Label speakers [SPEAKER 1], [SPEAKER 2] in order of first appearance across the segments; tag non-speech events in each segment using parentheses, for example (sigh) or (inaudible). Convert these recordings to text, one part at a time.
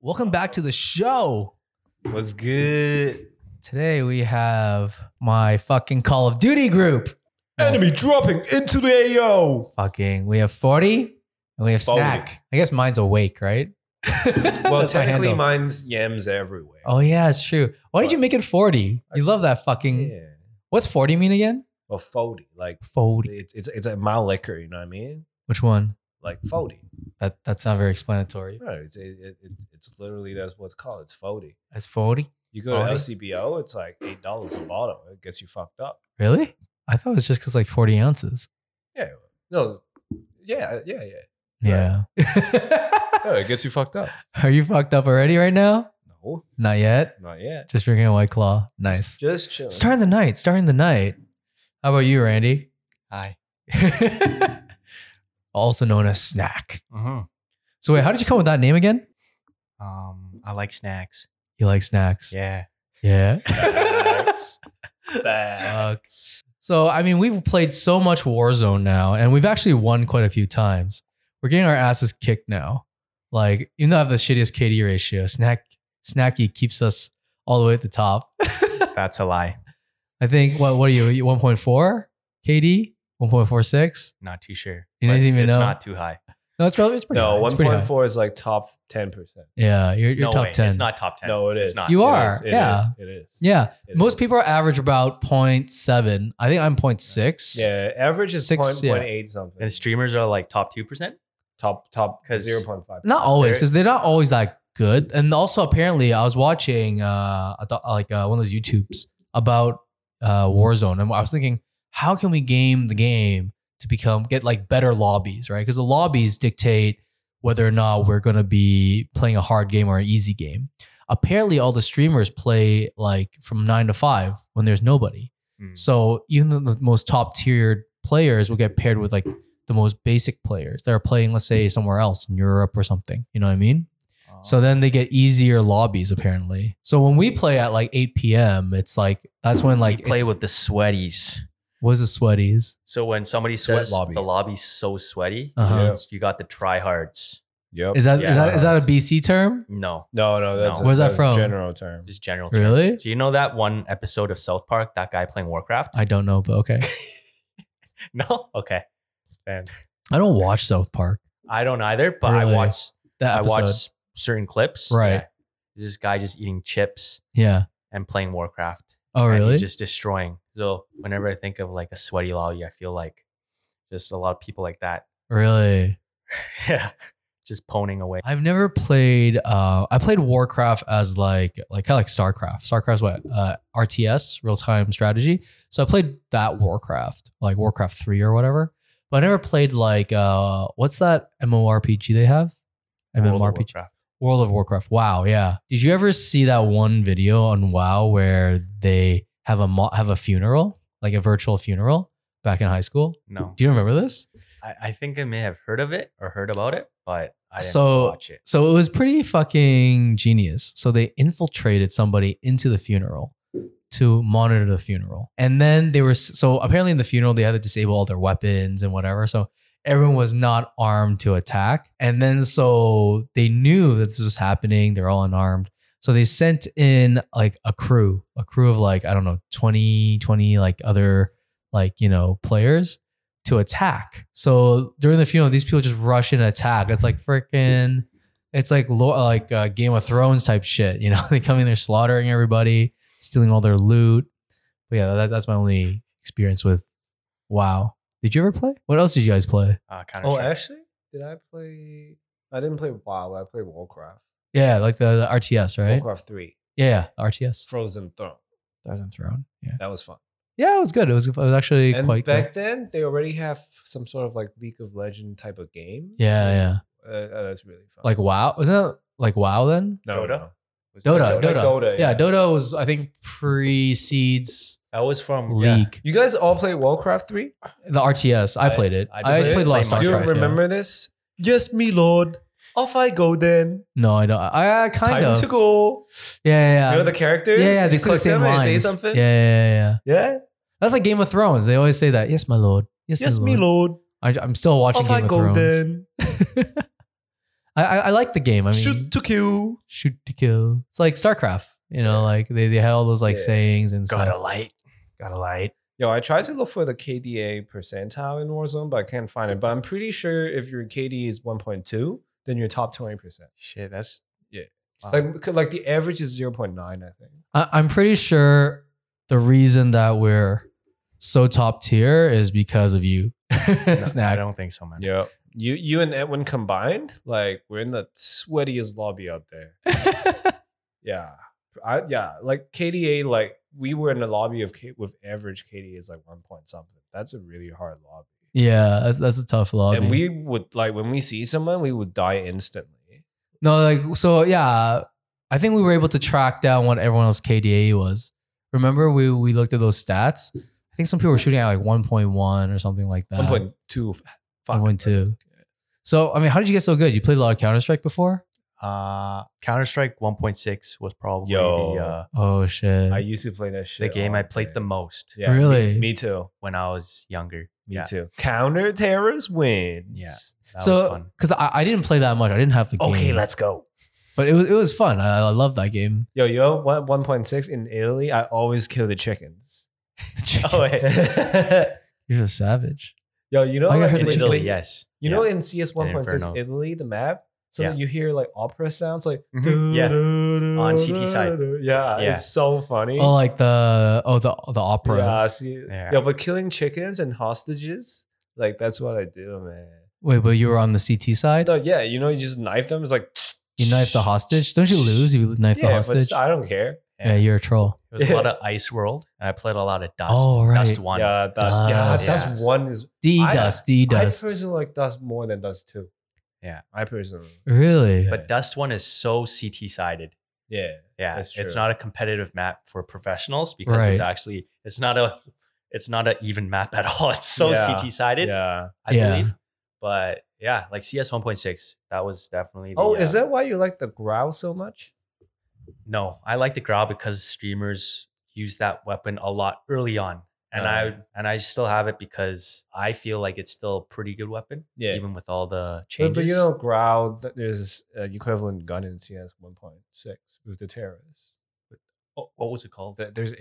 [SPEAKER 1] Welcome back to the show.
[SPEAKER 2] What's good?
[SPEAKER 1] Today we have my fucking Call of Duty group. Oh,
[SPEAKER 2] Enemy dropping into the AO.
[SPEAKER 1] Fucking, we have 40 and we have
[SPEAKER 2] 40.
[SPEAKER 1] Snack. I guess mine's awake,
[SPEAKER 2] (laughs)
[SPEAKER 1] right?
[SPEAKER 2] Well,
[SPEAKER 1] That's my
[SPEAKER 2] technically,
[SPEAKER 1] handle.
[SPEAKER 2] mine's yams everywhere.
[SPEAKER 1] Oh, yeah, it's true. Why did you make it 40? You love that fucking.
[SPEAKER 2] yeah.
[SPEAKER 1] What's 40 mean again?
[SPEAKER 2] Well, Fody, like
[SPEAKER 1] 40.
[SPEAKER 2] it's it's it's a mild liquor. You know what I mean?
[SPEAKER 1] Which one?
[SPEAKER 2] Like Fody.
[SPEAKER 1] That That's not very explanatory.
[SPEAKER 2] No, it's it, it, it, it's literally that's what it's called. It's Fody.
[SPEAKER 1] That's 40.
[SPEAKER 2] You go to
[SPEAKER 1] Fody?
[SPEAKER 2] LCBO, it's like eight dollars a bottle. It gets you fucked up.
[SPEAKER 1] Really? I thought it was just because like 40 ounces.
[SPEAKER 2] Yeah. No. Yeah. uh, Yeah. Yeah.
[SPEAKER 1] Yeah.
[SPEAKER 2] Right. No, it gets you fucked up.
[SPEAKER 1] (laughs) Are you fucked up already right now?
[SPEAKER 2] No,
[SPEAKER 1] Not yet.
[SPEAKER 2] not yet.
[SPEAKER 1] Just drinking a White Claw. Nice.
[SPEAKER 2] Just chilling.
[SPEAKER 1] Starting the night. Starting the night. How about you, Randy? Hi. (laughs) also known as Snack.
[SPEAKER 3] Mhm.
[SPEAKER 1] So wait, how did you come with that name again?
[SPEAKER 3] Um, I like snacks.
[SPEAKER 1] You like snacks.
[SPEAKER 3] Yeah.
[SPEAKER 1] Yeah.
[SPEAKER 2] Facts. Facts.
[SPEAKER 1] Fucks. So I mean, we've played so much Warzone now, and we've actually won quite a few times. We're getting our asses kicked now. Like, even though I have the shittiest KD ratio, snack snacky keeps us all the way at the top.
[SPEAKER 3] That's a lie.
[SPEAKER 1] I think what what are you? you 1.4 KD? 1.46?
[SPEAKER 3] Not too sure.
[SPEAKER 1] He
[SPEAKER 3] But
[SPEAKER 1] doesn't even
[SPEAKER 3] it's
[SPEAKER 1] know.
[SPEAKER 3] not too high.
[SPEAKER 1] No, it's probably it's pretty
[SPEAKER 2] No,
[SPEAKER 1] high. It's
[SPEAKER 2] one
[SPEAKER 1] pretty high.
[SPEAKER 2] point four is like top ten percent.
[SPEAKER 1] Yeah, you're, you're
[SPEAKER 3] no
[SPEAKER 1] top
[SPEAKER 3] way.
[SPEAKER 1] ten.
[SPEAKER 3] It's not top ten.
[SPEAKER 2] No, it is.
[SPEAKER 3] It's not.
[SPEAKER 1] You
[SPEAKER 2] It
[SPEAKER 1] are,
[SPEAKER 2] is, it
[SPEAKER 1] yeah.
[SPEAKER 2] is, It is.
[SPEAKER 1] yeah,
[SPEAKER 2] It
[SPEAKER 1] most
[SPEAKER 2] is.
[SPEAKER 1] people are average about 0.7. I think I'm 0.6.
[SPEAKER 2] Yeah, average is
[SPEAKER 1] Six,
[SPEAKER 2] point
[SPEAKER 1] yeah.
[SPEAKER 2] point eight something.
[SPEAKER 3] And streamers are like top two percent.
[SPEAKER 2] top top
[SPEAKER 3] 'Cause-
[SPEAKER 2] zero point five.
[SPEAKER 1] Not always,
[SPEAKER 3] They're-
[SPEAKER 1] because they're not always that good. And also, apparently, I was watching uh, I thought, like uh, one of those YouTubes about uh, Warzone, and I was thinking, how can we game the game to become get like better lobbies, right? Because the lobbies dictate whether or not we're going to be playing a hard game or an easy game. Apparently, all the streamers play like from nine to five when there's nobody.
[SPEAKER 3] Mm.
[SPEAKER 1] So even the, the most top tiered players will get paired with like the most basic players that are playing, let's say, somewhere else in Europe or something. You know what I mean?
[SPEAKER 2] Uh-huh.
[SPEAKER 1] So then they get easier lobbies apparently. So when we play at like 8 p.m., it's like that's when
[SPEAKER 3] like
[SPEAKER 1] like
[SPEAKER 3] play
[SPEAKER 1] it's-
[SPEAKER 3] with the sweaties.
[SPEAKER 1] was the sweaties.
[SPEAKER 3] So when somebody
[SPEAKER 2] Sweat
[SPEAKER 3] sweats,
[SPEAKER 2] lobby.
[SPEAKER 3] the lobby's so sweaty.
[SPEAKER 1] Uh-huh.
[SPEAKER 2] Yeah.
[SPEAKER 3] You got the tryhards.
[SPEAKER 2] Yep.
[SPEAKER 1] Is that is
[SPEAKER 3] Yeah.
[SPEAKER 1] that is that a BC term?
[SPEAKER 3] No,
[SPEAKER 2] no, no, that's
[SPEAKER 3] No.
[SPEAKER 2] a-
[SPEAKER 1] Where's that
[SPEAKER 2] that's a
[SPEAKER 1] from?
[SPEAKER 2] general term.
[SPEAKER 3] just general. term.
[SPEAKER 1] Really?
[SPEAKER 3] So you know that one episode of South Park, that guy playing
[SPEAKER 1] (laughs)
[SPEAKER 3] Warcraft?
[SPEAKER 1] I don't know, but
[SPEAKER 3] (laughs)
[SPEAKER 1] okay.
[SPEAKER 3] no. Okay. Then
[SPEAKER 1] I don't watch South Park.
[SPEAKER 3] I don't either, but I
[SPEAKER 1] Really?
[SPEAKER 3] watch.
[SPEAKER 1] That
[SPEAKER 3] I
[SPEAKER 1] episode.
[SPEAKER 3] watch s- certain clips.
[SPEAKER 1] Right.
[SPEAKER 3] Yeah. This guy just eating chips
[SPEAKER 1] yeah.
[SPEAKER 3] and playing Warcraft.
[SPEAKER 1] Oh
[SPEAKER 3] and
[SPEAKER 1] really?
[SPEAKER 3] he's just destroying. So whenever I think of like a sweaty lobby, I feel like just a lot of people like that. (laughs)
[SPEAKER 1] really?
[SPEAKER 3] Yeah. Just poning away.
[SPEAKER 1] I've never played. Uh, I played Warcraft as like like kind of like Starcraft. Starcraft's what uh, RTS, real time strategy. So I played that Warcraft, like Warcraft three or whatever. But I never played like uh, what's that MMORPG they have?
[SPEAKER 3] World of
[SPEAKER 1] MMORPG,
[SPEAKER 3] Warcraft.
[SPEAKER 1] World of Warcraft. Wow, yeah. Did you ever see that one video on WoW where they have a mo- have a funeral, like a virtual funeral, back in high school?
[SPEAKER 3] No.
[SPEAKER 1] Do you remember this?
[SPEAKER 3] I, I think I may have heard of it or heard about it, but I didn't
[SPEAKER 1] So-
[SPEAKER 3] watch it.
[SPEAKER 1] So it was pretty fucking genius. So they infiltrated somebody into the funeral to monitor the funeral. And then they were so apparently in the funeral they had to disable all their weapons and whatever. So everyone was not armed to attack. And then so they knew that this was happening. They're all unarmed. So they sent in like a crew, a crew of like, I don't know, 20, 20 like other like, you know, players to attack. So during the funeral, these people just rush in and attack. It's like freaking, it's like lo- like uh, Game of Thrones type shit. You know, (laughs) they come in there slaughtering everybody, stealing all their loot. But yeah, that, that's my only experience with WoW. Did you ever play? What else did you guys play?
[SPEAKER 3] Uh, kind of
[SPEAKER 2] Oh, actually, did I play? I didn't play WoW. I played Warcraft.
[SPEAKER 1] Yeah, like the, the RTS, right?
[SPEAKER 2] Warcraft Three,
[SPEAKER 1] Yeah, yeah, RTS.
[SPEAKER 2] Frozen Throne.
[SPEAKER 1] Thousand Throne. Yeah,
[SPEAKER 2] That was fun.
[SPEAKER 1] yeah, it was good. It was, it was actually
[SPEAKER 2] And
[SPEAKER 1] quite good.
[SPEAKER 2] back then, they already have some sort of like League of Legend type of game.
[SPEAKER 1] Yeah, yeah.
[SPEAKER 2] Uh, uh, that's really fun.
[SPEAKER 1] Like WoW, wasn't that like WoW then?
[SPEAKER 2] no,
[SPEAKER 3] Dota?
[SPEAKER 2] no.
[SPEAKER 1] Dota, Dota,
[SPEAKER 2] Dota, Dota,
[SPEAKER 1] yeah.
[SPEAKER 2] yeah.
[SPEAKER 1] Dota was I think precedes
[SPEAKER 3] that was from yeah.
[SPEAKER 1] League.
[SPEAKER 2] You guys all play Warcraft Three?
[SPEAKER 1] The RTS. I,
[SPEAKER 3] I-
[SPEAKER 1] played it. I,
[SPEAKER 3] I
[SPEAKER 1] always
[SPEAKER 2] did
[SPEAKER 1] played a lot of
[SPEAKER 3] play
[SPEAKER 1] Starcraft.
[SPEAKER 3] much.
[SPEAKER 2] Do you
[SPEAKER 3] Starcraft,
[SPEAKER 2] remember this? Yes, me lord. Off I go then.
[SPEAKER 1] Yeah. No, I don't. I, I kind
[SPEAKER 2] Time
[SPEAKER 1] of.
[SPEAKER 2] to go.
[SPEAKER 1] yeah,
[SPEAKER 2] You
[SPEAKER 1] yeah,
[SPEAKER 2] know
[SPEAKER 1] yeah.
[SPEAKER 2] the characters?
[SPEAKER 1] yeah, yeah. They
[SPEAKER 2] You
[SPEAKER 1] say the
[SPEAKER 2] click
[SPEAKER 1] same
[SPEAKER 2] them and
[SPEAKER 1] lines.
[SPEAKER 2] they say something?
[SPEAKER 1] Yeah, yeah, yeah, yeah.
[SPEAKER 2] Yeah?
[SPEAKER 1] That's like Game of Thrones. They always say that. Yes, my lord. Yes,
[SPEAKER 2] Yes,
[SPEAKER 1] my
[SPEAKER 2] me
[SPEAKER 1] lord.
[SPEAKER 2] lord.
[SPEAKER 1] I, I'm still watching
[SPEAKER 2] Off I
[SPEAKER 1] Game of
[SPEAKER 2] go
[SPEAKER 1] Thrones.
[SPEAKER 2] then.
[SPEAKER 1] I, I, I like the game. I mean,
[SPEAKER 4] Shoot to kill.
[SPEAKER 1] shoot to kill. It's like StarCraft. You know, like they, they had all those like
[SPEAKER 2] Yeah.
[SPEAKER 1] sayings and
[SPEAKER 3] Got a
[SPEAKER 1] stuff.
[SPEAKER 3] light. Got a light.
[SPEAKER 2] Yo, I tried to look for the KDA percentile in Warzone, but I can't find it. But I'm pretty sure if your KD is 1.2, then you're top 20%.
[SPEAKER 3] Shit, that's yeah. Wow.
[SPEAKER 2] Like, like the average is 0.9, I think.
[SPEAKER 1] I, I'm pretty sure the reason that we're so top tier is because of you. (laughs)
[SPEAKER 3] No,
[SPEAKER 1] Snack.
[SPEAKER 3] I don't think so, man.
[SPEAKER 2] Yeah. You you and Edwin combined, like we're in the sweatiest lobby out there. yeah. I, yeah, like KDA, like we were in the lobby of K- with average KDA is like one point something. That's a really hard lobby.
[SPEAKER 1] (laughs) Yeah, that's, that's a tough lobby.
[SPEAKER 2] And we would like when we see someone, we would die instantly.
[SPEAKER 1] no, like so yeah, I think we were able to track down what everyone else KDA E was. Remember we we looked at those stats. I think some people were shooting at like 1.1 or something like that.
[SPEAKER 2] One point two, five.
[SPEAKER 1] 1.2. So I mean, how did you get so good? You played a lot of Counter Strike before?
[SPEAKER 3] Uh, Counter Strike 1.6 was probably
[SPEAKER 2] Yo.
[SPEAKER 3] the uh,
[SPEAKER 1] Oh shit!
[SPEAKER 2] I used to play that shit.
[SPEAKER 3] the game
[SPEAKER 2] all
[SPEAKER 3] I played
[SPEAKER 2] day.
[SPEAKER 3] the most
[SPEAKER 2] Yeah,
[SPEAKER 1] Really?
[SPEAKER 2] Me, me too.
[SPEAKER 3] when I was younger.
[SPEAKER 2] Me
[SPEAKER 3] yeah,
[SPEAKER 2] too. Counter terrorists wins.
[SPEAKER 3] Yeah. That was
[SPEAKER 1] so
[SPEAKER 3] fun.
[SPEAKER 1] because I, I didn't play that much. I didn't have the game.
[SPEAKER 2] go.
[SPEAKER 1] But it was it was fun. I, I love that
[SPEAKER 2] (laughs)
[SPEAKER 1] game.
[SPEAKER 2] Yo, you know what? One point six in Italy. I always kill the chickens.
[SPEAKER 1] Chickens.
[SPEAKER 2] Oh,
[SPEAKER 1] You're a savage.
[SPEAKER 2] (laughs) Yo, you know,
[SPEAKER 1] I gotta
[SPEAKER 2] like
[SPEAKER 1] hit
[SPEAKER 2] in
[SPEAKER 1] the
[SPEAKER 3] Literally,
[SPEAKER 2] Italy,
[SPEAKER 1] chicken.
[SPEAKER 3] yes.
[SPEAKER 2] You
[SPEAKER 3] Yeah.
[SPEAKER 2] know, in CS
[SPEAKER 3] And
[SPEAKER 2] 1.6
[SPEAKER 3] Inferno.
[SPEAKER 2] Italy, the map, so
[SPEAKER 3] Yeah.
[SPEAKER 2] that you hear like opera sounds, like
[SPEAKER 3] Mhm. Yeah. On CT side.
[SPEAKER 2] Yeah,
[SPEAKER 3] Yeah.
[SPEAKER 2] it's so funny.
[SPEAKER 1] Oh, like the oh the the operas.
[SPEAKER 2] yeah, see,
[SPEAKER 3] Yeah.
[SPEAKER 2] yeah. but killing chickens and hostages, like that's what I do, man.
[SPEAKER 1] Wait, but you were on the CT side.
[SPEAKER 2] No, yeah, you know, you just knife them. It's like
[SPEAKER 1] You knife the hostage. Don't you lose? if You knife
[SPEAKER 2] Yeah,
[SPEAKER 1] the
[SPEAKER 2] but
[SPEAKER 1] hostage.
[SPEAKER 2] it's- I don't care.
[SPEAKER 1] yeah, you're a troll.
[SPEAKER 3] It was a lot of Ice World, and I played a lot of Dust.
[SPEAKER 1] Oh, right.
[SPEAKER 3] Dust One.
[SPEAKER 2] Yeah, that's yeah,
[SPEAKER 1] Dust.
[SPEAKER 2] that's one is
[SPEAKER 1] D
[SPEAKER 2] I-
[SPEAKER 1] dust. D
[SPEAKER 2] I
[SPEAKER 1] dust.
[SPEAKER 2] personally like dust more than dust two.
[SPEAKER 3] Yeah.
[SPEAKER 2] I personally.
[SPEAKER 1] Really?
[SPEAKER 3] But Dust One is so CT sided.
[SPEAKER 2] Yeah,
[SPEAKER 3] Yeah,
[SPEAKER 2] That's
[SPEAKER 3] it's
[SPEAKER 2] true.
[SPEAKER 3] not a competitive map for professionals because it's
[SPEAKER 1] Right.
[SPEAKER 3] actually it's not a it's not an even map at (laughs) all. It's so
[SPEAKER 2] Yeah.
[SPEAKER 3] CT sided,
[SPEAKER 2] yeah.
[SPEAKER 3] I
[SPEAKER 1] Yeah.
[SPEAKER 3] believe. But yeah, like CS 1.6, that was definitely. The,
[SPEAKER 2] Oh, is
[SPEAKER 3] uh,
[SPEAKER 2] that why you like the growl so much?
[SPEAKER 3] No, I like the growl because streamers use that weapon a lot early on, and
[SPEAKER 2] Uh-huh.
[SPEAKER 3] I and I still have it because I feel like it's still a pretty good weapon,
[SPEAKER 2] Yeah.
[SPEAKER 3] even with all the
[SPEAKER 2] But,
[SPEAKER 3] changes.
[SPEAKER 2] but you know, growl. th- There's an equivalent gun in CS 1.6 with the terrorists.
[SPEAKER 3] Oh, what was it called?
[SPEAKER 2] Th- There's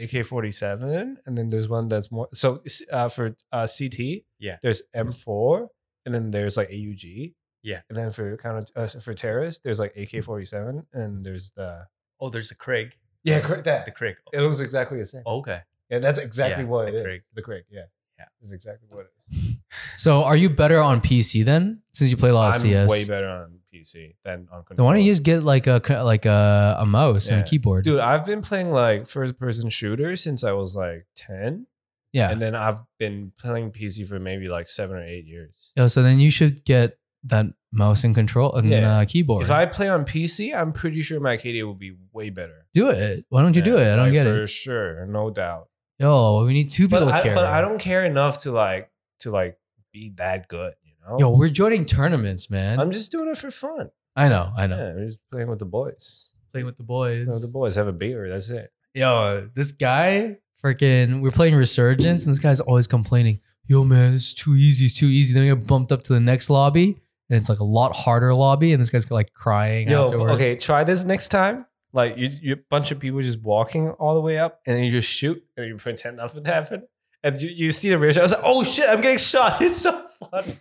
[SPEAKER 2] AK-47, and then there's one that's more. So s- uh, for uh, CT,
[SPEAKER 3] Yeah.
[SPEAKER 2] there's M4, and then there's like AUG,
[SPEAKER 3] Yeah.
[SPEAKER 2] and then for counter uh, s- for terrorists, there's like AK-47, and there's the
[SPEAKER 3] Oh, there's a Krig.
[SPEAKER 2] yeah, correct that.
[SPEAKER 3] The Krig.
[SPEAKER 2] It looks exactly the same.
[SPEAKER 3] Okay.
[SPEAKER 2] Yeah, that's exactly
[SPEAKER 3] Yeah,
[SPEAKER 2] what
[SPEAKER 3] the
[SPEAKER 2] it is.
[SPEAKER 3] Krig.
[SPEAKER 2] The Krig, yeah,
[SPEAKER 3] Yeah.
[SPEAKER 2] that's exactly what it is.
[SPEAKER 1] so are you better on PC then? Since you play a lot of
[SPEAKER 2] I'm
[SPEAKER 1] CS.
[SPEAKER 2] way better on PC than on
[SPEAKER 1] Then
[SPEAKER 2] controller.
[SPEAKER 1] why don't you just get like a co- like a, a mouse and
[SPEAKER 2] Yeah.
[SPEAKER 1] a keyboard?
[SPEAKER 2] Dude, I've been playing like first person shooter since I was like 10.
[SPEAKER 1] yeah.
[SPEAKER 2] And then I've been playing PC for maybe like seven or eight years.
[SPEAKER 1] Yo, Oh, so then you should get that mouse and control and
[SPEAKER 2] Yeah.
[SPEAKER 1] uh, keyboard.
[SPEAKER 2] If I play on PC, I'm pretty sure my KDA will be way better.
[SPEAKER 1] do it, why don't you do it? I don't get
[SPEAKER 2] for
[SPEAKER 1] it.
[SPEAKER 2] sure, no doubt.
[SPEAKER 1] Yo, we need two people
[SPEAKER 2] But
[SPEAKER 1] to
[SPEAKER 2] I,
[SPEAKER 1] care.
[SPEAKER 2] but I don't care enough to like to like be that good, you know?
[SPEAKER 1] Yo, we're joining tournaments, man.
[SPEAKER 2] I'm just doing it for fun.
[SPEAKER 1] I know, I know.
[SPEAKER 2] Yeah, I'm just playing with the boys.
[SPEAKER 1] Playing with the boys.
[SPEAKER 2] You know, the boys have a beer, that's it.
[SPEAKER 1] Yo, this guy, freaking, we're playing Resurgence, and this guy's always complaining. Yo, man, it's too easy. It's too easy. Then we get bumped up to the next lobby, and it's like a lot harder lobby, and this guy's like crying
[SPEAKER 2] Yo,
[SPEAKER 1] afterwards.
[SPEAKER 2] okay, try this next time. Like you, you, a bunch of people just walking all the way up, and then you just shoot, and you pretend nothing happened, and you, you see the rear shot. I was like, oh shit, I'm getting shot. (laughs) It's so funny.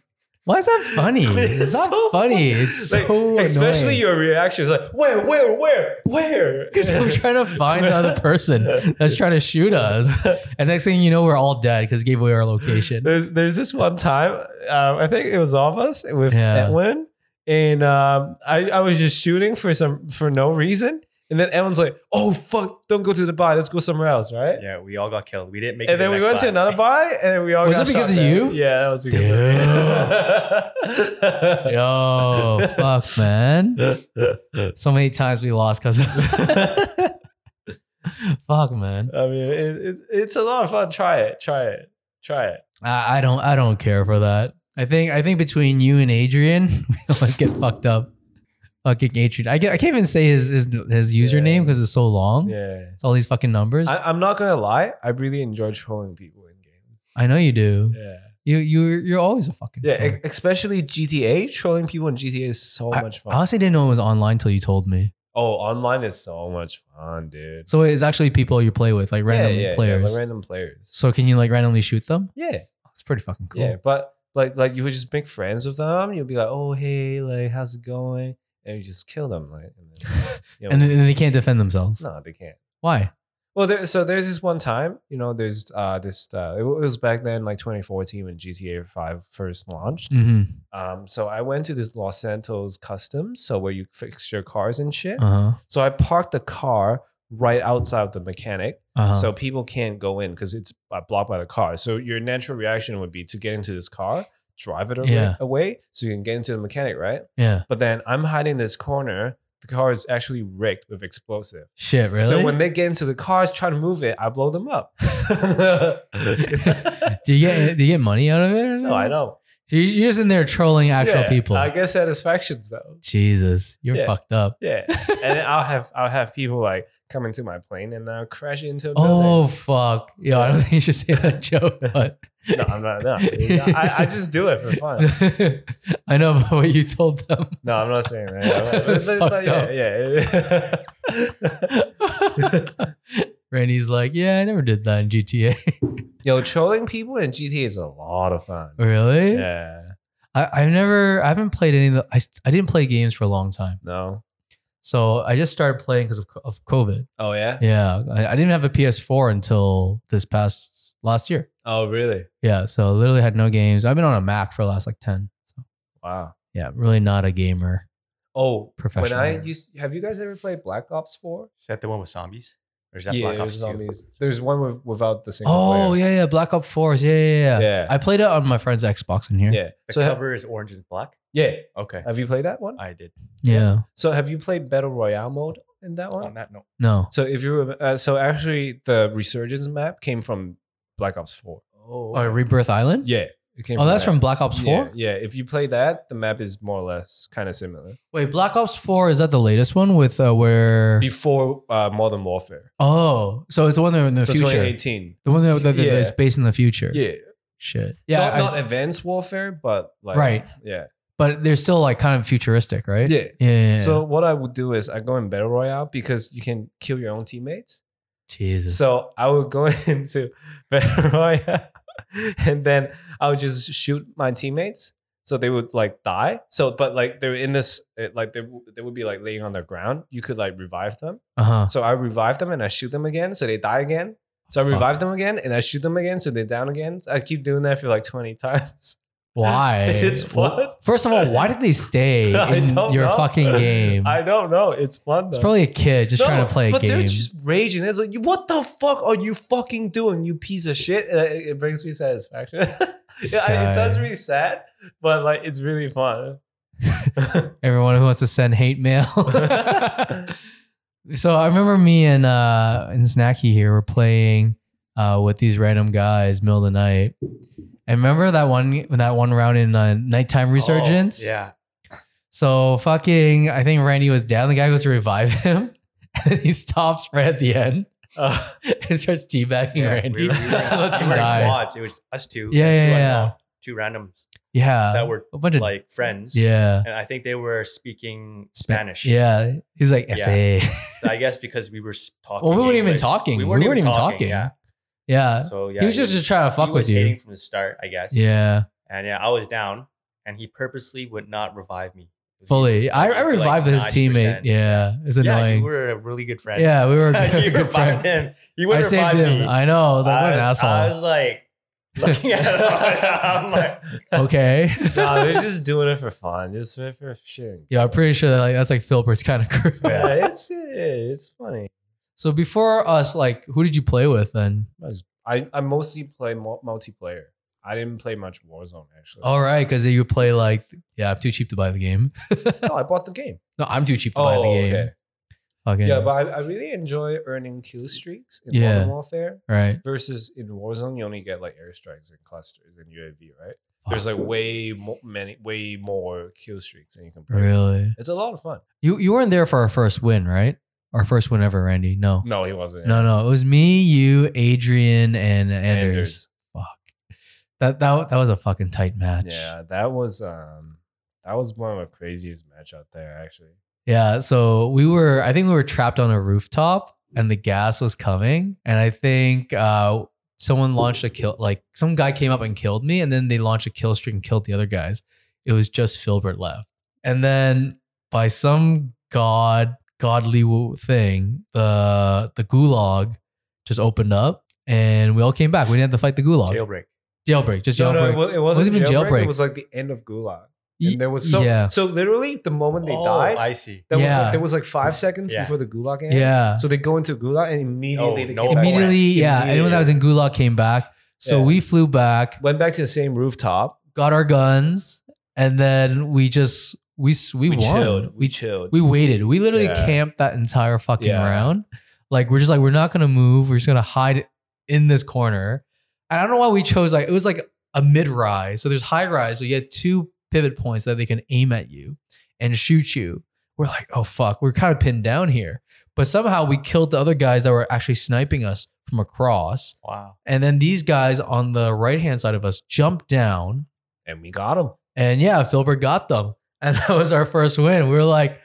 [SPEAKER 1] Why is that funny?
[SPEAKER 2] (laughs) It's
[SPEAKER 1] It's, not
[SPEAKER 2] so
[SPEAKER 1] funny.
[SPEAKER 2] funny.
[SPEAKER 1] It's
[SPEAKER 2] Like,
[SPEAKER 1] so
[SPEAKER 2] especially
[SPEAKER 1] (laughs) annoying.
[SPEAKER 2] your reaction is like, where, where, where,
[SPEAKER 1] (laughs)
[SPEAKER 2] where? (laughs)
[SPEAKER 1] Because I'm trying to find the other person that's trying to shoot us.
[SPEAKER 2] (laughs)
[SPEAKER 1] And next thing you know, we're all dead because gave away our location.
[SPEAKER 2] There's there's this one time, um, I think it was off us with
[SPEAKER 1] Yeah.
[SPEAKER 2] Edwin, and um, I I was just shooting for some for no reason, and then Edwin's like, oh fuck, don't go to the bar, let's go somewhere else, right?
[SPEAKER 3] Yeah, we all got killed. We didn't make it.
[SPEAKER 2] and
[SPEAKER 3] to
[SPEAKER 2] then
[SPEAKER 3] the
[SPEAKER 2] we
[SPEAKER 3] next
[SPEAKER 2] went to
[SPEAKER 3] lap.
[SPEAKER 2] another buy, and then we all
[SPEAKER 1] Was
[SPEAKER 2] got
[SPEAKER 1] it because
[SPEAKER 2] shot
[SPEAKER 1] of
[SPEAKER 2] at.
[SPEAKER 1] you?
[SPEAKER 2] Yeah, that was because
[SPEAKER 1] Yo, fuck, man.
[SPEAKER 2] (laughs) of
[SPEAKER 1] So many times we lost because
[SPEAKER 2] me.
[SPEAKER 1] (laughs) fuck, man.
[SPEAKER 2] (laughs) I mean, it, it, it's a lot of fun. Try it, try it, try it.
[SPEAKER 1] I, I don't. I don't care for that. I think. I think between you and Adrian, (laughs) we always get fucked up. Fucking Adrian. I get. I can't even say his his, his username because it's so long.
[SPEAKER 2] Yeah,
[SPEAKER 1] It's all these fucking numbers. I,
[SPEAKER 2] I, I'm not gonna lie. I really enjoy trolling people in games.
[SPEAKER 1] know you do.
[SPEAKER 2] Yeah,
[SPEAKER 1] You you you're always a fucking
[SPEAKER 2] Yeah,
[SPEAKER 1] troll.
[SPEAKER 2] e- especially GTA. Trolling people in GTA is so much
[SPEAKER 1] I
[SPEAKER 2] fun.
[SPEAKER 1] honestly didn't know it was online till you told me.
[SPEAKER 2] oh, online is so much fun, dude.
[SPEAKER 1] So it's actually people you play with, like
[SPEAKER 2] Yeah,
[SPEAKER 1] random
[SPEAKER 2] yeah, yeah,
[SPEAKER 1] players.
[SPEAKER 2] like random players.
[SPEAKER 1] So can you like randomly shoot them?
[SPEAKER 2] Yeah,
[SPEAKER 1] That's pretty fucking cool.
[SPEAKER 2] yeah. But like, like you would just make friends with them. You'd be like, oh hey, like how's it going? And you just kill them, like. And
[SPEAKER 1] (laughs)
[SPEAKER 2] then, you know,
[SPEAKER 1] And, then- and they can't defend themselves.
[SPEAKER 2] no, they can't.
[SPEAKER 1] Why?
[SPEAKER 2] Well, there, so there's this one time, you know, there's uh, this uh, it was back then, like 2014 when GTA 5 first launched.
[SPEAKER 1] hmm
[SPEAKER 2] Um, so I went to this Los Santos customs, so where you fix your cars and shit.
[SPEAKER 1] Uh huh.
[SPEAKER 2] So I parked the car right outside of the mechanic,
[SPEAKER 1] Uh-huh.
[SPEAKER 2] so people can't go in because it's uh, blocked by the car. So your natural reaction would be to get into this car, drive it away,
[SPEAKER 1] Yeah.
[SPEAKER 2] away so you can get into the mechanic, right?
[SPEAKER 1] yeah.
[SPEAKER 2] But then I'm hiding this corner. The car is actually rigged with explosive.
[SPEAKER 1] Shit. Really?
[SPEAKER 2] So when they get into the cars trying to move it, I blow them
[SPEAKER 1] (laughs)
[SPEAKER 2] up. (laughs)
[SPEAKER 1] do you get do you get money out of it? Or
[SPEAKER 2] no, I don't.
[SPEAKER 1] So you're- you're just in there trolling actual
[SPEAKER 2] Yeah,
[SPEAKER 1] people.
[SPEAKER 2] I get satisfactions though.
[SPEAKER 1] Jesus, you're
[SPEAKER 2] Yeah.
[SPEAKER 1] fucked up. (laughs)
[SPEAKER 2] Yeah. and then I'll have I'll have people like come into my plane and I'll crash into a
[SPEAKER 1] Oh fuck! Yo, I don't think you should say that
[SPEAKER 2] (laughs)
[SPEAKER 1] joke, but (laughs)
[SPEAKER 2] building. (laughs) No, I'm not no. I, I just do it for fun.
[SPEAKER 1] I know about what you told them. (laughs)
[SPEAKER 2] No, I'm not saying that.
[SPEAKER 1] That's
[SPEAKER 2] But- but
[SPEAKER 1] fucked up.
[SPEAKER 2] yeah, yeah. (laughs)
[SPEAKER 1] Randy's like, yeah, I never did that in GTA.
[SPEAKER 2] Yo, trolling people in GTA is a lot of fun.
[SPEAKER 1] (laughs) really?
[SPEAKER 2] Yeah.
[SPEAKER 1] I, I've never, I haven't played any of the, I, I didn't play games for a long time.
[SPEAKER 2] No.
[SPEAKER 1] So I just started playing because of, co- of COVID.
[SPEAKER 2] Oh yeah?
[SPEAKER 1] Yeah. I, I didn't have a PS4 until this past last year.
[SPEAKER 2] Oh really?
[SPEAKER 1] Yeah. So I literally had no games. I've been on a Mac for the last like 10. So
[SPEAKER 2] Wow.
[SPEAKER 1] yeah, really not a gamer.
[SPEAKER 2] Oh, when
[SPEAKER 1] Professional.
[SPEAKER 2] I used have you guys ever played Black Ops 4?
[SPEAKER 3] (laughs) Is that the one with zombies? Or is that
[SPEAKER 2] yeah,
[SPEAKER 3] Black
[SPEAKER 2] there's
[SPEAKER 3] Ops 2?
[SPEAKER 2] zombies. There's one with, without the single player.
[SPEAKER 1] Oh, yeah, yeah. Black Ops 4s. Yeah, yeah, yeah.
[SPEAKER 2] Yeah.
[SPEAKER 1] I played it on my friend's Xbox in here.
[SPEAKER 2] Yeah.
[SPEAKER 3] The
[SPEAKER 2] So ha-
[SPEAKER 3] cover is orange and black.
[SPEAKER 2] yeah.
[SPEAKER 3] Okay.
[SPEAKER 2] Have you played that one?
[SPEAKER 3] I did.
[SPEAKER 1] yeah.
[SPEAKER 2] So have you played Battle Royale mode in that
[SPEAKER 3] On
[SPEAKER 2] one?
[SPEAKER 3] that note.
[SPEAKER 1] No.
[SPEAKER 2] So if you remember, uh, so actually the Resurgence map came from Black Ops 4.
[SPEAKER 3] Oh,
[SPEAKER 1] Oh, Rebirth Island?
[SPEAKER 2] Yeah. It came
[SPEAKER 1] Oh, that's
[SPEAKER 2] that.
[SPEAKER 1] from Black Ops 4?
[SPEAKER 2] Yeah, yeah. If you play that, the map is more or less kind of similar.
[SPEAKER 1] Wait, Black Ops 4 is that the latest one with uh, where
[SPEAKER 2] Before uh, Modern Warfare.
[SPEAKER 1] Oh, so it's the one that in the
[SPEAKER 2] so
[SPEAKER 1] future.
[SPEAKER 2] 2018.
[SPEAKER 1] The one that, that, that
[SPEAKER 2] Yeah.
[SPEAKER 1] is based in the future.
[SPEAKER 2] Yeah.
[SPEAKER 1] Shit.
[SPEAKER 2] Yeah.
[SPEAKER 1] Yeah.
[SPEAKER 2] Not,
[SPEAKER 1] I-
[SPEAKER 2] not advanced warfare, but like
[SPEAKER 1] Right.
[SPEAKER 2] Yeah.
[SPEAKER 1] but they're still like kind of futuristic, right?
[SPEAKER 2] Yeah.
[SPEAKER 1] Yeah. yeah, yeah.
[SPEAKER 2] So what I would do is I go in battle royale because you can kill your own teammates.
[SPEAKER 1] Jesus.
[SPEAKER 2] So I would go (laughs) into battle royale, (laughs) and then I would just shoot my teammates, so they would like die. So, but like they were in this, it, like they w- they would be like laying on the ground. You could like revive them.
[SPEAKER 1] Uh
[SPEAKER 2] (laughs)
[SPEAKER 1] huh.
[SPEAKER 2] So I revive them and I shoot them again, so they die again. So I
[SPEAKER 1] Fuck.
[SPEAKER 2] revive them again and I shoot them again, so they're down again. I keep doing that for like twenty (laughs) times.
[SPEAKER 1] Why?
[SPEAKER 2] It's
[SPEAKER 1] Wha-
[SPEAKER 2] fun.
[SPEAKER 1] First of all, why did
[SPEAKER 2] (laughs)
[SPEAKER 1] they stay
[SPEAKER 2] I
[SPEAKER 1] in
[SPEAKER 2] don't
[SPEAKER 1] your
[SPEAKER 2] know.
[SPEAKER 1] fucking game?
[SPEAKER 2] (laughs) I don't know. It's fun. Though.
[SPEAKER 1] it's probably a kid just
[SPEAKER 2] No,
[SPEAKER 1] trying to play a
[SPEAKER 2] but
[SPEAKER 1] game.
[SPEAKER 2] they're just raging. It's like, what the fuck are you fucking doing, you piece of shit? And uh, It, it brings me satisfaction. (laughs)
[SPEAKER 1] This
[SPEAKER 2] yeah, I-
[SPEAKER 1] guy.
[SPEAKER 2] it sounds really sad, but like it's really
[SPEAKER 1] (laughs)
[SPEAKER 2] fun.
[SPEAKER 1] Everyone who wants to send hate mail. (laughs) so I remember me and uh and Snacky here were playing uh with these random guys middle of the night. And remember that one that one round in uh, nighttime resurgence?
[SPEAKER 3] Oh, yeah.
[SPEAKER 1] So fucking I think Randy was down, the guy goes to revive him, (laughs) and then he stops right at the end
[SPEAKER 2] Uh,
[SPEAKER 1] (laughs) and starts teabagging
[SPEAKER 3] yeah,
[SPEAKER 1] Randy.
[SPEAKER 3] We were, we
[SPEAKER 1] (laughs)
[SPEAKER 3] were,
[SPEAKER 1] Lets
[SPEAKER 3] (laughs) we
[SPEAKER 1] him
[SPEAKER 3] were in
[SPEAKER 1] die.
[SPEAKER 3] quads. It was us two.
[SPEAKER 1] Yeah,
[SPEAKER 3] and two
[SPEAKER 1] yeah,
[SPEAKER 3] other-
[SPEAKER 1] yeah.
[SPEAKER 3] Two randoms
[SPEAKER 1] Yeah.
[SPEAKER 3] that were
[SPEAKER 1] a bunch of
[SPEAKER 3] like friends.
[SPEAKER 1] Yeah.
[SPEAKER 3] And I think they were speaking
[SPEAKER 1] Spa-
[SPEAKER 3] Spanish.
[SPEAKER 1] Yeah. He's like,
[SPEAKER 3] Yeah.
[SPEAKER 1] SA.
[SPEAKER 3] I guess because we were s- talking.
[SPEAKER 1] well, we weren't even
[SPEAKER 3] English.
[SPEAKER 1] talking. We weren't, even talking. Yeah. Yeah.
[SPEAKER 3] So yeah,
[SPEAKER 1] he was just, just trying to
[SPEAKER 3] he
[SPEAKER 1] fuck
[SPEAKER 3] was
[SPEAKER 1] with you.
[SPEAKER 3] hating from the start, I guess.
[SPEAKER 1] Yeah,
[SPEAKER 3] And yeah, I was down, and he purposely would not revive me.
[SPEAKER 1] fully. I, I
[SPEAKER 3] Like
[SPEAKER 1] revived his
[SPEAKER 3] 90%.
[SPEAKER 1] teammate. Yeah, it's
[SPEAKER 3] Yeah,
[SPEAKER 1] annoying.
[SPEAKER 3] you were a really good friend. (laughs)
[SPEAKER 1] yeah, we were a
[SPEAKER 3] you
[SPEAKER 1] good, good
[SPEAKER 3] revived
[SPEAKER 1] friend.
[SPEAKER 3] him. You would
[SPEAKER 1] I
[SPEAKER 3] revive
[SPEAKER 1] saved him.
[SPEAKER 3] me.
[SPEAKER 1] I know. I was like, what an asshole.
[SPEAKER 3] I was like,
[SPEAKER 1] (laughs)
[SPEAKER 3] (laughs) looking at him, (laughs) I'm like, (laughs)
[SPEAKER 1] okay. (laughs)
[SPEAKER 2] nah, they're just doing it for fun, just for, for shit.
[SPEAKER 1] yeah, I'm pretty sure that, like, that's like Filbert's kind of (laughs) crew.
[SPEAKER 2] Yeah, it's eh, it's funny.
[SPEAKER 1] So before us, like, who did you play with then?
[SPEAKER 2] I, I mostly play mul- multiplayer. I didn't play much Warzone actually.
[SPEAKER 1] All right, because you play like, yeah, I'm too cheap to buy the game.
[SPEAKER 2] no, I bought the game.
[SPEAKER 1] No, I'm too cheap to buy the
[SPEAKER 3] Oh,
[SPEAKER 1] game. Fucking
[SPEAKER 2] Yeah, but I, I really enjoy earning kill streaks in
[SPEAKER 1] Yeah.
[SPEAKER 2] Modern Warfare.
[SPEAKER 1] right.
[SPEAKER 2] versus in Warzone, you only get like airstrikes and clusters and UAV, right? There's like way more, many, way more kill streaks than you can play.
[SPEAKER 1] really.
[SPEAKER 2] It's a lot of fun.
[SPEAKER 1] You you weren't there for our first win, right? Our first win ever, Randy. No.
[SPEAKER 2] No, he wasn't.
[SPEAKER 1] No, no, it was me, you, Adrian, and Anders. That that that was a fucking tight match.
[SPEAKER 2] Yeah, that was um that was one of the craziest match out there actually.
[SPEAKER 1] Yeah. So we were, I think we were trapped on a rooftop and the gas was coming. And I think uh, someone launched a kill, like some guy came up and killed me. And then they launched a kill streak and killed the other guys. It was just Filbert left. And then by some god, godly wo- thing, the, the gulag just opened up and we all came back. We didn't have to fight the gulag.
[SPEAKER 3] Jailbreak.
[SPEAKER 1] jailbreak, just
[SPEAKER 2] No, no,
[SPEAKER 1] jailbreak.
[SPEAKER 2] it, wa- it wasn't
[SPEAKER 1] even
[SPEAKER 2] jailbreak.
[SPEAKER 1] jailbreak.
[SPEAKER 2] It was like the end of Gulag.
[SPEAKER 1] Y-
[SPEAKER 2] And there was so
[SPEAKER 1] yeah.
[SPEAKER 2] so literally the moment they
[SPEAKER 3] oh,
[SPEAKER 2] died,
[SPEAKER 3] I see.
[SPEAKER 2] there was
[SPEAKER 1] Yeah.
[SPEAKER 2] like, there was like five seconds
[SPEAKER 3] Yeah.
[SPEAKER 2] before the Gulag ends.
[SPEAKER 1] Yeah.
[SPEAKER 2] So they go into Gulag and immediately they
[SPEAKER 3] No, no
[SPEAKER 2] came back.
[SPEAKER 3] way.
[SPEAKER 1] Immediately, yeah.
[SPEAKER 2] Immediately.
[SPEAKER 1] Anyone that was in gulag came back. So
[SPEAKER 2] Yeah.
[SPEAKER 1] we flew back.
[SPEAKER 2] went back to the same rooftop.
[SPEAKER 1] got our guns, and then we just we we, won.
[SPEAKER 2] chilled.
[SPEAKER 1] We
[SPEAKER 2] chilled.
[SPEAKER 1] we waited. We literally
[SPEAKER 2] Yeah.
[SPEAKER 1] camped that entire fucking
[SPEAKER 2] Yeah.
[SPEAKER 1] round. Like we're just like we're not gonna move. We're just gonna hide in this corner. And I don't know why we chose like it was like a mid rise. So there's high rise. So you had two pivot points that they can aim at you and shoot you. We're like, oh fuck, we're kind of pinned down here. But somehow we killed the other guys that were actually sniping us from across.
[SPEAKER 3] Wow.
[SPEAKER 1] And then these guys on the right hand side of us jumped down
[SPEAKER 2] and we got him.
[SPEAKER 1] and yeah, Filbert got them. (laughs) And that was our first win. We were like,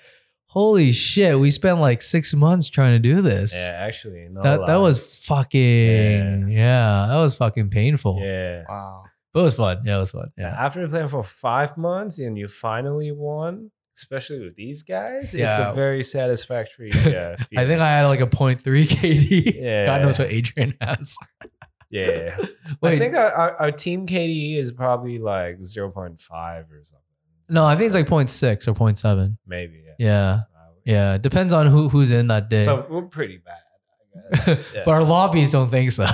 [SPEAKER 1] holy shit, we spent like six months trying to do this.
[SPEAKER 2] Yeah, actually, no
[SPEAKER 1] that that was fucking yeah. that was fucking painful.
[SPEAKER 2] yeah.
[SPEAKER 3] Wow.
[SPEAKER 1] But it was fun. Yeah, it was fun. Yeah.
[SPEAKER 2] After playing for five months and you finally won, especially with these guys, it's
[SPEAKER 1] Yeah.
[SPEAKER 2] a very
[SPEAKER 1] (laughs)
[SPEAKER 2] satisfactory. Yeah,
[SPEAKER 1] I think I had like a 0.3 KD. (laughs)
[SPEAKER 2] Yeah.
[SPEAKER 1] God knows what Adrian
[SPEAKER 2] (laughs)
[SPEAKER 1] has. (laughs)
[SPEAKER 2] yeah.
[SPEAKER 1] Wait,
[SPEAKER 2] I think our, our, our team KDE is probably like zero point five or something.
[SPEAKER 1] no, I think it's like 0.6 or 0.7.
[SPEAKER 2] Maybe. Yeah.
[SPEAKER 1] Yeah. Yeah. Depends on who who's in that day.
[SPEAKER 2] So we're pretty bad.
[SPEAKER 1] (laughs)
[SPEAKER 2] I guess. Yeah.
[SPEAKER 1] But our lobbies don't think so.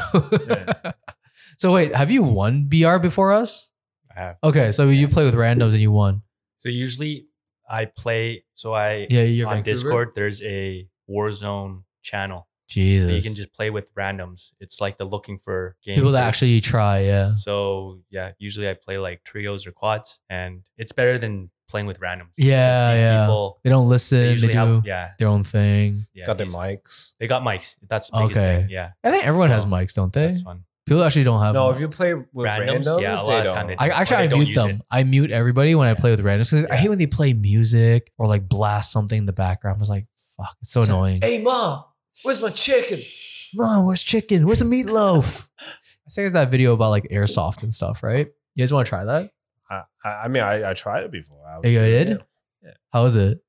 [SPEAKER 2] Yeah.
[SPEAKER 1] (laughs) So wait, have you won BR before us?
[SPEAKER 3] I have.
[SPEAKER 1] Okay, so you play with randoms and you won.
[SPEAKER 3] So usually I play. So I
[SPEAKER 1] Yeah, you're
[SPEAKER 3] on
[SPEAKER 1] Vancouver?
[SPEAKER 3] Discord. There's a Warzone channel,
[SPEAKER 1] Jesus.
[SPEAKER 3] so you can just play with randoms. It's like the looking for game
[SPEAKER 1] people that
[SPEAKER 3] groups.
[SPEAKER 1] actually try. Yeah.
[SPEAKER 3] So yeah, usually I play like trios or quads, and it's better than playing with randoms. 'Cause
[SPEAKER 1] Yeah,
[SPEAKER 3] these
[SPEAKER 1] yeah.
[SPEAKER 3] people
[SPEAKER 1] They don't listen.
[SPEAKER 3] they
[SPEAKER 1] They,
[SPEAKER 3] usually
[SPEAKER 1] do
[SPEAKER 3] have yeah,
[SPEAKER 1] their own thing.
[SPEAKER 3] yeah
[SPEAKER 2] got their
[SPEAKER 3] these-
[SPEAKER 2] mics.
[SPEAKER 3] They got mics. That's the biggest
[SPEAKER 1] Okay.
[SPEAKER 3] thing. Yeah,
[SPEAKER 1] I think everyone
[SPEAKER 3] So,
[SPEAKER 1] has mics, don't they?
[SPEAKER 3] that's fun.
[SPEAKER 1] People actually don't have.
[SPEAKER 2] No,
[SPEAKER 1] mics.
[SPEAKER 2] if you play with randoms,
[SPEAKER 3] Randoms? Yeah, a lot
[SPEAKER 2] they
[SPEAKER 3] of
[SPEAKER 2] don't.
[SPEAKER 3] time they
[SPEAKER 1] I
[SPEAKER 3] or
[SPEAKER 1] actually I
[SPEAKER 3] they don't
[SPEAKER 1] mute
[SPEAKER 3] use
[SPEAKER 1] them.
[SPEAKER 3] it.
[SPEAKER 1] I mute everybody when I play with randoms. 'cause I
[SPEAKER 3] Yeah.
[SPEAKER 1] hate when they play music or like blast something in the background. I was like, fuck, it's so
[SPEAKER 2] It's like,
[SPEAKER 1] annoying.
[SPEAKER 2] Hey, mom, where's my chicken?
[SPEAKER 1] Mom, where's chicken? Where's the meatloaf? (laughs) I think there's that video about like airsoft and stuff, right? You guys want to try that?
[SPEAKER 2] I, I I mean, I, I tried it before. I
[SPEAKER 1] You did?
[SPEAKER 2] Yeah.
[SPEAKER 1] How is it?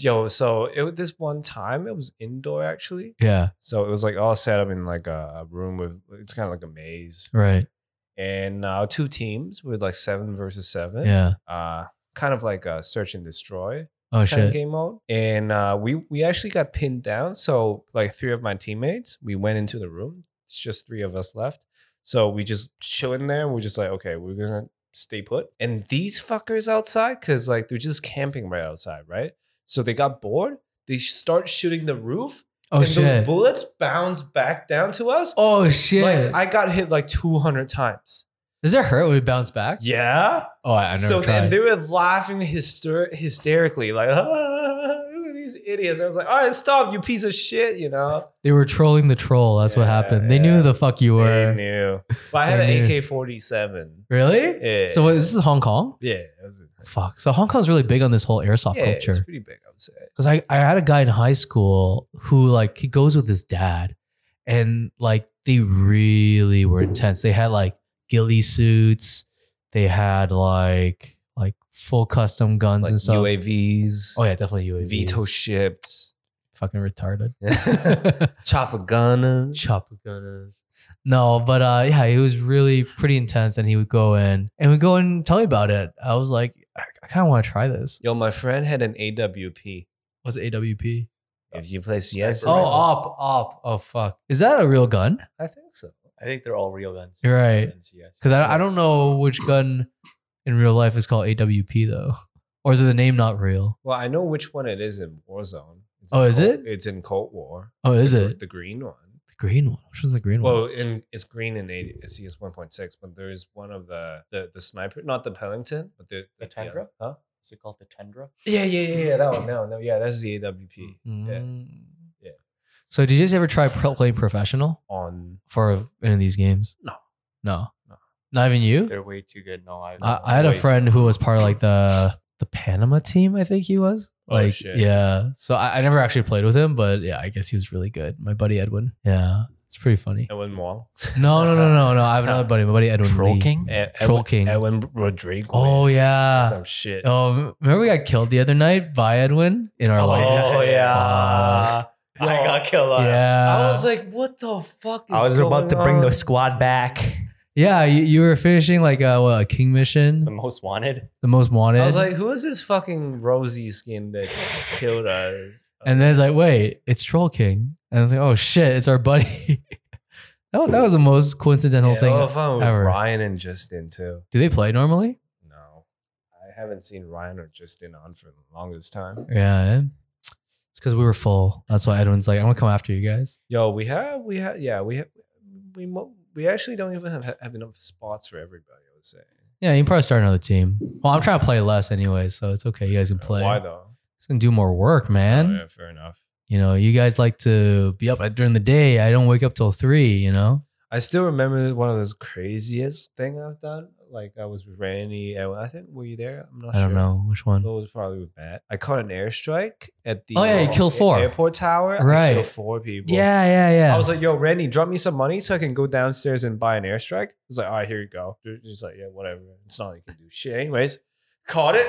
[SPEAKER 2] Yo, so it was this one time it was indoor actually.
[SPEAKER 1] Yeah.
[SPEAKER 2] So it was like all set up in like a, a room with it's kind of like a maze,
[SPEAKER 1] Right.
[SPEAKER 2] and uh, two teams with like seven versus seven.
[SPEAKER 1] Yeah.
[SPEAKER 2] Uh, kind of like a search and destroy
[SPEAKER 1] Oh
[SPEAKER 2] kind of
[SPEAKER 1] shit.
[SPEAKER 2] game mode. And uh, we we actually got pinned down. So like three of my teammates, we went into the room. It's just three of us left. So we just chilling there. We're just like, okay, we're gonna stay put. And these fuckers outside, cause like they're just camping right outside, right? So they got bored. They start shooting the roof,
[SPEAKER 1] Oh
[SPEAKER 2] and those
[SPEAKER 1] shit.
[SPEAKER 2] bullets bounce back down to us.
[SPEAKER 1] Oh shit.
[SPEAKER 2] Like I got hit like two hundred times.
[SPEAKER 1] Does it hurt when it bounce back?
[SPEAKER 2] Yeah.
[SPEAKER 1] Oh, I, I never
[SPEAKER 2] so
[SPEAKER 1] tried.
[SPEAKER 2] then they were laughing hyster- hysterically, like, ah, look at these idiots. I was like, all right, stop, you piece of shit, you know?
[SPEAKER 1] They were trolling the troll. That's what
[SPEAKER 2] Yeah,
[SPEAKER 1] happened. They knew
[SPEAKER 2] yeah.
[SPEAKER 1] who the fuck you
[SPEAKER 2] They
[SPEAKER 1] were.
[SPEAKER 2] knew. But I had
[SPEAKER 1] They
[SPEAKER 2] an
[SPEAKER 1] knew.
[SPEAKER 2] AK 47.
[SPEAKER 1] Really?
[SPEAKER 2] Yeah.
[SPEAKER 1] So what, this is Hong Kong.
[SPEAKER 2] yeah, it was a-
[SPEAKER 1] Fuck. So Hong Kong's really big on this whole airsoft
[SPEAKER 2] yeah, it's
[SPEAKER 1] culture.
[SPEAKER 2] pretty big, I would say.
[SPEAKER 1] Because I, I had a guy in high school who like he goes with his dad, and like they really were intense. They had like ghillie suits. They had like like full custom guns
[SPEAKER 2] Like
[SPEAKER 1] and stuff.
[SPEAKER 2] UAVs,
[SPEAKER 1] oh yeah, definitely UAV.
[SPEAKER 2] veto ships,
[SPEAKER 1] Fucking retarded. (laughs)
[SPEAKER 2] chopper gunners.
[SPEAKER 1] Chop gunners. No, but uh, yeah, it was really pretty intense, and he would go in and would go in and tell me about it. I was like, I, I kind of want to try this.
[SPEAKER 2] Yo, my friend had an AWP.
[SPEAKER 1] What's AWP?
[SPEAKER 2] If you play CS,
[SPEAKER 1] Oh,
[SPEAKER 3] Rifle.
[SPEAKER 1] op, op. Oh, fuck. Is that a real gun?
[SPEAKER 2] I think so.
[SPEAKER 3] I think they're all real guns.
[SPEAKER 1] You're right.
[SPEAKER 3] Yes.
[SPEAKER 1] Because I, I don't know which gun in real life is called AWP though, or is it the name not real?
[SPEAKER 2] Well, I know which one it is in Warzone. It's
[SPEAKER 1] Oh,
[SPEAKER 2] in
[SPEAKER 1] is
[SPEAKER 2] Cold-
[SPEAKER 1] it?
[SPEAKER 2] It's in Cold War.
[SPEAKER 1] Oh, is
[SPEAKER 2] The-
[SPEAKER 1] it
[SPEAKER 2] The green one.
[SPEAKER 1] the green one? Which one's the green one?
[SPEAKER 2] Well, in it's green in 80, it's CS 1.6, but there is one of the the, the sniper, not the Pellington, but the
[SPEAKER 3] The
[SPEAKER 2] other-
[SPEAKER 3] Tundra?
[SPEAKER 2] huh?
[SPEAKER 3] Is it called the Tundra?
[SPEAKER 2] Yeah, yeah, yeah, yeah. That one, no, no, yeah, that's the AWP. Yeah,
[SPEAKER 1] Mm.
[SPEAKER 2] Yeah.
[SPEAKER 1] So, did you guys ever try pro- playing professional
[SPEAKER 2] on
[SPEAKER 1] for any of these games?
[SPEAKER 2] No.
[SPEAKER 1] No.
[SPEAKER 2] No.
[SPEAKER 1] Not even you.
[SPEAKER 3] They're way too good. No, I.
[SPEAKER 1] I, I had a
[SPEAKER 3] way too-
[SPEAKER 1] friend who was part of like the the Panama team, I think he was.
[SPEAKER 2] Oh,
[SPEAKER 1] Like
[SPEAKER 2] shit.
[SPEAKER 1] yeah. So I, I never actually played with him, but yeah, I guess he was really good. My buddy Edwin. Yeah. It's pretty funny.
[SPEAKER 2] Edwin E-, Wall.
[SPEAKER 1] No, no, no, no, no. I have another buddy, my buddy Edwin.
[SPEAKER 3] Troll
[SPEAKER 1] Lee.
[SPEAKER 3] King?
[SPEAKER 2] Ed-
[SPEAKER 1] Troll
[SPEAKER 2] Edwin-
[SPEAKER 1] King.
[SPEAKER 2] Edwin Rodriguez.
[SPEAKER 1] Oh yeah.
[SPEAKER 2] Some shit.
[SPEAKER 1] Oh, remember we got killed the other night by Edwin in our
[SPEAKER 3] Oh,
[SPEAKER 1] life.
[SPEAKER 2] yeah.
[SPEAKER 3] (laughs) yeah. I got killed on.
[SPEAKER 1] Yeah.
[SPEAKER 2] I was like, what the fuck is
[SPEAKER 3] I was about to
[SPEAKER 2] going
[SPEAKER 3] bring the
[SPEAKER 2] on?
[SPEAKER 3] squad back.
[SPEAKER 1] yeah, you, you were finishing like a, what, a king
[SPEAKER 3] The
[SPEAKER 1] mission,
[SPEAKER 3] most (laughs) wanted.
[SPEAKER 1] the most wanted.
[SPEAKER 2] I was like, who is this fucking rosy skin that killed us?
[SPEAKER 1] and then it's like, wait, it's Troll King. And I was like, oh shit, it's our buddy. (laughs) that, was- that was the most coincidental
[SPEAKER 2] Yeah,
[SPEAKER 1] thing.
[SPEAKER 2] all fun with
[SPEAKER 1] ever.
[SPEAKER 2] Ryan and Justin too.
[SPEAKER 1] Do they play normally?
[SPEAKER 2] No, I haven't seen Ryan or Justin on for the longest time.
[SPEAKER 1] Yeah. It's because we were full. That's why Edwin's like, I'm gonna come after you guys.
[SPEAKER 2] Yo, we have, we have, yeah, we have, we mo- we actually don't even have, have enough spots for everybody. I would say.
[SPEAKER 1] Yeah, you can probably start another team. Well, I'm trying to play less anyway, so it's okay. You guys can
[SPEAKER 2] Uh,
[SPEAKER 1] play.
[SPEAKER 2] Why though?
[SPEAKER 1] Just gonna do more work, man.
[SPEAKER 2] Oh, yeah, fair enough.
[SPEAKER 1] You know, you guys like to be up at, during the day. I don't wake up till three. You know.
[SPEAKER 2] I still remember one of those craziest thing I've done. Like I was with Randy. and I think were you there? I'm not
[SPEAKER 1] I
[SPEAKER 2] sure.
[SPEAKER 1] don't know which one.
[SPEAKER 2] It was probably with Matt. I caught an airstrike at the
[SPEAKER 1] Oh, yeah, you killed
[SPEAKER 2] uh,
[SPEAKER 1] four.
[SPEAKER 2] airport tower. I
[SPEAKER 1] Right.
[SPEAKER 2] killed four people.
[SPEAKER 1] Yeah, yeah, yeah.
[SPEAKER 2] I was like, yo, Randy, drop me some money so I can go downstairs and buy an airstrike. He's like, all right, here you go. He's like, yeah, whatever. It's not like you can do shit. Anyways, caught it.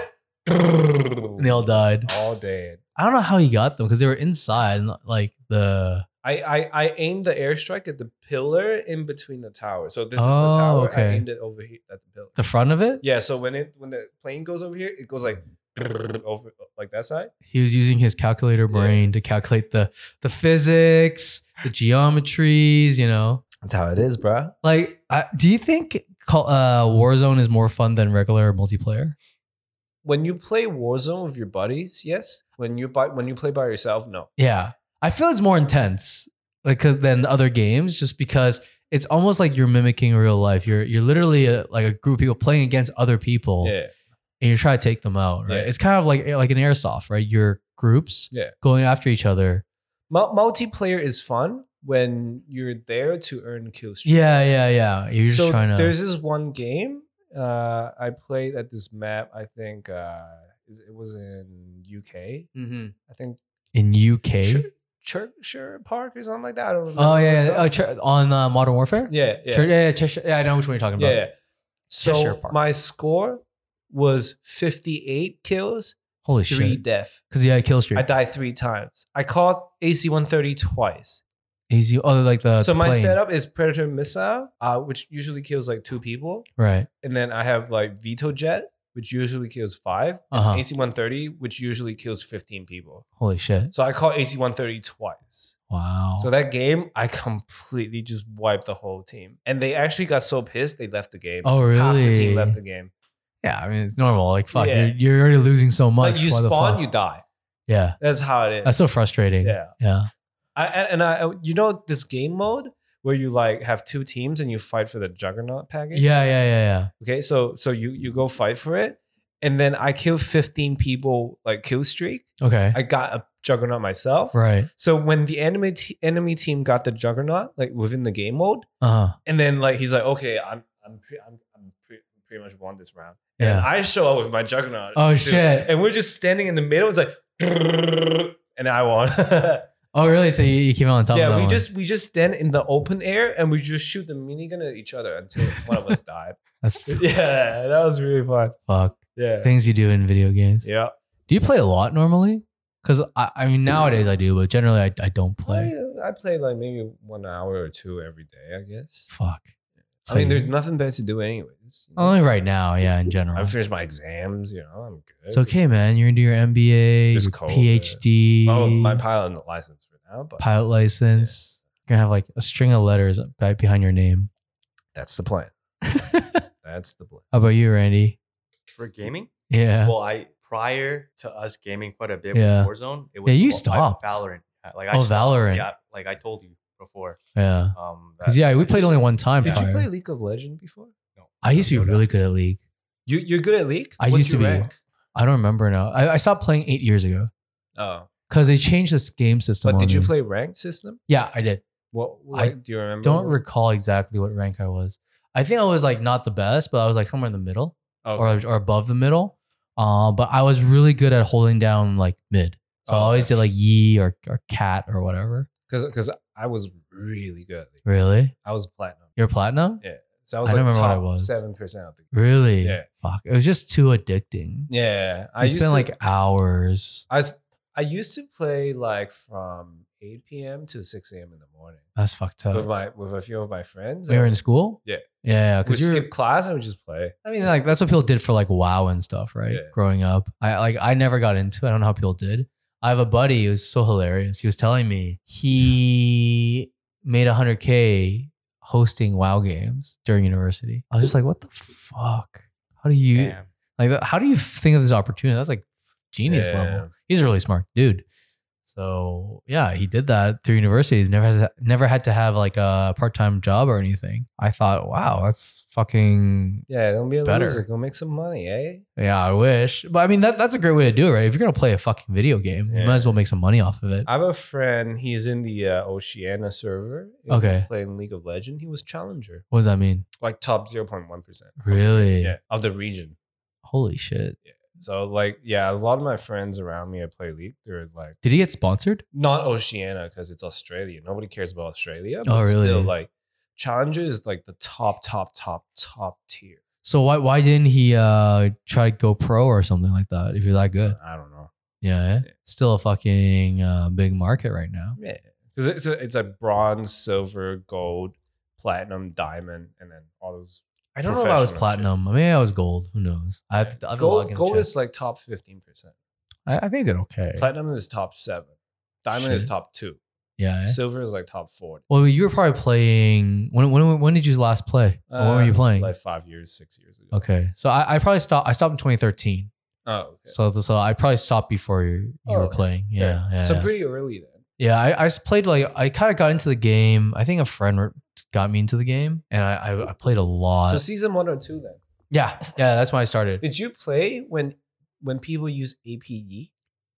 [SPEAKER 1] and they all died.
[SPEAKER 2] All dead.
[SPEAKER 1] I don't know how he got them because they were inside, and, like the.
[SPEAKER 2] I, I, I aimed the airstrike at the pillar in between the tower. So this is
[SPEAKER 1] Oh,
[SPEAKER 2] the tower. I
[SPEAKER 1] okay.
[SPEAKER 2] aimed it over here at the pillar.
[SPEAKER 1] The front of it,
[SPEAKER 2] Yeah, so when it when the plane goes over here, it goes like over like that side.
[SPEAKER 1] he was using his calculator brain to calculate the the physics, the geometries. You know,
[SPEAKER 2] That's how it is, bruh.
[SPEAKER 1] Like, I, do you think call, uh, Warzone is more fun than regular multiplayer?
[SPEAKER 2] When you play Warzone with your buddies, yes. When you by, when you play by yourself, no.
[SPEAKER 1] Yeah, I feel it's more intense, like 'cause- than other games, just because it's almost like you're mimicking real life. You're you're literally a, like a group of people playing against other people,
[SPEAKER 2] Yeah.
[SPEAKER 1] and you're trying to take them out. Right?
[SPEAKER 2] Yeah.
[SPEAKER 1] It's kind of like eh, like an airsoft, right? Your groups,
[SPEAKER 2] Yeah.
[SPEAKER 1] going after each other.
[SPEAKER 2] Mul- multiplayer is fun when you're there to earn kill streaks.
[SPEAKER 1] Yeah, yeah, yeah. You're just
[SPEAKER 2] so
[SPEAKER 1] trying to.
[SPEAKER 2] there's this one game uh, I played at this map. I think uh, is- it was in UK.
[SPEAKER 1] Mhm.
[SPEAKER 2] I think
[SPEAKER 1] in UK.
[SPEAKER 2] Chur- Churchshire Park or something like that. I don't remember.
[SPEAKER 1] Oh
[SPEAKER 2] what it's
[SPEAKER 1] yeah, uh,
[SPEAKER 2] called.
[SPEAKER 1] Ch- on uh, Modern Warfare.
[SPEAKER 2] yeah, yeah.
[SPEAKER 1] Chur- yeah, yeah, Cheshire- yeah, I know which one you're talking about.
[SPEAKER 2] Yeah.
[SPEAKER 1] Cheshire
[SPEAKER 2] So
[SPEAKER 1] Park.
[SPEAKER 2] my score was 58 kills,
[SPEAKER 1] Holy
[SPEAKER 2] three
[SPEAKER 1] shit!
[SPEAKER 2] death.
[SPEAKER 1] Because yeah, kill streak.
[SPEAKER 2] I died three times. I called AC-130 twice.
[SPEAKER 1] Easy. Oh, like the
[SPEAKER 2] so
[SPEAKER 1] the
[SPEAKER 2] my
[SPEAKER 1] plane.
[SPEAKER 2] setup is Predator missile, uh, which usually kills like two people,
[SPEAKER 1] Right.
[SPEAKER 2] and then I have like Veto Jet, which usually kills five,
[SPEAKER 1] Uh huh.
[SPEAKER 2] AC-130, which usually kills 15 people.
[SPEAKER 1] Holy shit!
[SPEAKER 2] So I called AC-130 twice.
[SPEAKER 1] Wow.
[SPEAKER 2] So that game, I completely just wiped the whole team, and they actually got so pissed they left the game.
[SPEAKER 1] Oh,
[SPEAKER 2] Half the
[SPEAKER 1] really?
[SPEAKER 2] team left the game.
[SPEAKER 1] yeah, I mean it's normal. Like fuck,
[SPEAKER 2] Yeah.
[SPEAKER 1] you're, you're already losing so much.
[SPEAKER 2] like you
[SPEAKER 1] Why the
[SPEAKER 2] spawn,
[SPEAKER 1] fuck?
[SPEAKER 2] you die.
[SPEAKER 1] yeah,
[SPEAKER 2] That's how it is.
[SPEAKER 1] that's so frustrating.
[SPEAKER 2] Yeah.
[SPEAKER 1] Yeah.
[SPEAKER 2] I, and and I, you know, this game mode where you like have two teams and you fight for the juggernaut package.
[SPEAKER 1] Yeah. Yeah. Yeah.
[SPEAKER 2] Okay. So so you you go fight for it, and then I kill fifteen people like kill streak.
[SPEAKER 1] Yeah. Okay.
[SPEAKER 2] I got a juggernaut myself.
[SPEAKER 1] right.
[SPEAKER 2] So when the enemy te- enemy team got the juggernaut like within the game mode,
[SPEAKER 1] Uh huh.
[SPEAKER 2] and then like he's like, okay, I'm I'm pre- I'm, I'm pre- pretty much won this round. And
[SPEAKER 1] Yeah.
[SPEAKER 2] I show up with my juggernaut.
[SPEAKER 1] Oh
[SPEAKER 2] suit,
[SPEAKER 1] shit.
[SPEAKER 2] And we're just standing in the middle. It's like, (laughs) and I won. (laughs)
[SPEAKER 1] Oh really? So you, you came out on top. of
[SPEAKER 2] yeah,
[SPEAKER 1] that
[SPEAKER 2] we
[SPEAKER 1] one.
[SPEAKER 2] just we just stand in the open air and we just shoot the minigun at each other until one
[SPEAKER 1] (laughs)
[SPEAKER 2] of us died. (laughs)
[SPEAKER 1] That's
[SPEAKER 2] Yeah, that was really fun.
[SPEAKER 1] fuck
[SPEAKER 2] Yeah.
[SPEAKER 1] things you do in video games.
[SPEAKER 2] Yeah.
[SPEAKER 1] Do you play a lot normally? Because I, I mean nowadays I do, but generally I, I don't play.
[SPEAKER 2] I, I play like maybe one hour or two every day, I guess.
[SPEAKER 1] Fuck.
[SPEAKER 2] I mean, there's nothing there to do anyways. you know?
[SPEAKER 1] only right now. Yeah, in general.
[SPEAKER 2] I finished my exams, you know, I'm good.
[SPEAKER 1] It's okay, man. You're gonna do your MBA,
[SPEAKER 2] It's
[SPEAKER 1] your
[SPEAKER 2] cold,
[SPEAKER 1] PhD.
[SPEAKER 2] Oh, my pilot license for now, but
[SPEAKER 1] pilot license. You're gonna have like a string of letters back behind your name.
[SPEAKER 2] that's the plan.
[SPEAKER 1] How
[SPEAKER 2] That's the plan.
[SPEAKER 1] about you, Randy?
[SPEAKER 3] For gaming?
[SPEAKER 1] Yeah.
[SPEAKER 3] Well, I prior to us gaming quite a bit
[SPEAKER 1] Yeah.
[SPEAKER 3] with Warzone, it was
[SPEAKER 1] Yeah, you
[SPEAKER 3] Val-
[SPEAKER 1] stopped.
[SPEAKER 3] Valorant. Uh, Like I
[SPEAKER 1] oh,
[SPEAKER 3] stopped.
[SPEAKER 1] Valorant.
[SPEAKER 3] Yeah, like I told you before.
[SPEAKER 1] Yeah.
[SPEAKER 3] Um, that
[SPEAKER 1] Because yeah, we
[SPEAKER 3] I
[SPEAKER 1] played
[SPEAKER 3] just-
[SPEAKER 1] only one time.
[SPEAKER 2] Did you
[SPEAKER 1] prior.
[SPEAKER 2] play League of Legends before?
[SPEAKER 1] I used to be
[SPEAKER 3] Dota?
[SPEAKER 1] really good at League.
[SPEAKER 2] You you're good at League?
[SPEAKER 1] I used to
[SPEAKER 2] your
[SPEAKER 1] be. I don't remember now. I, I stopped playing eight years ago
[SPEAKER 2] Oh.
[SPEAKER 1] because they changed this game system.
[SPEAKER 2] But
[SPEAKER 1] on
[SPEAKER 2] did you
[SPEAKER 1] me.
[SPEAKER 2] play ranked system?
[SPEAKER 1] Yeah, I did.
[SPEAKER 2] What
[SPEAKER 1] I
[SPEAKER 2] like, do you remember?
[SPEAKER 1] Don't
[SPEAKER 2] what-
[SPEAKER 1] recall exactly what rank I was. I think I was like not the best, but I was like somewhere in the middle
[SPEAKER 2] Oh,
[SPEAKER 1] or, or above the middle. Uh, but I was really good at holding down like mid. So I
[SPEAKER 2] Oh,
[SPEAKER 1] always
[SPEAKER 2] okay.
[SPEAKER 1] did like ye or, or cat or whatever.
[SPEAKER 2] because because I was really good. at it.
[SPEAKER 1] Really?
[SPEAKER 2] I was platinum.
[SPEAKER 1] You're platinum?
[SPEAKER 2] So I was
[SPEAKER 1] I
[SPEAKER 2] like
[SPEAKER 1] don't remember what I
[SPEAKER 2] top
[SPEAKER 1] was.
[SPEAKER 2] seven percent of the group.
[SPEAKER 1] Really?
[SPEAKER 2] Yeah.
[SPEAKER 1] Fuck. It was just too addicting.
[SPEAKER 2] Yeah,
[SPEAKER 1] I spent
[SPEAKER 2] used to-
[SPEAKER 1] like hours.
[SPEAKER 2] I was, I used to play like from eight p.m. to six a.m. in the morning
[SPEAKER 1] That's fucked up.
[SPEAKER 2] with my with a few of my friends.
[SPEAKER 1] We were in
[SPEAKER 2] and
[SPEAKER 1] school?
[SPEAKER 2] Yeah.
[SPEAKER 1] Yeah.
[SPEAKER 2] we
[SPEAKER 1] Cause you were,
[SPEAKER 2] skip class and we just play.
[SPEAKER 1] I mean, like that's what people did for like WoW and stuff, right?
[SPEAKER 2] Yeah.
[SPEAKER 1] Growing up, I like I never got into. it. I don't know how people did. I have a buddy who's so hilarious. He was telling me he made 100k hosting WoW games during university. I was just like, what the fuck? How do you
[SPEAKER 3] Damn.
[SPEAKER 1] like? How do you think of this opportunity? That's like genius
[SPEAKER 2] Yeah.
[SPEAKER 1] level. He's a really smart dude. So yeah, he did that through university. Never had to, never had to have like a part time job or anything. I thought, wow, that's fucking
[SPEAKER 2] Yeah, don't be a
[SPEAKER 1] Better.
[SPEAKER 2] loser. Go make some money, eh?
[SPEAKER 1] yeah, I wish. But I mean, that, that's a great way to do it, right? If you're gonna play a fucking video game, you
[SPEAKER 2] Yeah.
[SPEAKER 1] might as well make some money off of it.
[SPEAKER 2] I have a friend. He's in the uh, Oceania server. He
[SPEAKER 1] Okay.
[SPEAKER 2] playing League of Legend. He was challenger,
[SPEAKER 1] what does that mean?
[SPEAKER 2] like top zero point one percent.
[SPEAKER 1] Really?
[SPEAKER 2] Yeah, of the region.
[SPEAKER 1] Holy shit!
[SPEAKER 2] So like, yeah, a lot of my friends around me I play League. They're like
[SPEAKER 1] Did he get sponsored?
[SPEAKER 2] not Oceania because it's Australia. Nobody cares about Australia.
[SPEAKER 1] Oh, really?
[SPEAKER 2] Still, like Challenger is like the top, top, top, top tier.
[SPEAKER 1] So why why didn't he uh try to go pro or something like that? If you're that good,
[SPEAKER 2] I don't know.
[SPEAKER 1] yeah, yeah. still a fucking uh, big market right now.
[SPEAKER 2] Yeah, because it's a, it's a bronze, silver, gold, platinum, diamond, and then all those.
[SPEAKER 1] I don't know if I was
[SPEAKER 2] Professional shit.
[SPEAKER 1] platinum. I mean, I was gold. Who knows? I have to, I have to log
[SPEAKER 2] gold
[SPEAKER 1] in.
[SPEAKER 2] gold
[SPEAKER 1] Gold
[SPEAKER 2] is like top fifteen percent.
[SPEAKER 1] I, I think they're okay.
[SPEAKER 2] Platinum is top seven. Diamond is
[SPEAKER 1] Shit.
[SPEAKER 2] top two.
[SPEAKER 1] yeah. yeah.
[SPEAKER 2] Silver is like top forty.
[SPEAKER 1] Well, you were probably playing. When when when did you last play? Or when were
[SPEAKER 2] Uh,
[SPEAKER 1] you playing?
[SPEAKER 2] Like five years, six years ago.
[SPEAKER 1] Okay, so I, I probably stopped. I stopped in 2013.
[SPEAKER 2] Oh, okay.
[SPEAKER 1] So, so I probably stopped before you, you
[SPEAKER 2] Oh,
[SPEAKER 1] were
[SPEAKER 2] okay.
[SPEAKER 1] playing.
[SPEAKER 2] Fair.
[SPEAKER 1] Yeah, yeah.
[SPEAKER 2] So
[SPEAKER 1] yeah.
[SPEAKER 2] pretty early then.
[SPEAKER 1] yeah, I, I s- played like I kind of got into the game. I think a friend re- got me into the game, and I I, I played a lot.
[SPEAKER 2] so season one or two then.
[SPEAKER 1] yeah, yeah. That's when I started.
[SPEAKER 2] Did you play when when people use APE?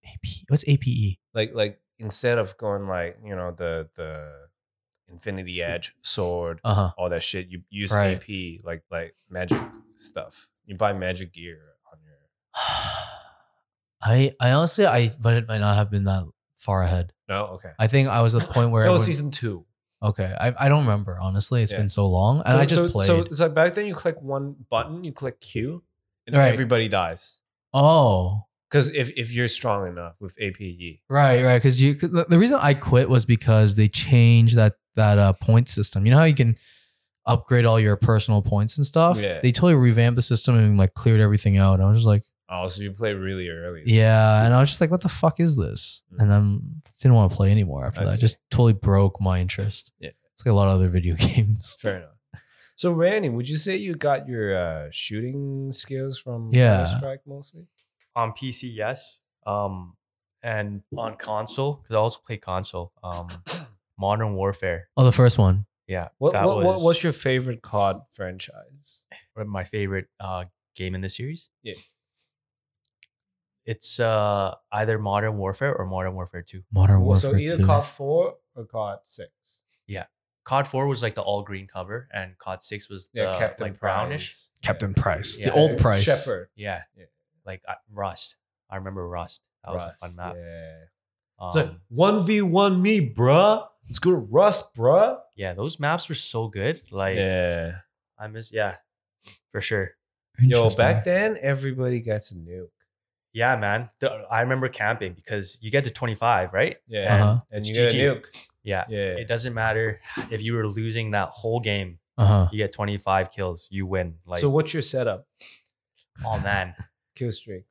[SPEAKER 1] AP, what's E? APE?
[SPEAKER 2] Like like instead of going like, you know, the the Infinity Edge, sword,
[SPEAKER 1] Uh huh.
[SPEAKER 2] all that shit, you use
[SPEAKER 1] Right.
[SPEAKER 2] AP like like magic stuff. You buy magic gear on your
[SPEAKER 1] (sighs) I I honestly I but it might not have been that far ahead.
[SPEAKER 2] No, okay.
[SPEAKER 1] I think I was
[SPEAKER 2] (laughs)
[SPEAKER 1] at the point where
[SPEAKER 2] that was
[SPEAKER 1] everyone-
[SPEAKER 2] season two.
[SPEAKER 1] okay. I I don't remember honestly. It's
[SPEAKER 2] Yeah.
[SPEAKER 1] been so long, and
[SPEAKER 2] so,
[SPEAKER 1] I just
[SPEAKER 2] so,
[SPEAKER 1] played.
[SPEAKER 2] So it's like back then you click one button, you click Q, and
[SPEAKER 1] Right.
[SPEAKER 2] everybody dies.
[SPEAKER 1] oh,
[SPEAKER 2] Because if, if you're strong enough with E, APE.
[SPEAKER 1] Right, right. Because you, 'cause the the reason I quit was because they changed that that uh, point system. You know how you can upgrade all your personal points and stuff.
[SPEAKER 2] Yeah.
[SPEAKER 1] They totally revamped the system and like cleared everything out. And I was just like,
[SPEAKER 2] Oh, so you play really early.
[SPEAKER 1] yeah. And I was just like, what the fuck is this? And I'm didn't want to play anymore after
[SPEAKER 2] I
[SPEAKER 1] that.
[SPEAKER 2] see.
[SPEAKER 1] Just totally broke my interest.
[SPEAKER 2] Yeah.
[SPEAKER 1] it's like a lot of other video (laughs) games.
[SPEAKER 2] Fair enough. So Randy, would you say you got your uh, shooting skills from
[SPEAKER 1] Yeah.
[SPEAKER 2] Counter-Strike mostly?
[SPEAKER 3] on PC, yes. Um, and on console because I also play console. Um,
[SPEAKER 2] (clears throat)
[SPEAKER 3] Modern Warfare.
[SPEAKER 1] Oh, the first one.
[SPEAKER 3] Yeah,
[SPEAKER 2] What,
[SPEAKER 3] that
[SPEAKER 2] what,
[SPEAKER 3] was
[SPEAKER 2] what what's your favorite COD franchise?
[SPEAKER 3] one of my favorite uh, game in the series.
[SPEAKER 2] Yeah.
[SPEAKER 3] It's uh, either Modern Warfare or Modern Warfare Two.
[SPEAKER 1] Modern
[SPEAKER 2] Well,
[SPEAKER 1] Warfare
[SPEAKER 2] so either
[SPEAKER 1] 2.
[SPEAKER 2] COD Four or COD Six.
[SPEAKER 3] COD Four was like the all green cover, and COD Six was the,
[SPEAKER 2] Yeah, Captain
[SPEAKER 3] Uh, like brownish.
[SPEAKER 1] Captain Price.
[SPEAKER 3] Yeah.
[SPEAKER 1] The old price.
[SPEAKER 2] Shepard.
[SPEAKER 3] Yeah,
[SPEAKER 2] Yeah.
[SPEAKER 3] like uh, Rust. I remember Rust. That was a fun map.
[SPEAKER 2] Yeah.
[SPEAKER 3] Um,
[SPEAKER 2] It's like one v one me, bruh. Let's go to Rust, bruh.
[SPEAKER 3] yeah, those maps were so good. Like
[SPEAKER 2] Yeah.
[SPEAKER 3] I miss. Yeah, for sure.
[SPEAKER 2] Yo,
[SPEAKER 1] Interesting.
[SPEAKER 2] back then everybody gets a nuke.
[SPEAKER 3] Yeah, man. The- I remember camping because you get to 25, right?
[SPEAKER 2] Yeah.
[SPEAKER 1] Uh-huh.
[SPEAKER 2] And
[SPEAKER 3] It's
[SPEAKER 2] you get a
[SPEAKER 3] GG.
[SPEAKER 2] nuke.
[SPEAKER 3] Yeah.
[SPEAKER 2] Yeah.
[SPEAKER 3] It doesn't matter if you were losing that whole game.
[SPEAKER 1] Uh huh.
[SPEAKER 3] You get 25 kills, you win. Like,
[SPEAKER 2] so what's your setup?
[SPEAKER 3] oh
[SPEAKER 2] (laughs)
[SPEAKER 3] man.
[SPEAKER 2] Kill streaks.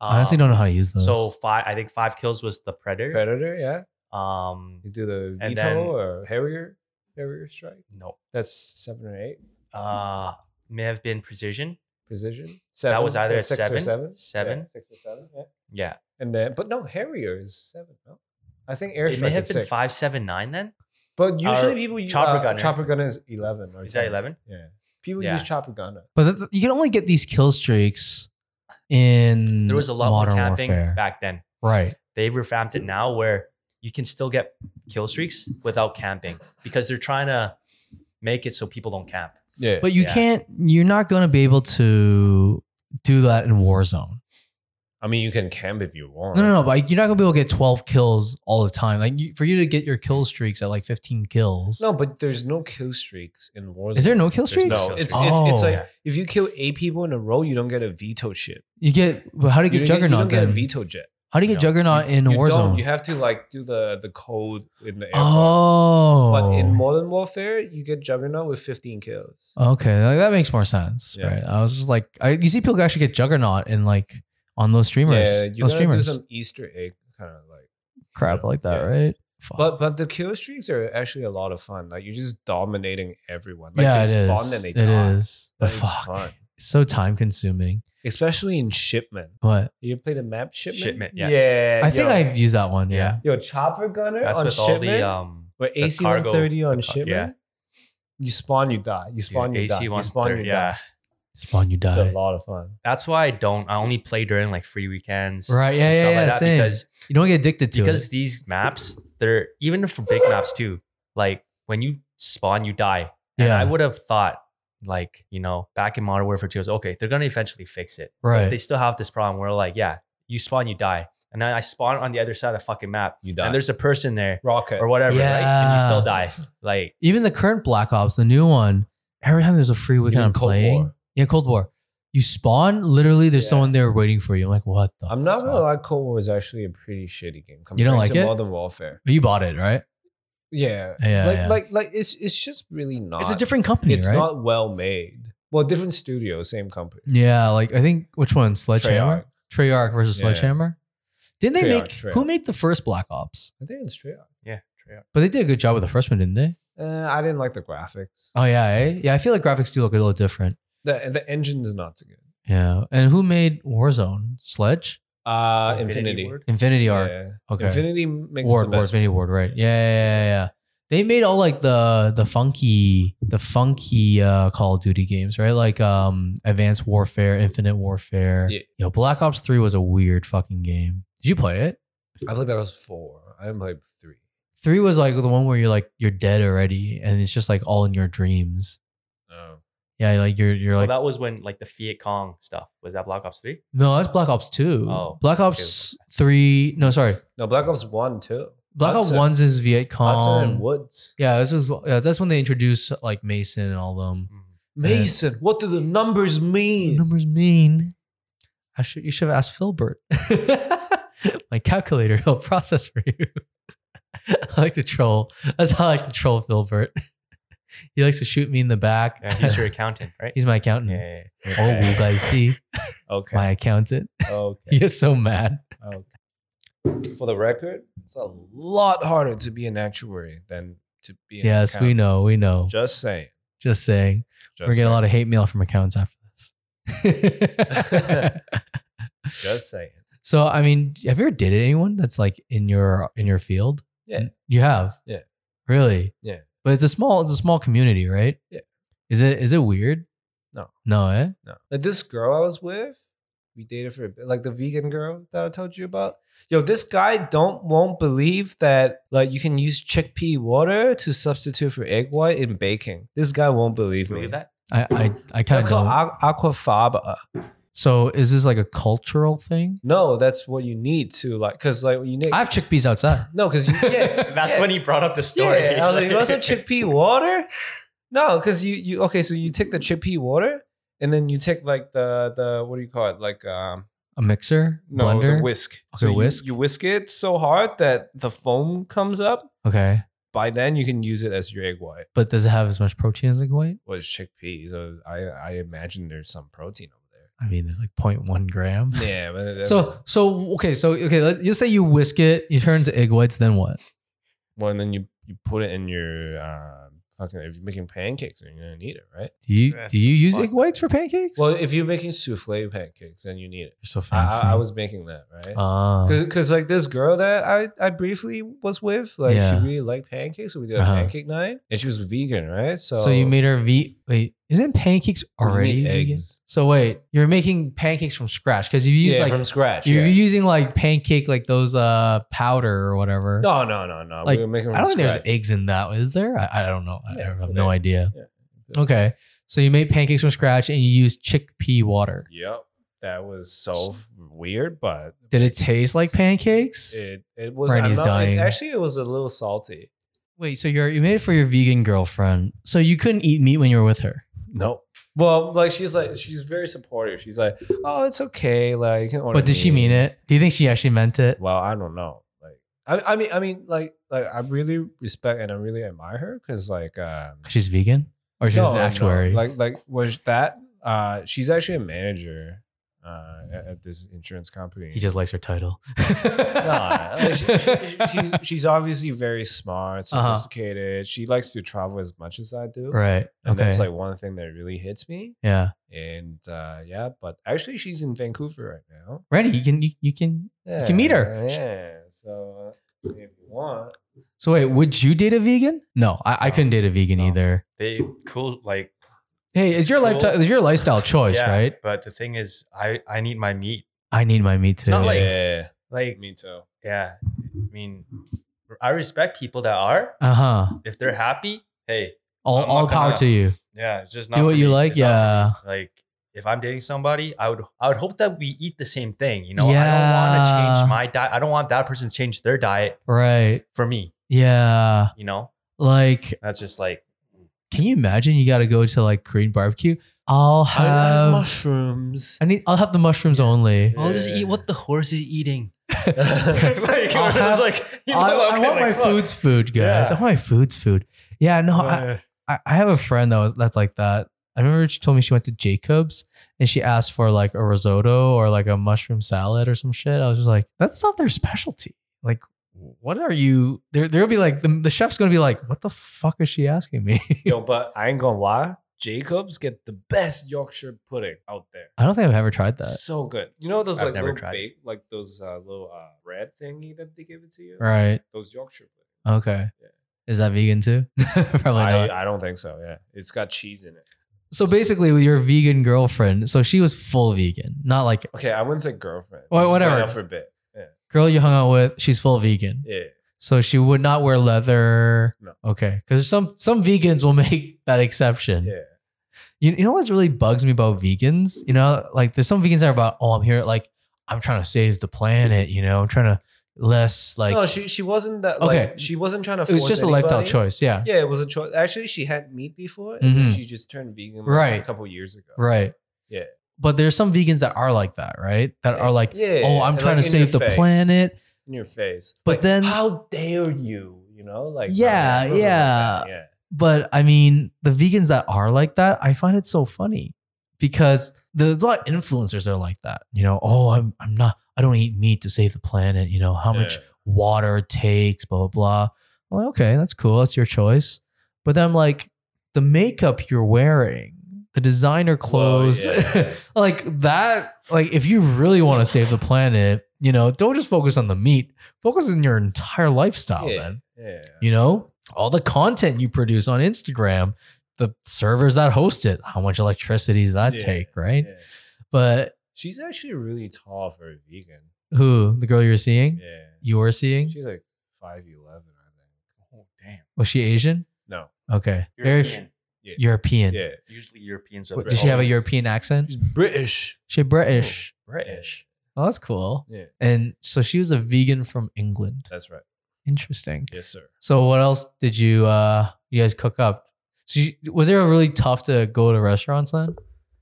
[SPEAKER 3] Uh,
[SPEAKER 1] I honestly don't know how to use those.
[SPEAKER 3] So five, I think five kills was the predator.
[SPEAKER 2] Predator, yeah.
[SPEAKER 3] Um,
[SPEAKER 2] You do the veto
[SPEAKER 3] And then-
[SPEAKER 2] or Harrier, Harrier strike.
[SPEAKER 3] no,
[SPEAKER 2] That's seven or eight
[SPEAKER 3] uh, may have been precision.
[SPEAKER 2] precision. Seven.
[SPEAKER 3] was either
[SPEAKER 2] that's
[SPEAKER 3] at
[SPEAKER 2] six or seven.
[SPEAKER 3] seven? Seven?
[SPEAKER 2] Yeah, six or seven. Yeah.
[SPEAKER 3] Yeah,
[SPEAKER 2] And then, but no, Harrier is seven. No, I think air
[SPEAKER 3] it may
[SPEAKER 2] strike
[SPEAKER 3] have
[SPEAKER 2] is
[SPEAKER 3] been
[SPEAKER 2] six.
[SPEAKER 3] five, seven, nine. Then
[SPEAKER 2] But usually
[SPEAKER 3] Or
[SPEAKER 2] people use
[SPEAKER 3] chopper
[SPEAKER 2] uh,
[SPEAKER 3] gunner.
[SPEAKER 2] Chopper gunner is eleven. Or
[SPEAKER 3] is that
[SPEAKER 2] 10.
[SPEAKER 3] 11?
[SPEAKER 2] Yeah. People
[SPEAKER 3] Yeah.
[SPEAKER 2] use chopper gunner.
[SPEAKER 1] But th- th- you can only get these kill streaks
[SPEAKER 2] Mm,
[SPEAKER 1] in
[SPEAKER 3] There was a lot
[SPEAKER 1] modern
[SPEAKER 3] more camping
[SPEAKER 1] warfare.
[SPEAKER 3] back then.
[SPEAKER 1] right?
[SPEAKER 3] They've revamped it now where you can still get kill streaks without camping because they're trying to make it so people don't camp.
[SPEAKER 2] Yeah.
[SPEAKER 1] But you
[SPEAKER 3] Yeah.
[SPEAKER 1] can't. You're not going to be able to do that in Warzone.
[SPEAKER 2] I mean, you can camp if you want.
[SPEAKER 1] No, no, no. But like, you're not going to be able to get 12 kills all the time. Like you, for you to get your kill streaks at like 15 kills.
[SPEAKER 2] No, but there's no kill streaks in Warzone.
[SPEAKER 1] Is there no kill
[SPEAKER 2] There's
[SPEAKER 1] streaks?
[SPEAKER 2] No, it's, it's,
[SPEAKER 1] Oh.
[SPEAKER 2] it's like if you kill eight people in a row, you don't get a veto ship.
[SPEAKER 1] You get. But how do you
[SPEAKER 2] You
[SPEAKER 1] get
[SPEAKER 2] don't you
[SPEAKER 1] Juggernaut
[SPEAKER 2] don't get a
[SPEAKER 1] then?
[SPEAKER 2] veto jet.
[SPEAKER 1] how do you get
[SPEAKER 3] No.
[SPEAKER 1] Juggernaut in
[SPEAKER 2] you
[SPEAKER 1] Warzone?
[SPEAKER 2] Don't, you have to like do the the code in the airport.
[SPEAKER 1] oh. Oh,
[SPEAKER 2] But in Modern Warfare, you get Juggernaut with 15 kills.
[SPEAKER 1] Okay, like, that makes more sense,
[SPEAKER 2] Yeah.
[SPEAKER 1] right? I was just like, I, you see people actually get Juggernaut in like on those streamers,
[SPEAKER 2] Yeah, you
[SPEAKER 1] those
[SPEAKER 2] gotta do
[SPEAKER 1] streamers,
[SPEAKER 2] some Easter egg kind of like.
[SPEAKER 1] crap like that,
[SPEAKER 2] yeah.
[SPEAKER 1] right? Fuck.
[SPEAKER 2] But but the kill streaks are actually a lot of fun. Like you're just dominating everyone. Like
[SPEAKER 1] yeah, it
[SPEAKER 2] they spawn
[SPEAKER 1] is.
[SPEAKER 2] and they
[SPEAKER 1] it
[SPEAKER 2] die.
[SPEAKER 1] is.
[SPEAKER 2] That
[SPEAKER 1] But
[SPEAKER 2] is
[SPEAKER 1] fuck,
[SPEAKER 2] fun.
[SPEAKER 1] it's so time consuming.
[SPEAKER 2] Especially in shipment.
[SPEAKER 1] What?
[SPEAKER 2] You play the map shipment?
[SPEAKER 3] Shipment, yes.
[SPEAKER 2] Yeah.
[SPEAKER 1] I think
[SPEAKER 2] yo.
[SPEAKER 1] I've used that one. Yeah.
[SPEAKER 2] Yo, chopper gunner
[SPEAKER 3] That's
[SPEAKER 2] on
[SPEAKER 3] with all
[SPEAKER 2] shipment.
[SPEAKER 3] the um
[SPEAKER 2] or
[SPEAKER 3] the
[SPEAKER 2] AC
[SPEAKER 3] cargo-
[SPEAKER 2] 130 on
[SPEAKER 3] the car-
[SPEAKER 2] shipment.
[SPEAKER 3] yeah.
[SPEAKER 2] You spawn, you die. You spawn, you die.
[SPEAKER 3] AC
[SPEAKER 2] You
[SPEAKER 3] one
[SPEAKER 2] spawn,
[SPEAKER 3] thirty.
[SPEAKER 2] you die.
[SPEAKER 3] Yeah,
[SPEAKER 1] Spawn, you
[SPEAKER 2] It's a
[SPEAKER 1] die.
[SPEAKER 2] lot of fun.
[SPEAKER 3] that's why I don't. I only play during like free weekends,
[SPEAKER 1] Right? Yeah,
[SPEAKER 3] and
[SPEAKER 1] yeah,
[SPEAKER 3] stuff
[SPEAKER 1] yeah.
[SPEAKER 3] like that
[SPEAKER 1] same.
[SPEAKER 3] because
[SPEAKER 1] you don't get addicted to
[SPEAKER 3] because
[SPEAKER 1] it.
[SPEAKER 3] these maps, they're even for big maps too. Like when you spawn, you die. And
[SPEAKER 1] Yeah.
[SPEAKER 3] I would have thought, like you know, back in Modern Warfare Two, I was okay. They're gonna eventually fix it.
[SPEAKER 1] Right.
[SPEAKER 3] They still have this problem where like, yeah, you spawn, you die, and then I spawn on the other side of the fucking map,
[SPEAKER 2] You die.
[SPEAKER 3] and there's a person there
[SPEAKER 2] rocket.
[SPEAKER 3] or whatever, right? And you still
[SPEAKER 1] Yeah.
[SPEAKER 3] die. Like
[SPEAKER 1] Even the current Black Ops, the new one, every time there's a free weekend I'm playing, yeah, Cold War. You spawn, literally, there's
[SPEAKER 2] Yeah.
[SPEAKER 1] someone there waiting for you. I'm like, what the?
[SPEAKER 2] I'm not
[SPEAKER 1] fuck?
[SPEAKER 2] gonna lie, Cold War is actually a pretty shitty game compared
[SPEAKER 1] You don't like
[SPEAKER 2] to
[SPEAKER 1] it?
[SPEAKER 2] Modern Warfare.
[SPEAKER 1] But You bought it, right?
[SPEAKER 2] Yeah.
[SPEAKER 1] Yeah,
[SPEAKER 2] like
[SPEAKER 1] yeah.
[SPEAKER 2] like like it's it's just really not
[SPEAKER 1] it's a different company,
[SPEAKER 2] it's
[SPEAKER 1] right? Mm,
[SPEAKER 2] not well made. Well, different studio, same company.
[SPEAKER 1] Yeah, like I think which one? Sledgehammer,
[SPEAKER 2] Treyarch.
[SPEAKER 1] Treyarch versus
[SPEAKER 2] Yeah.
[SPEAKER 1] Sledgehammer. Didn't they
[SPEAKER 2] Treyarch,
[SPEAKER 1] make
[SPEAKER 2] Treyarch.
[SPEAKER 1] who made the first Black Ops?
[SPEAKER 2] I think it's Treyarch.
[SPEAKER 3] yeah, Treyarch.
[SPEAKER 1] But they did a good job with the first one, didn't they?
[SPEAKER 2] Uh, I didn't like the graphics.
[SPEAKER 1] Oh yeah, eh? yeah. I feel like graphics do look a little different.
[SPEAKER 2] The the engine's not too good.
[SPEAKER 1] Yeah, and who made Warzone? Sledge,
[SPEAKER 2] Uh, Infinity.
[SPEAKER 3] Ward?
[SPEAKER 1] Infinity Arc,
[SPEAKER 2] Yeah.
[SPEAKER 1] Okay.
[SPEAKER 2] Infinity makes
[SPEAKER 1] Ward, Ward,
[SPEAKER 2] the best.
[SPEAKER 1] Infinity Ward, right? Yeah, yeah, yeah, yeah. They made all like the the funky the funky uh, Call of Duty games, right? Like um Advanced Warfare, Infinite Warfare.
[SPEAKER 2] Yeah.
[SPEAKER 1] Yo, Black Ops Three was a weird fucking game. Did you play it?
[SPEAKER 2] I played that was four. I didn't play three.
[SPEAKER 1] Three was like the one where you're like you're dead already, and it's just like all in your dreams.
[SPEAKER 2] Oh.
[SPEAKER 1] Yeah, like you're you're
[SPEAKER 3] Well,
[SPEAKER 1] like
[SPEAKER 3] that was when like the Fiat Kong stuff was that Black Ops Three.
[SPEAKER 1] no, that's Black Ops Two.
[SPEAKER 3] Oh,
[SPEAKER 1] Black
[SPEAKER 3] that's
[SPEAKER 1] Ops Three. No, sorry,
[SPEAKER 2] No, Black Ops one too.
[SPEAKER 1] Black Ops
[SPEAKER 2] Hudson-
[SPEAKER 1] One's is Viet
[SPEAKER 2] Hudson and
[SPEAKER 1] Cong.
[SPEAKER 2] Woods.
[SPEAKER 1] Yeah, this was yeah, that's when they introduced like Mason and all them.
[SPEAKER 2] Mason, what do the numbers mean?
[SPEAKER 1] Numbers mean. I should you should have asked
[SPEAKER 2] (laughs)
[SPEAKER 1] Philbert. My calculator, he'll process for you. (laughs) I like to troll. That's how I like to troll Philbert. (laughs) he likes to shoot me in the back.
[SPEAKER 3] Yeah, he's your accountant, right?
[SPEAKER 1] (laughs) He's my accountant.
[SPEAKER 3] yeah, yeah, yeah.
[SPEAKER 1] Oh, you guys see
[SPEAKER 2] (laughs) Okay.
[SPEAKER 1] my accountant. (laughs)
[SPEAKER 2] okay.
[SPEAKER 1] He is so mad.
[SPEAKER 2] Okay. For the record, it's a lot harder to be an actuary than to be. An
[SPEAKER 1] yes, we
[SPEAKER 2] accountant.
[SPEAKER 1] know, we know. Just,
[SPEAKER 2] Just saying.
[SPEAKER 1] saying,
[SPEAKER 2] Just
[SPEAKER 1] we're getting a
[SPEAKER 2] saying.
[SPEAKER 1] lot of hate mail from accountants after
[SPEAKER 2] (laughs)
[SPEAKER 1] this. (laughs)
[SPEAKER 2] Just saying.
[SPEAKER 1] so, I mean, have you ever dated anyone that's like in your in your field?
[SPEAKER 2] Yeah.
[SPEAKER 1] you have.
[SPEAKER 2] Yeah.
[SPEAKER 1] really.
[SPEAKER 2] Yeah.
[SPEAKER 1] but it's a small it's a small community, right?
[SPEAKER 2] Yeah.
[SPEAKER 1] Is it is it weird?
[SPEAKER 2] No.
[SPEAKER 1] No, eh?
[SPEAKER 2] No. Like this girl I was with, we dated for a bit, like the vegan girl that I told you about. Yo, this guy don't won't believe that like you can use chickpea water to substitute for egg white in baking. This guy won't believe me.
[SPEAKER 3] Believe that? (laughs)
[SPEAKER 1] I I, I kind
[SPEAKER 2] That's
[SPEAKER 1] of
[SPEAKER 2] called
[SPEAKER 1] know.
[SPEAKER 2] aqu- aquafaba.
[SPEAKER 1] So, is this like a cultural thing?
[SPEAKER 2] No, that's what you need to like, cause like when you need
[SPEAKER 1] I have chickpeas outside.
[SPEAKER 2] no, cause you yeah.
[SPEAKER 3] (laughs) That's
[SPEAKER 2] yeah,
[SPEAKER 3] when he brought up the story.
[SPEAKER 2] Yeah. I was like, you want
[SPEAKER 3] (laughs)
[SPEAKER 2] some chickpea water? No, because you you okay. So you take the chickpea water, and then you take like the the what do you call it? Like um
[SPEAKER 1] A mixer?
[SPEAKER 2] no
[SPEAKER 1] blender?
[SPEAKER 2] the whisk.
[SPEAKER 1] Okay,
[SPEAKER 2] you-
[SPEAKER 1] whisk.
[SPEAKER 2] You, whisk it so hard that the foam comes up.
[SPEAKER 1] okay.
[SPEAKER 2] By then, you can use it as your egg white.
[SPEAKER 1] But does it have as much protein as egg white?
[SPEAKER 2] Well, it's chickpeas, so I I imagine there's some protein over
[SPEAKER 1] I mean, it's like 0.1
[SPEAKER 2] (laughs)
[SPEAKER 1] gram.
[SPEAKER 2] there. Yeah, but that-
[SPEAKER 1] So, so okay, so okay, let's, you say you whisk it, you turn it into egg whites, then what?
[SPEAKER 2] well, and then you you put it in your uh, fucking if you're making pancakes, you're gonna need it, right?
[SPEAKER 1] Do you
[SPEAKER 3] Yes.
[SPEAKER 1] do you use
[SPEAKER 3] What?
[SPEAKER 1] egg whites for pancakes?
[SPEAKER 2] Well, if you're making souffle pancakes, then you need it.
[SPEAKER 1] you're so
[SPEAKER 2] I,
[SPEAKER 1] fancy.
[SPEAKER 2] I, I was making that right.
[SPEAKER 1] Ah.
[SPEAKER 2] because like this girl that I, I briefly was with like
[SPEAKER 1] Yeah.
[SPEAKER 2] she really liked pancakes so we did a
[SPEAKER 1] Uh-huh.
[SPEAKER 2] pancake night and she was vegan right so
[SPEAKER 1] so, you made her ve wait, isn't pancakes
[SPEAKER 2] What do you
[SPEAKER 1] already
[SPEAKER 2] mean
[SPEAKER 1] vegan?
[SPEAKER 2] eggs?
[SPEAKER 1] So wait, you're making pancakes from scratch because you use
[SPEAKER 2] yeah,
[SPEAKER 1] like
[SPEAKER 2] from scratch
[SPEAKER 1] you're
[SPEAKER 2] yeah.
[SPEAKER 1] using like pancake like those uh powder or whatever.
[SPEAKER 2] no no no no
[SPEAKER 1] Like,
[SPEAKER 2] we were making
[SPEAKER 1] I
[SPEAKER 2] from
[SPEAKER 1] don't think
[SPEAKER 2] scratch.
[SPEAKER 1] there's eggs in that, is there? I, I don't know. I, I
[SPEAKER 2] Yeah,
[SPEAKER 1] have
[SPEAKER 2] but
[SPEAKER 1] no
[SPEAKER 2] they-
[SPEAKER 1] idea.
[SPEAKER 2] yeah.
[SPEAKER 1] Okay, So you made pancakes from scratch and you used chickpea water.
[SPEAKER 2] Yep. That was so f- weird, but
[SPEAKER 1] Did it taste like pancakes?
[SPEAKER 2] it it was
[SPEAKER 1] Brandy's
[SPEAKER 2] I'm not- it-
[SPEAKER 1] dying.
[SPEAKER 2] actually it was a little salty.
[SPEAKER 1] Wait, so you're you made it for your vegan girlfriend. So you couldn't eat meat when you were with her.
[SPEAKER 2] No. Well, like she's like she's very supportive. She's like, "Oh, it's okay." Like, you can order
[SPEAKER 1] But did she
[SPEAKER 2] meat."
[SPEAKER 1] mean it? Do you think she actually meant it?
[SPEAKER 2] Well, I don't know. Like, I, I mean, I mean, like, like I really respect and I really admire her because, like, um,
[SPEAKER 1] She's vegan? Or Oh, she's
[SPEAKER 2] no,
[SPEAKER 1] an
[SPEAKER 2] no,
[SPEAKER 1] actuary?
[SPEAKER 2] Like, like was that? Uh, she's actually a manager uh, at, at this insurance company.
[SPEAKER 1] he just likes her title. (laughs)
[SPEAKER 2] Nah, like, she- she- she's, she's obviously very smart,
[SPEAKER 1] Uh-huh.
[SPEAKER 2] sophisticated. She likes to travel as much as I do.
[SPEAKER 1] right.
[SPEAKER 2] And
[SPEAKER 1] okay.
[SPEAKER 2] that's like one thing that really hits me.
[SPEAKER 1] yeah.
[SPEAKER 2] And uh, yeah, but actually, she's in Vancouver right now.
[SPEAKER 1] Randy, you can you, you can
[SPEAKER 2] Yeah,
[SPEAKER 1] can meet her.
[SPEAKER 2] Yeah. So uh, if you want,
[SPEAKER 1] so wait, would you date a vegan? No, I, I couldn't date a vegan
[SPEAKER 3] No.
[SPEAKER 1] either.
[SPEAKER 3] They cool like
[SPEAKER 1] Hey, is your
[SPEAKER 3] Cool.
[SPEAKER 1] lifetime is your lifestyle choice,
[SPEAKER 3] yeah,
[SPEAKER 1] right?
[SPEAKER 3] But the thing is, I I need my meat.
[SPEAKER 1] I need my meat too.
[SPEAKER 3] not like-
[SPEAKER 2] yeah,
[SPEAKER 3] Like
[SPEAKER 2] me too.
[SPEAKER 3] yeah, I mean, I respect people that are.
[SPEAKER 1] uh huh.
[SPEAKER 3] If they're happy, hey,
[SPEAKER 1] All,
[SPEAKER 3] I'm
[SPEAKER 1] all
[SPEAKER 3] not
[SPEAKER 1] power
[SPEAKER 3] gonna-
[SPEAKER 1] to you.
[SPEAKER 3] yeah, it's just
[SPEAKER 1] Do
[SPEAKER 3] not for
[SPEAKER 1] what you
[SPEAKER 3] me.
[SPEAKER 1] like,
[SPEAKER 3] It's not for me. Like if I'm dating somebody, I would I would hope that we eat the same thing. You know, I don't want to
[SPEAKER 1] Yeah.
[SPEAKER 3] change my diet. I don't want that person to change their diet
[SPEAKER 1] Right.
[SPEAKER 3] for me.
[SPEAKER 1] Yeah.
[SPEAKER 3] You know,
[SPEAKER 1] Like,
[SPEAKER 3] that's just like
[SPEAKER 1] can you imagine? You got to go to like Korean barbecue. I'll have.
[SPEAKER 2] mushrooms.
[SPEAKER 1] I need. I'll have the mushrooms only.
[SPEAKER 3] I'll just
[SPEAKER 2] Yeah.
[SPEAKER 3] eat what the horse is (laughs) eating.
[SPEAKER 2] yeah,
[SPEAKER 3] like, (laughs)
[SPEAKER 1] I'll
[SPEAKER 3] I was
[SPEAKER 1] have-
[SPEAKER 3] like, (laughs) you know,
[SPEAKER 1] I, I
[SPEAKER 3] okay,
[SPEAKER 1] want
[SPEAKER 3] like,
[SPEAKER 1] my
[SPEAKER 3] fuck.
[SPEAKER 1] food's food, guys.
[SPEAKER 3] Yeah.
[SPEAKER 1] I want my food's food. Yeah. No, Oh, I, I, I have a friend that was that's like that. I remember she told me she went to Jacob's and she asked for like a risotto or like a mushroom salad or some shit. I was just like, that's not their specialty. Like, what are you? There, there'll be like the, the chef's gonna be like, what the fuck is she asking me? (laughs)
[SPEAKER 2] Yo, but I ain't gonna lie. Jacobs get the best Yorkshire pudding out there.
[SPEAKER 1] I don't think I've ever tried that.
[SPEAKER 2] So good. You know those
[SPEAKER 3] I've
[SPEAKER 2] like
[SPEAKER 3] never
[SPEAKER 2] little
[SPEAKER 3] tried
[SPEAKER 2] bake, like those uh, little uh, bread thingy that they give it to you.
[SPEAKER 1] Right?
[SPEAKER 2] Those Yorkshire pudding.
[SPEAKER 1] Okay.
[SPEAKER 2] Yeah.
[SPEAKER 1] Is that vegan too? (laughs) Probably not.
[SPEAKER 2] I, I don't think so. Yeah, it's got cheese in it.
[SPEAKER 1] So basically, with your vegan girlfriend, so she was full vegan, not like
[SPEAKER 2] Okay, I wouldn't say girlfriend.
[SPEAKER 1] Well,
[SPEAKER 2] Just went
[SPEAKER 1] whatever.
[SPEAKER 2] out for a bit. Yeah,
[SPEAKER 1] girl you hung out with. She's full vegan.
[SPEAKER 2] yeah.
[SPEAKER 1] So she would not wear leather.
[SPEAKER 2] No.
[SPEAKER 1] Okay. Because some some vegans will (laughs) make that exception.
[SPEAKER 2] yeah.
[SPEAKER 1] You, you know what really bugs me about vegans? You know, like there's some vegans that are about, oh, I'm here, like, I'm trying to save the planet, you know, I'm trying to less like
[SPEAKER 2] no, Oh, she she wasn't that. Like,
[SPEAKER 1] Okay.
[SPEAKER 2] she wasn't trying to.
[SPEAKER 1] it was
[SPEAKER 2] force
[SPEAKER 1] just a lifestyle
[SPEAKER 2] anybody.
[SPEAKER 1] choice. Yeah.
[SPEAKER 2] Yeah, it was a choice. Actually, she had meat before, and then
[SPEAKER 1] Mhm.
[SPEAKER 2] she just turned vegan like,
[SPEAKER 1] Right.
[SPEAKER 2] a couple years ago.
[SPEAKER 1] Right.
[SPEAKER 2] Yeah.
[SPEAKER 1] But there's some vegans that are like that, right? That
[SPEAKER 2] Yeah.
[SPEAKER 1] are like,
[SPEAKER 2] Yeah,
[SPEAKER 1] oh, I'm
[SPEAKER 2] and,
[SPEAKER 1] trying
[SPEAKER 2] like,
[SPEAKER 1] to
[SPEAKER 2] in your
[SPEAKER 1] save the
[SPEAKER 2] face.
[SPEAKER 1] planet.
[SPEAKER 2] in your face.
[SPEAKER 1] But
[SPEAKER 2] Like,
[SPEAKER 1] then-
[SPEAKER 2] how dare you? You know, like
[SPEAKER 1] Yeah,
[SPEAKER 2] no, it wasn't like
[SPEAKER 1] yeah.
[SPEAKER 2] that, yeah.
[SPEAKER 1] But I mean, the vegans that are like that, I find it so funny because there's a lot of influencers that are like that. You know, oh, I'm I'm not I don't eat meat to save the planet. You know how much
[SPEAKER 2] Yeah.
[SPEAKER 1] water it takes, blah blah blah. Well, okay, that's cool. That's your choice. But then I'm like, the makeup you're wearing, the designer clothes, (laughs)
[SPEAKER 2] Well, yeah.
[SPEAKER 1] like that. Like if you really want to save the planet, you know, don't just focus on the meat. Focus on your entire lifestyle.
[SPEAKER 2] Yeah.
[SPEAKER 1] Then
[SPEAKER 2] Yeah.
[SPEAKER 1] you know, all the content you produce on Instagram, the servers that host it, how much electricity does that
[SPEAKER 2] Yeah,
[SPEAKER 1] take, right?
[SPEAKER 2] yeah.
[SPEAKER 1] But
[SPEAKER 2] She's actually really tall for a vegan.
[SPEAKER 1] who, the girl you were seeing,
[SPEAKER 2] Yeah.
[SPEAKER 1] you were seeing,
[SPEAKER 2] She's like five eleven, I think.
[SPEAKER 3] Oh, damn.
[SPEAKER 1] was she Asian?
[SPEAKER 2] No.
[SPEAKER 1] Okay, very f-
[SPEAKER 3] European.
[SPEAKER 1] European.
[SPEAKER 2] Yeah.
[SPEAKER 3] Usually Europeans are.
[SPEAKER 1] What, Did she have a
[SPEAKER 3] British.
[SPEAKER 1] European accent?
[SPEAKER 2] She's British.
[SPEAKER 1] She British.
[SPEAKER 3] British?
[SPEAKER 1] Oh, that's cool.
[SPEAKER 2] Yeah.
[SPEAKER 1] And so she was a vegan from England.
[SPEAKER 2] That's right.
[SPEAKER 1] Interesting.
[SPEAKER 2] Yes, sir.
[SPEAKER 1] So what else did you uh you guys cook up? So you, was there really tough to go to restaurants then?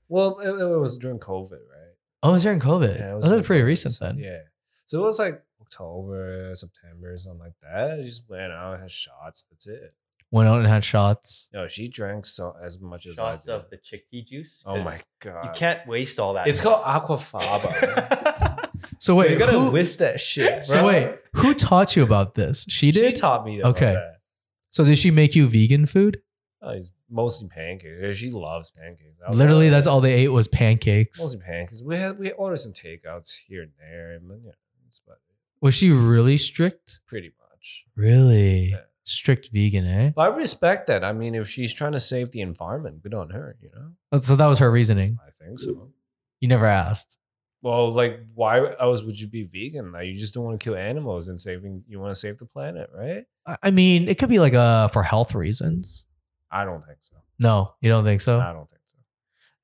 [SPEAKER 2] Well, it, it was during COVID, right?
[SPEAKER 1] Oh, it was during COVID.
[SPEAKER 2] it
[SPEAKER 1] that was
[SPEAKER 2] during
[SPEAKER 1] pretty
[SPEAKER 2] COVID,
[SPEAKER 1] recent
[SPEAKER 2] so-
[SPEAKER 1] then.
[SPEAKER 2] Yeah. So it was like October, September, something like that. You just went out and had shots. That's it.
[SPEAKER 1] Went out and had shots.
[SPEAKER 2] No, she drank so as much as
[SPEAKER 3] Shots
[SPEAKER 2] I did.
[SPEAKER 3] of the chickpea juice.
[SPEAKER 2] oh my
[SPEAKER 3] 'cause
[SPEAKER 2] god.
[SPEAKER 3] You can't waste all that.
[SPEAKER 2] It's called aquafaba.
[SPEAKER 3] (laughs)
[SPEAKER 1] So wait,
[SPEAKER 2] you gotta
[SPEAKER 1] who,
[SPEAKER 2] whisk that shit.
[SPEAKER 1] so
[SPEAKER 2] bro.
[SPEAKER 1] wait, who taught you about this? She
[SPEAKER 2] she
[SPEAKER 1] did.
[SPEAKER 2] taught me.
[SPEAKER 1] Okay.
[SPEAKER 2] Okay.
[SPEAKER 1] so did she make you vegan food?
[SPEAKER 2] Oh, it's mostly pancakes. She loves pancakes. I was
[SPEAKER 1] Literally,
[SPEAKER 2] like,
[SPEAKER 1] that's all they ate was pancakes.
[SPEAKER 2] Mostly pancakes. We had we ordered some takeouts here and there, and then, yeah, that's about it,
[SPEAKER 1] Was she really strict?
[SPEAKER 2] pretty much.
[SPEAKER 1] Really
[SPEAKER 2] Yeah.
[SPEAKER 1] strict vegan, eh?
[SPEAKER 2] But I respect that. I mean, if she's trying to save the environment, good on her. You know,
[SPEAKER 1] So that was her reasoning.
[SPEAKER 2] I think so.
[SPEAKER 1] You never asked.
[SPEAKER 2] Well, like, why else would you be vegan? Like, you just don't want to kill animals and saving. You want to save the planet, right?
[SPEAKER 1] I- I mean, it could be like uh for health reasons.
[SPEAKER 2] I don't think so.
[SPEAKER 1] No, you don't think so?
[SPEAKER 2] I don't think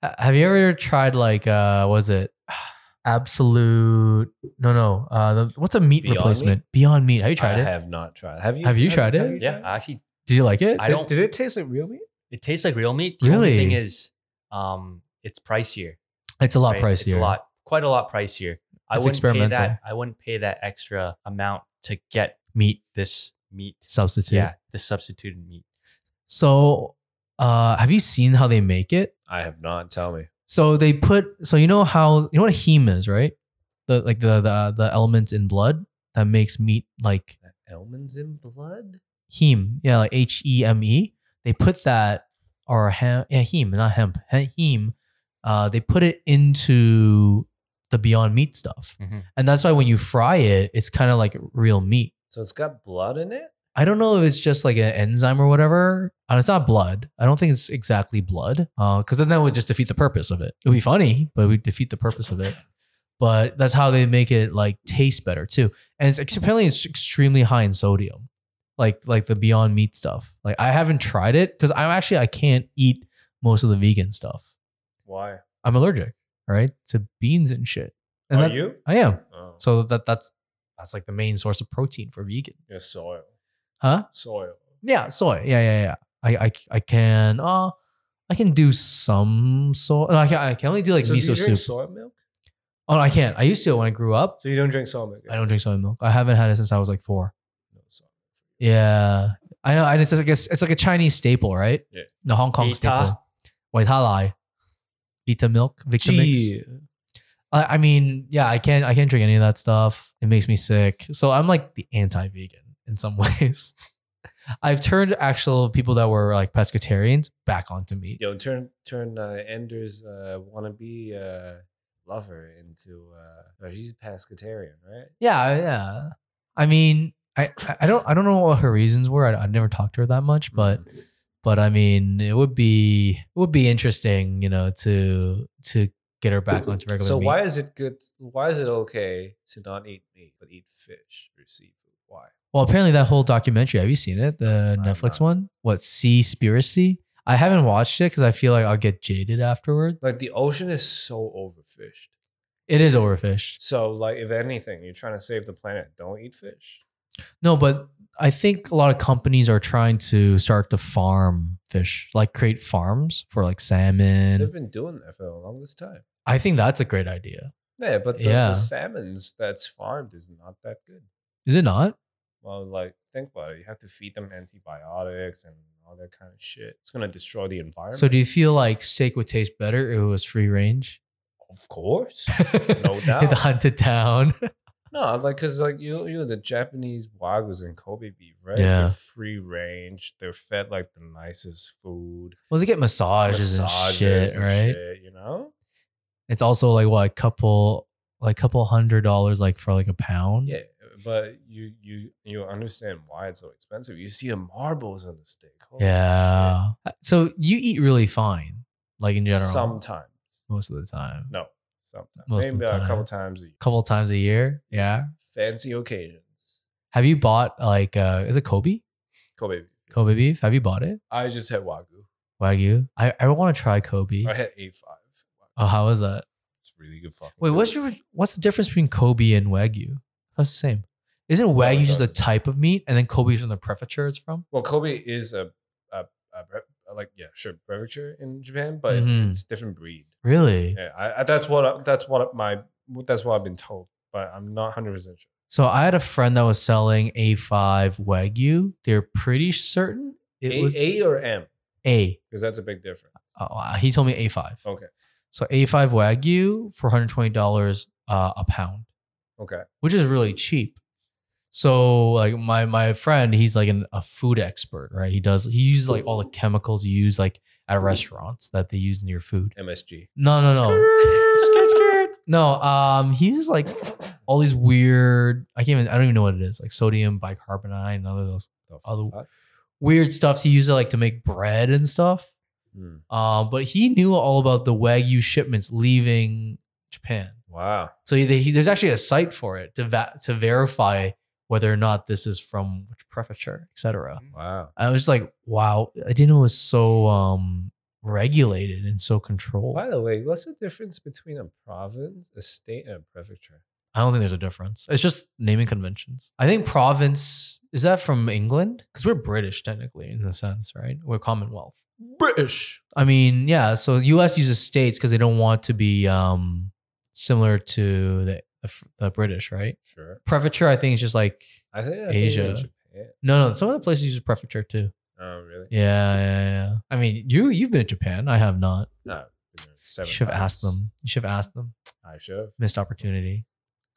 [SPEAKER 1] Uh, Have you ever tried like uh was it (sighs) absolute no no uh the, what's a meat
[SPEAKER 2] Beyond
[SPEAKER 1] replacement? Beyond meat. Have you tried
[SPEAKER 2] I
[SPEAKER 1] it?
[SPEAKER 2] have not tried. Have you?
[SPEAKER 1] Have you tried it?
[SPEAKER 3] Yeah, actually,
[SPEAKER 1] Did you like it?
[SPEAKER 3] I
[SPEAKER 2] did,
[SPEAKER 3] don't-
[SPEAKER 2] Did it taste like real meat?
[SPEAKER 3] it tastes like real meat. The
[SPEAKER 1] Really?
[SPEAKER 3] only thing is, um, it's pricier.
[SPEAKER 1] it's a lot
[SPEAKER 3] right?
[SPEAKER 1] pricier.
[SPEAKER 3] It's a lot, quite a lot pricier. I
[SPEAKER 1] It's
[SPEAKER 3] wouldn't
[SPEAKER 1] experimental.
[SPEAKER 3] pay that. I wouldn't pay that extra amount to get
[SPEAKER 1] Meat
[SPEAKER 3] this meat.
[SPEAKER 1] substitute.
[SPEAKER 3] Yeah, the substituted meat.
[SPEAKER 1] So uh have you seen how they make it?
[SPEAKER 2] I have not. Tell me.
[SPEAKER 1] So they put so you know how you know what heme is, right? The like the the the element in blood that makes meat like
[SPEAKER 2] Almonds in blood?
[SPEAKER 1] heme. Yeah, like H E M E. They put that or hem yeah, heme, not hemp. he- Heme. Uh they put it into the Beyond Meat stuff.
[SPEAKER 3] Mhm.
[SPEAKER 1] And that's why when you fry it, it's kind of like real meat.
[SPEAKER 2] So it's got blood in it?
[SPEAKER 1] I don't know if it's just like an enzyme or whatever. And it's not blood. I don't think it's exactly blood. Because then that would just defeat the purpose of it. It would be funny, but it would defeat the purpose of it. But that's how they make it like taste better too. And it's ex- apparently it's extremely high in sodium, like like the Beyond Meat stuff. Like I haven't tried it because I'm actually I can't eat most of the vegan stuff.
[SPEAKER 2] Why?
[SPEAKER 1] I'm allergic, right, to beans and shit. And
[SPEAKER 2] Are
[SPEAKER 1] that-
[SPEAKER 2] you?
[SPEAKER 1] I am.
[SPEAKER 2] Oh.
[SPEAKER 1] So that that's that's like the main source of protein for vegans,
[SPEAKER 2] Yeah, soil.
[SPEAKER 1] huh?
[SPEAKER 2] Soil.
[SPEAKER 1] Yeah, soy. Yeah, yeah, yeah. I, I, I can, uh, I can do some soy. No, I can, I can only do like
[SPEAKER 2] so do
[SPEAKER 1] miso
[SPEAKER 2] you
[SPEAKER 1] soup.
[SPEAKER 2] drink soy milk?
[SPEAKER 1] oh, no, I can't. I used to when I grew up.
[SPEAKER 2] So you don't drink soy milk?
[SPEAKER 1] I don't drink soy milk. I haven't had it since I was like four.
[SPEAKER 2] No, soy.
[SPEAKER 1] Yeah, I know. And it's like a, it's like a Chinese staple, right?
[SPEAKER 2] Yeah.
[SPEAKER 1] The Hong Kong
[SPEAKER 3] Vita.
[SPEAKER 1] staple. White halai, Vita milk, Vita mix.
[SPEAKER 2] Gee.
[SPEAKER 1] I, I mean, yeah, I can't. I can't drink any of that stuff. It makes me sick. So I'm like the anti-vegan in some (laughs) ways. I've turned actual people that were like pescatarians back onto meat.
[SPEAKER 2] Yo, turn turn uh, Ender's uh, wannabe uh, lover into uh, or she's pescatarian, right?
[SPEAKER 1] Yeah, yeah. I mean, I, I- I don't I don't know what her reasons were. I, I never talked to her that much,
[SPEAKER 2] Mm-hmm.
[SPEAKER 1] but but I mean, it would be it would be interesting, you know, to to get her back onto regular.
[SPEAKER 2] so
[SPEAKER 1] meat.
[SPEAKER 2] why is it good? Why is it okay to not eat meat but eat fish or seafood? Why?
[SPEAKER 1] Well, apparently that whole documentary. Have you seen it? The
[SPEAKER 2] I have
[SPEAKER 1] Netflix
[SPEAKER 2] not.
[SPEAKER 1] one. What? Sea Spiracy. I haven't watched it because I feel like I'll get jaded afterwards.
[SPEAKER 2] Like the ocean is so overfished.
[SPEAKER 1] It is overfished.
[SPEAKER 2] So like, if anything, you're trying to save the planet. Don't eat fish.
[SPEAKER 1] No, but I think a lot of companies are trying to start to farm fish, like create farms for like
[SPEAKER 2] They've
[SPEAKER 1] salmon.
[SPEAKER 2] been doing that for the longest time.
[SPEAKER 1] I think that's a great idea.
[SPEAKER 2] Yeah, but the,
[SPEAKER 1] Yeah.
[SPEAKER 2] the salmon's that's farmed is not that good.
[SPEAKER 1] Is it not?
[SPEAKER 2] Well, like think about it. You have to feed them antibiotics and all that kind of shit. It's gonna destroy the environment.
[SPEAKER 1] So do you feel like steak would taste better if it was free range?
[SPEAKER 2] Of
[SPEAKER 1] (laughs)
[SPEAKER 2] course.
[SPEAKER 1] No
[SPEAKER 2] doubt.
[SPEAKER 1] the hunted down. (laughs)
[SPEAKER 2] No, like because like you you know the Japanese wagyus and Kobe beef, right?
[SPEAKER 1] Yeah.
[SPEAKER 2] They're free range. They're fed like the nicest food.
[SPEAKER 1] Well, they get massages,
[SPEAKER 2] massages
[SPEAKER 1] and shit,
[SPEAKER 2] and
[SPEAKER 1] right?
[SPEAKER 2] shit, you know?
[SPEAKER 1] It's also like what a couple, like couple hundred dollars, like for like a pound.
[SPEAKER 2] Yeah, but you you you understand why it's so expensive. You see the marbles on the steak. Holy
[SPEAKER 1] Yeah. So you eat really fine, like in
[SPEAKER 2] shit.
[SPEAKER 1] general,
[SPEAKER 2] Sometimes.
[SPEAKER 1] most of the time,
[SPEAKER 2] No. Sometimes.
[SPEAKER 1] Most of the
[SPEAKER 2] Maybe a couple
[SPEAKER 1] time.
[SPEAKER 2] times a year.
[SPEAKER 1] couple times a year. Yeah.
[SPEAKER 2] Fancy occasions.
[SPEAKER 1] Have you bought like uh is it Kobe?
[SPEAKER 2] Kobe beef.
[SPEAKER 1] Kobe beef? Have you bought it?
[SPEAKER 2] I just had wagyu.
[SPEAKER 1] Wagyu? I I want to try Kobe.
[SPEAKER 2] I had A five.
[SPEAKER 1] Oh, how is that?
[SPEAKER 2] It's really good fucking.
[SPEAKER 1] Wait, what's
[SPEAKER 2] food.
[SPEAKER 1] your what's the difference between Kobe and Wagyu? That's the same. Isn't Wagyu
[SPEAKER 2] it's
[SPEAKER 1] just the
[SPEAKER 2] not the same.
[SPEAKER 1] type of meat, and then Kobe's from the prefecture it's from?
[SPEAKER 2] Well, Kobe is a, a, a bre- like yeah, sure, prefecture in Japan, but
[SPEAKER 1] Mhm.
[SPEAKER 2] it's different breed.
[SPEAKER 1] Really?
[SPEAKER 2] Yeah, I, I, that's what I, that's what my that's what I've been told, but I'm not hundred percent sure.
[SPEAKER 1] So I had a friend that was selling A5 Wagyu. They're pretty certain it
[SPEAKER 2] A,
[SPEAKER 1] was
[SPEAKER 2] A or M
[SPEAKER 1] A.
[SPEAKER 2] because that's a big difference.
[SPEAKER 1] Uh, he told me A5.
[SPEAKER 2] Okay,
[SPEAKER 1] So A5 Wagyu for $120 uh, a pound,
[SPEAKER 2] okay,
[SPEAKER 1] which is really cheap. So like my my friend, he's like an, a food expert, right? He does he uses like all the chemicals you use like at restaurants that they use in your food.
[SPEAKER 2] MSG.
[SPEAKER 1] No, no, no. Skirt, skirt. No, um, he uses like all these weird. I can't even. I don't even know what it is. Like sodium bicarbonate and other those
[SPEAKER 2] The
[SPEAKER 1] (laughs) Other-
[SPEAKER 2] fuck?
[SPEAKER 1] weird stuff he used to like to make bread and stuff.
[SPEAKER 2] Hmm.
[SPEAKER 1] Um, but he knew all about the wagyu shipments leaving Japan.
[SPEAKER 2] Wow,
[SPEAKER 1] So he, he, there's actually a site for it to va- to verify whether or not this is from which prefecture, etc.
[SPEAKER 2] wow.
[SPEAKER 1] I was just like, wow, I didn't know it was so um regulated and so controlled.
[SPEAKER 2] By the way, what's the difference between a province, a state, and a prefecture?
[SPEAKER 1] I don't think there's a difference. It's just naming conventions. I think province is that from England because we're British technically in a sense, right? We're Commonwealth. British. I mean, yeah. So U.S. uses states because they don't want to be um, similar to the, the the British, right?
[SPEAKER 2] Sure.
[SPEAKER 1] Prefecture, I think, is just like
[SPEAKER 2] I think that's only in
[SPEAKER 1] Asia.
[SPEAKER 2] Japan.
[SPEAKER 1] no, no. Some of the places use prefecture too.
[SPEAKER 2] Oh, really?
[SPEAKER 1] Yeah, yeah, yeah. I mean, you you've been to Japan. I have not.
[SPEAKER 2] No. been there
[SPEAKER 1] You
[SPEAKER 2] Seven
[SPEAKER 1] should have asked
[SPEAKER 2] times.
[SPEAKER 1] them. You should have asked them.
[SPEAKER 2] I should have.
[SPEAKER 1] Missed opportunity.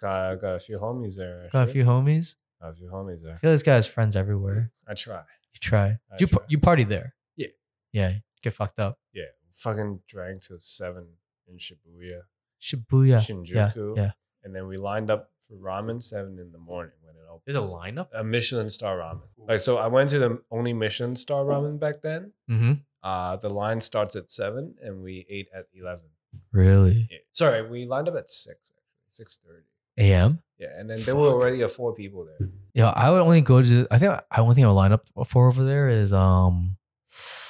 [SPEAKER 2] Got, got a few homies there.
[SPEAKER 1] Got a
[SPEAKER 2] actually.
[SPEAKER 1] few homies.
[SPEAKER 2] Got a few homies there.
[SPEAKER 1] I feel this guy has friends everywhere.
[SPEAKER 2] I try.
[SPEAKER 1] You try.
[SPEAKER 2] I
[SPEAKER 1] you par-
[SPEAKER 2] try.
[SPEAKER 1] you party there.
[SPEAKER 2] Yeah.
[SPEAKER 1] Yeah. Get fucked up.
[SPEAKER 2] Yeah. Fucking drank till seven in Shibuya.
[SPEAKER 1] Shibuya.
[SPEAKER 2] Shinjuku.
[SPEAKER 1] Yeah. yeah.
[SPEAKER 2] And then we lined up for ramen seven in the morning when it opens.
[SPEAKER 1] There's a lineup.
[SPEAKER 2] A Michelin star ramen. Like so I went to the only Michelin star ramen back then.
[SPEAKER 1] Mm-hmm.
[SPEAKER 2] Uh the line starts at seven and we ate at eleven.
[SPEAKER 1] Really.
[SPEAKER 2] Yeah. Sorry, we lined up at six actually, six thirty.
[SPEAKER 1] A.M.
[SPEAKER 2] Yeah, and then there were
[SPEAKER 1] Fuck.
[SPEAKER 2] already a four people there.
[SPEAKER 1] Yeah. I would only go to. I think I one thing I would line up for over there is um.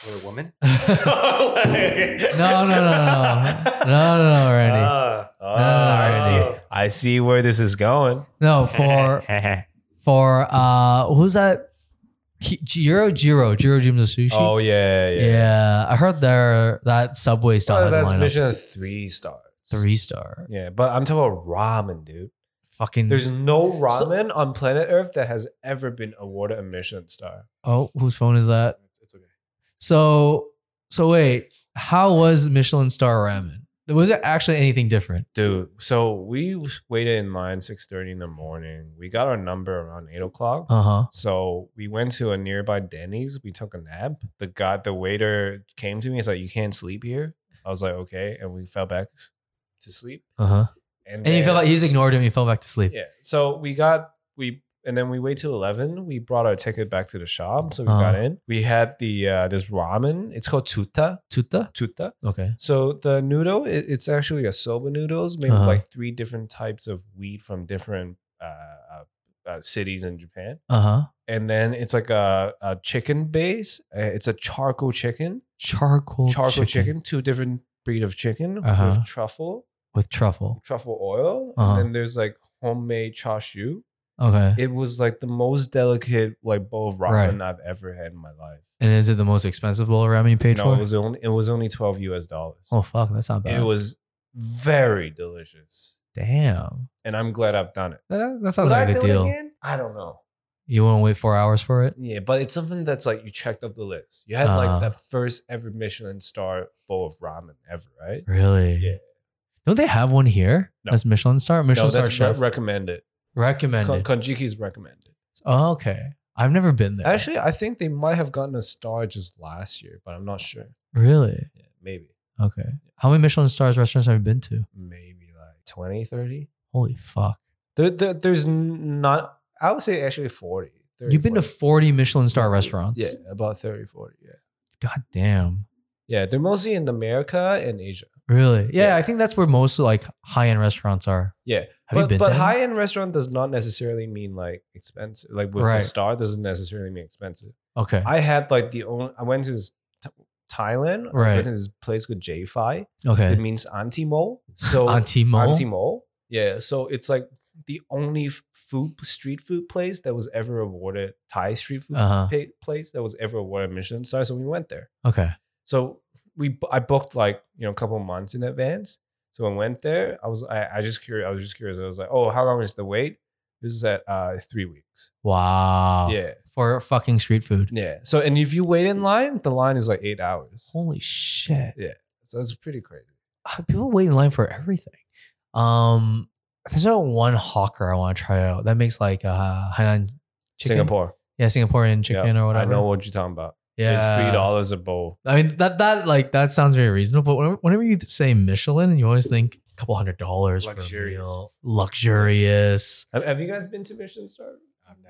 [SPEAKER 3] With a woman?
[SPEAKER 1] (laughs) no, no, no,
[SPEAKER 2] (laughs)
[SPEAKER 1] no, no, no, Randy.
[SPEAKER 3] Ah.
[SPEAKER 2] Oh,
[SPEAKER 1] I
[SPEAKER 3] see.
[SPEAKER 2] I see where this is going.
[SPEAKER 1] no,
[SPEAKER 2] (laughs)
[SPEAKER 1] for for uh, who's that? He- Jiro Jiro Jiro Jim's sushi.
[SPEAKER 2] Oh yeah, yeah.
[SPEAKER 1] yeah. I heard there that Subway style
[SPEAKER 2] Well,
[SPEAKER 1] has a
[SPEAKER 2] Oh, that's
[SPEAKER 1] lineup.
[SPEAKER 2] Michelin three stars.
[SPEAKER 1] three Mm. star.
[SPEAKER 2] Yeah, but I'm talking about ramen, dude.
[SPEAKER 1] Fucking.
[SPEAKER 2] There's no ramen on planet Earth that has ever been awarded a Michelin star.
[SPEAKER 1] oh, whose phone is that?
[SPEAKER 2] It's okay.
[SPEAKER 1] So so wait, how was Michelin star ramen? Was it actually anything different?
[SPEAKER 2] Dude, so we waited in line 6.30 in the morning. We got our number around 8 o'clock.
[SPEAKER 1] Uh huh.
[SPEAKER 2] So we went to a nearby Denny's. We took a nap. The guy, the waiter came to me. He's like, you can't sleep here. I was like, okay. And we fell back to sleep.
[SPEAKER 1] Uh huh.
[SPEAKER 2] And,
[SPEAKER 1] And you
[SPEAKER 2] then-
[SPEAKER 1] fell. Like, he's ignored him. You fell back to sleep.
[SPEAKER 2] Yeah. So we got we and then we wait till eleven. We brought our ticket back to the shop, so we got
[SPEAKER 1] Uh-huh.
[SPEAKER 2] in. We had the uh, this ramen. It's called tuta
[SPEAKER 1] Tutta.
[SPEAKER 2] tuta.
[SPEAKER 1] Okay.
[SPEAKER 2] So the noodle, it, it's actually a soba noodles made with
[SPEAKER 1] Uh-huh.
[SPEAKER 2] like three different types of wheat from different uh, uh, uh, cities in Japan,
[SPEAKER 1] Uh huh.
[SPEAKER 2] and then it's like a, a chicken base. Uh, It's a charcoal chicken,
[SPEAKER 1] Charcoal.
[SPEAKER 2] charcoal chicken. two different breed of chicken
[SPEAKER 1] Uh-huh.
[SPEAKER 2] with truffle,
[SPEAKER 1] with truffle.
[SPEAKER 2] truffle oil,
[SPEAKER 1] Uh-huh.
[SPEAKER 2] and then there's like homemade chashu.
[SPEAKER 1] Okay.
[SPEAKER 2] it was like the most delicate like bowl of ramen
[SPEAKER 1] Right.
[SPEAKER 2] I've ever had in my life.
[SPEAKER 1] and is it the most expensive bowl of ramen you paid
[SPEAKER 2] no,
[SPEAKER 1] for?
[SPEAKER 2] it was only it was only twelve US dollars.
[SPEAKER 1] oh fuck, that's not bad.
[SPEAKER 2] it was very delicious,
[SPEAKER 1] Damn.
[SPEAKER 2] and I'm glad I've done it.
[SPEAKER 1] That, that sounds
[SPEAKER 2] Would I
[SPEAKER 1] like a good
[SPEAKER 2] do it
[SPEAKER 1] deal.
[SPEAKER 2] again? I don't know.
[SPEAKER 1] You want to wait four hours for it?
[SPEAKER 2] Yeah, but it's something that's like you checked off the list. You had
[SPEAKER 1] Uh-huh.
[SPEAKER 2] like the first ever Michelin star bowl of ramen ever, right?
[SPEAKER 1] Really?
[SPEAKER 2] Yeah.
[SPEAKER 1] Don't they have one here?
[SPEAKER 2] No.
[SPEAKER 1] That's Michelin star. Michelin
[SPEAKER 2] no,
[SPEAKER 1] star
[SPEAKER 2] that's
[SPEAKER 1] chef
[SPEAKER 2] re- recommended. Kon-
[SPEAKER 1] recommended.
[SPEAKER 2] Konjiki's recommended.
[SPEAKER 1] oh, okay. I've never been there.
[SPEAKER 2] Actually, I think they might have gotten a star just last year, but I'm not sure.
[SPEAKER 1] really?
[SPEAKER 2] Yeah, maybe,
[SPEAKER 1] Okay. How many Michelin stars restaurants have you been to?
[SPEAKER 2] maybe like 20, 30.
[SPEAKER 1] Holy fuck!
[SPEAKER 2] There, there, there's n- not, I would say actually 40. 30,
[SPEAKER 1] You've been to 40 Michelin star restaurants.
[SPEAKER 2] Yeah, about 30, 40. Yeah.
[SPEAKER 1] God damn.
[SPEAKER 2] Yeah, they're mostly in America and Asia.
[SPEAKER 1] Really? Yeah,
[SPEAKER 2] Yeah.
[SPEAKER 1] I think that's where most like high end restaurants are.
[SPEAKER 2] Yeah.
[SPEAKER 1] Have
[SPEAKER 2] but
[SPEAKER 1] you been
[SPEAKER 2] but
[SPEAKER 1] to any?
[SPEAKER 2] high end restaurant does not necessarily mean like expensive. Like with
[SPEAKER 1] Right.
[SPEAKER 2] the star doesn't necessarily mean expensive.
[SPEAKER 1] Okay.
[SPEAKER 2] I had like the only, I went to this Th- Thailand. I
[SPEAKER 1] Right.
[SPEAKER 2] went to this place called J-Fi. It
[SPEAKER 1] okay.
[SPEAKER 2] means Auntie Mo. So
[SPEAKER 1] (laughs) Auntie Mo.
[SPEAKER 2] Auntie Mo. Yeah. So it's like the only f- food street food place that was ever awarded Thai street food
[SPEAKER 1] Uh-huh.
[SPEAKER 2] pa- place that was ever awarded Michelin star. So we went there.
[SPEAKER 1] Okay.
[SPEAKER 2] So we bu- I booked like you know a couple months in advance. So I went there. I was I, I just curious. I was just curious. I was like, oh, how long is the wait? This is at uh, three weeks.
[SPEAKER 1] Wow.
[SPEAKER 2] Yeah,
[SPEAKER 1] For fucking street food.
[SPEAKER 2] yeah. So and if you wait in line, the line is like eight hours.
[SPEAKER 1] Holy shit. Uh,
[SPEAKER 2] So it's pretty crazy.
[SPEAKER 1] People wait in line for everything. Um, there's not one hawker I want to try out that makes like uh Hainan chicken.
[SPEAKER 2] Singapore
[SPEAKER 1] Yeah, Singaporean
[SPEAKER 2] Yeah,
[SPEAKER 1] chicken or whatever.
[SPEAKER 2] I know what you're talking about.
[SPEAKER 1] Yeah.
[SPEAKER 2] It's three dollars a bowl.
[SPEAKER 1] I mean that that like that sounds very reasonable. But whenever, whenever you say Michelin, you always think a couple hundred dollars
[SPEAKER 3] Luxurious.
[SPEAKER 1] for a meal, luxurious.
[SPEAKER 2] Have, have you guys been to Michelin Star?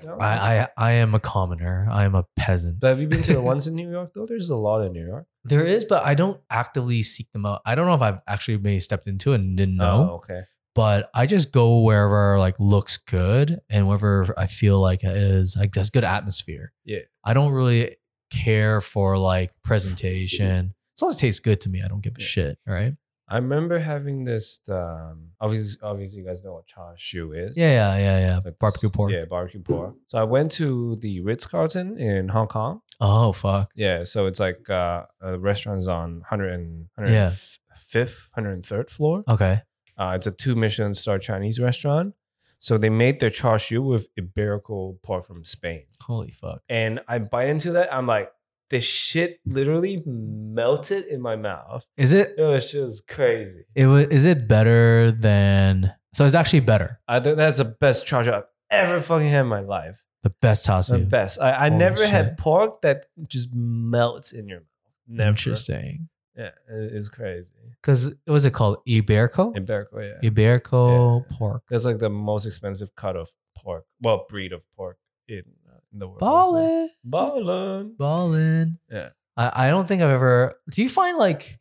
[SPEAKER 2] No?
[SPEAKER 1] I, I I am a commoner. I am a peasant.
[SPEAKER 2] but have you been to the ones in New York though? There's a lot in New York.
[SPEAKER 1] There is, but I don't actively seek them out. I don't know if I've actually maybe stepped into it and didn't know.
[SPEAKER 2] Oh, okay.
[SPEAKER 1] But I just go wherever like looks good and wherever I feel like it is like there's good atmosphere.
[SPEAKER 2] Yeah.
[SPEAKER 1] I don't really care for like presentation. As long as it tastes good to me, I don't give a
[SPEAKER 2] Yeah.
[SPEAKER 1] shit. Right?
[SPEAKER 2] I remember having this. Um, obviously, obviously, you guys know what char siu is.
[SPEAKER 1] Yeah, yeah, yeah, yeah.
[SPEAKER 2] That's-
[SPEAKER 1] Barbecue pork.
[SPEAKER 2] Yeah, barbecue pork. So I went to the Ritz Carlton in Hong Kong.
[SPEAKER 1] Oh fuck.
[SPEAKER 2] Yeah, so it's like uh, a restaurant's on 100 and,
[SPEAKER 1] Yeah.
[SPEAKER 2] 105th, 103rd floor.
[SPEAKER 1] Okay.
[SPEAKER 2] Uh, it's a two Michelin star Chinese restaurant. So they made their char siu with Iberical pork from Spain.
[SPEAKER 1] Holy fuck.
[SPEAKER 2] And I bite into that. I'm like, this shit literally melted in my mouth.
[SPEAKER 1] Is it?
[SPEAKER 2] It was just crazy.
[SPEAKER 1] It was. Is it better than? So it's actually better.
[SPEAKER 2] I think that's the best char siu I've ever fucking had in my life.
[SPEAKER 1] The best
[SPEAKER 2] The
[SPEAKER 1] tasu.
[SPEAKER 2] best. I, I
[SPEAKER 1] Holy
[SPEAKER 2] never
[SPEAKER 1] shit.
[SPEAKER 2] had pork that just melts in your mouth. Never.
[SPEAKER 1] Interesting.
[SPEAKER 2] Yeah, it- it's crazy.
[SPEAKER 1] Because what was it called? Iberico.
[SPEAKER 2] Iberico, yeah.
[SPEAKER 1] Iberico
[SPEAKER 2] Yeah.
[SPEAKER 1] pork.
[SPEAKER 2] That's like the most expensive cut of pork, well, breed of pork in, uh, in the world.
[SPEAKER 1] Ballin.
[SPEAKER 2] Ballin.
[SPEAKER 1] Ballin.
[SPEAKER 2] Yeah.
[SPEAKER 1] I, I don't think I've ever. Do you find like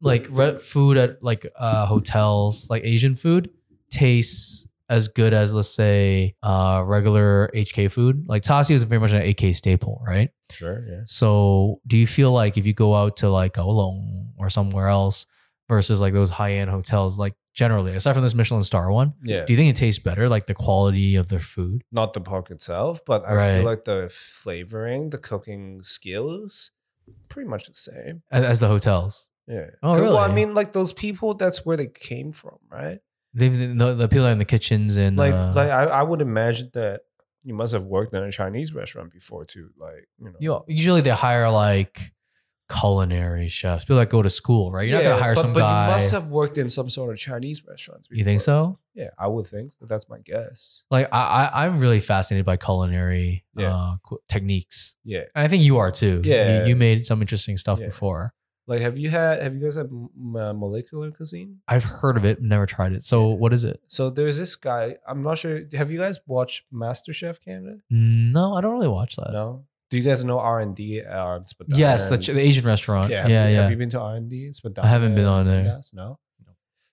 [SPEAKER 1] like re- food at like uh hotels like Asian food tastes as good as let's say uh regular HK food? Like Tasio is very much an AK staple, right?
[SPEAKER 2] Sure, yeah.
[SPEAKER 1] So do you feel like if you go out to like Kowloon or somewhere else versus like those high end hotels, like generally, aside from this Michelin star one,
[SPEAKER 2] Yeah.
[SPEAKER 1] do you think it tastes better? Like the quality of their food?
[SPEAKER 2] Not the pork itself, but I
[SPEAKER 1] Right.
[SPEAKER 2] feel like the flavoring, the cooking skills, pretty much the same.
[SPEAKER 1] as, as the hotels.
[SPEAKER 2] Yeah.
[SPEAKER 1] Oh,
[SPEAKER 2] Well, I
[SPEAKER 1] really?
[SPEAKER 2] mean, like those people, that's where they came from, right?
[SPEAKER 1] They've the, the people are in the kitchens and
[SPEAKER 2] like
[SPEAKER 1] uh,
[SPEAKER 2] like I, I would imagine that you must have worked in a Chinese restaurant before too. Like you know,
[SPEAKER 1] you know, usually they hire like culinary chefs, people that go to school, right? You're not gonna hire
[SPEAKER 2] but,
[SPEAKER 1] some
[SPEAKER 2] but
[SPEAKER 1] guy.
[SPEAKER 2] you must have worked in some sort of Chinese restaurants. Before.
[SPEAKER 1] you think so?
[SPEAKER 2] Yeah, I would think. So that's my guess.
[SPEAKER 1] Like I, I I'm really fascinated by culinary
[SPEAKER 2] Yeah.
[SPEAKER 1] uh, qu- techniques.
[SPEAKER 2] Yeah,
[SPEAKER 1] And I think you are too.
[SPEAKER 2] Yeah.
[SPEAKER 1] you, you made some interesting stuff
[SPEAKER 2] Yeah.
[SPEAKER 1] before.
[SPEAKER 2] like have you had? Have you guys had m- uh, molecular cuisine?
[SPEAKER 1] I've heard of it, never tried it. So
[SPEAKER 2] Yeah.
[SPEAKER 1] what is it?
[SPEAKER 2] So there's this guy. I'm not sure. Have you guys watched MasterChef Canada?
[SPEAKER 1] No, I don't really watch that.
[SPEAKER 2] No. Do you guys know R and D? Uh, Spadina
[SPEAKER 1] Uh, Yes, the,
[SPEAKER 2] and-
[SPEAKER 1] ch- the Asian restaurant. Yeah,
[SPEAKER 2] have
[SPEAKER 1] yeah.
[SPEAKER 2] you, Have you been to R and D?
[SPEAKER 1] I haven't been on there.
[SPEAKER 2] No.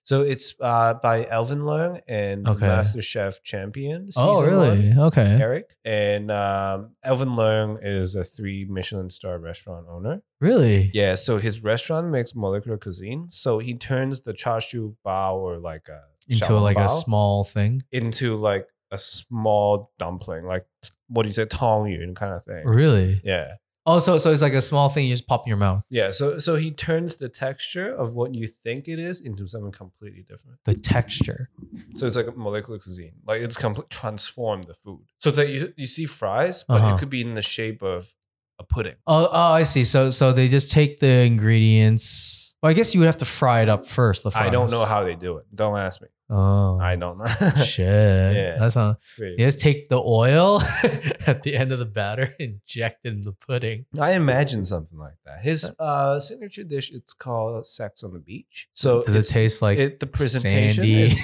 [SPEAKER 2] So it's uh, by Elvin Leung and
[SPEAKER 1] Okay.
[SPEAKER 2] Master Chef Champion.
[SPEAKER 1] oh,
[SPEAKER 2] season
[SPEAKER 1] really?
[SPEAKER 2] one,
[SPEAKER 1] Okay.
[SPEAKER 2] Eric and um, Elvin Leung is a three Michelin star restaurant owner.
[SPEAKER 1] Really?
[SPEAKER 2] Yeah, so his restaurant makes molecular cuisine. So he turns the char siu bao or like a
[SPEAKER 1] Into
[SPEAKER 2] xiaolong
[SPEAKER 1] like a
[SPEAKER 2] bao
[SPEAKER 1] small thing.
[SPEAKER 2] into like a small dumpling, like what do you say, tong yun kind of thing.
[SPEAKER 1] Really?
[SPEAKER 2] Yeah.
[SPEAKER 1] Oh, so so it's like a small thing you just pop in your mouth.
[SPEAKER 2] Yeah, so so he turns the texture of what you think it is into something completely different.
[SPEAKER 1] The texture.
[SPEAKER 2] So it's like a molecular cuisine, like it's complete transform the food. So it's like you you see fries, but
[SPEAKER 1] Uh-huh.
[SPEAKER 2] it could be in the shape of a pudding.
[SPEAKER 1] Oh, oh, I see. So so they just take the ingredients. Well, I guess you would have to fry it up first. The fries.
[SPEAKER 2] I don't know how they do it. Don't ask me.
[SPEAKER 1] Oh,
[SPEAKER 2] I don't know.
[SPEAKER 1] (laughs) Shit.
[SPEAKER 2] Yeah.
[SPEAKER 1] That's not.
[SPEAKER 2] (laughs) Really.
[SPEAKER 1] They just take the oil (laughs) at the end of the batter, (laughs) inject it in the pudding.
[SPEAKER 2] I imagine something like that. His uh, signature dish it's called sex on the beach. So
[SPEAKER 1] Does it
[SPEAKER 2] it's-
[SPEAKER 1] taste like?
[SPEAKER 2] it, the presentation
[SPEAKER 1] sandy? (laughs)
[SPEAKER 2] is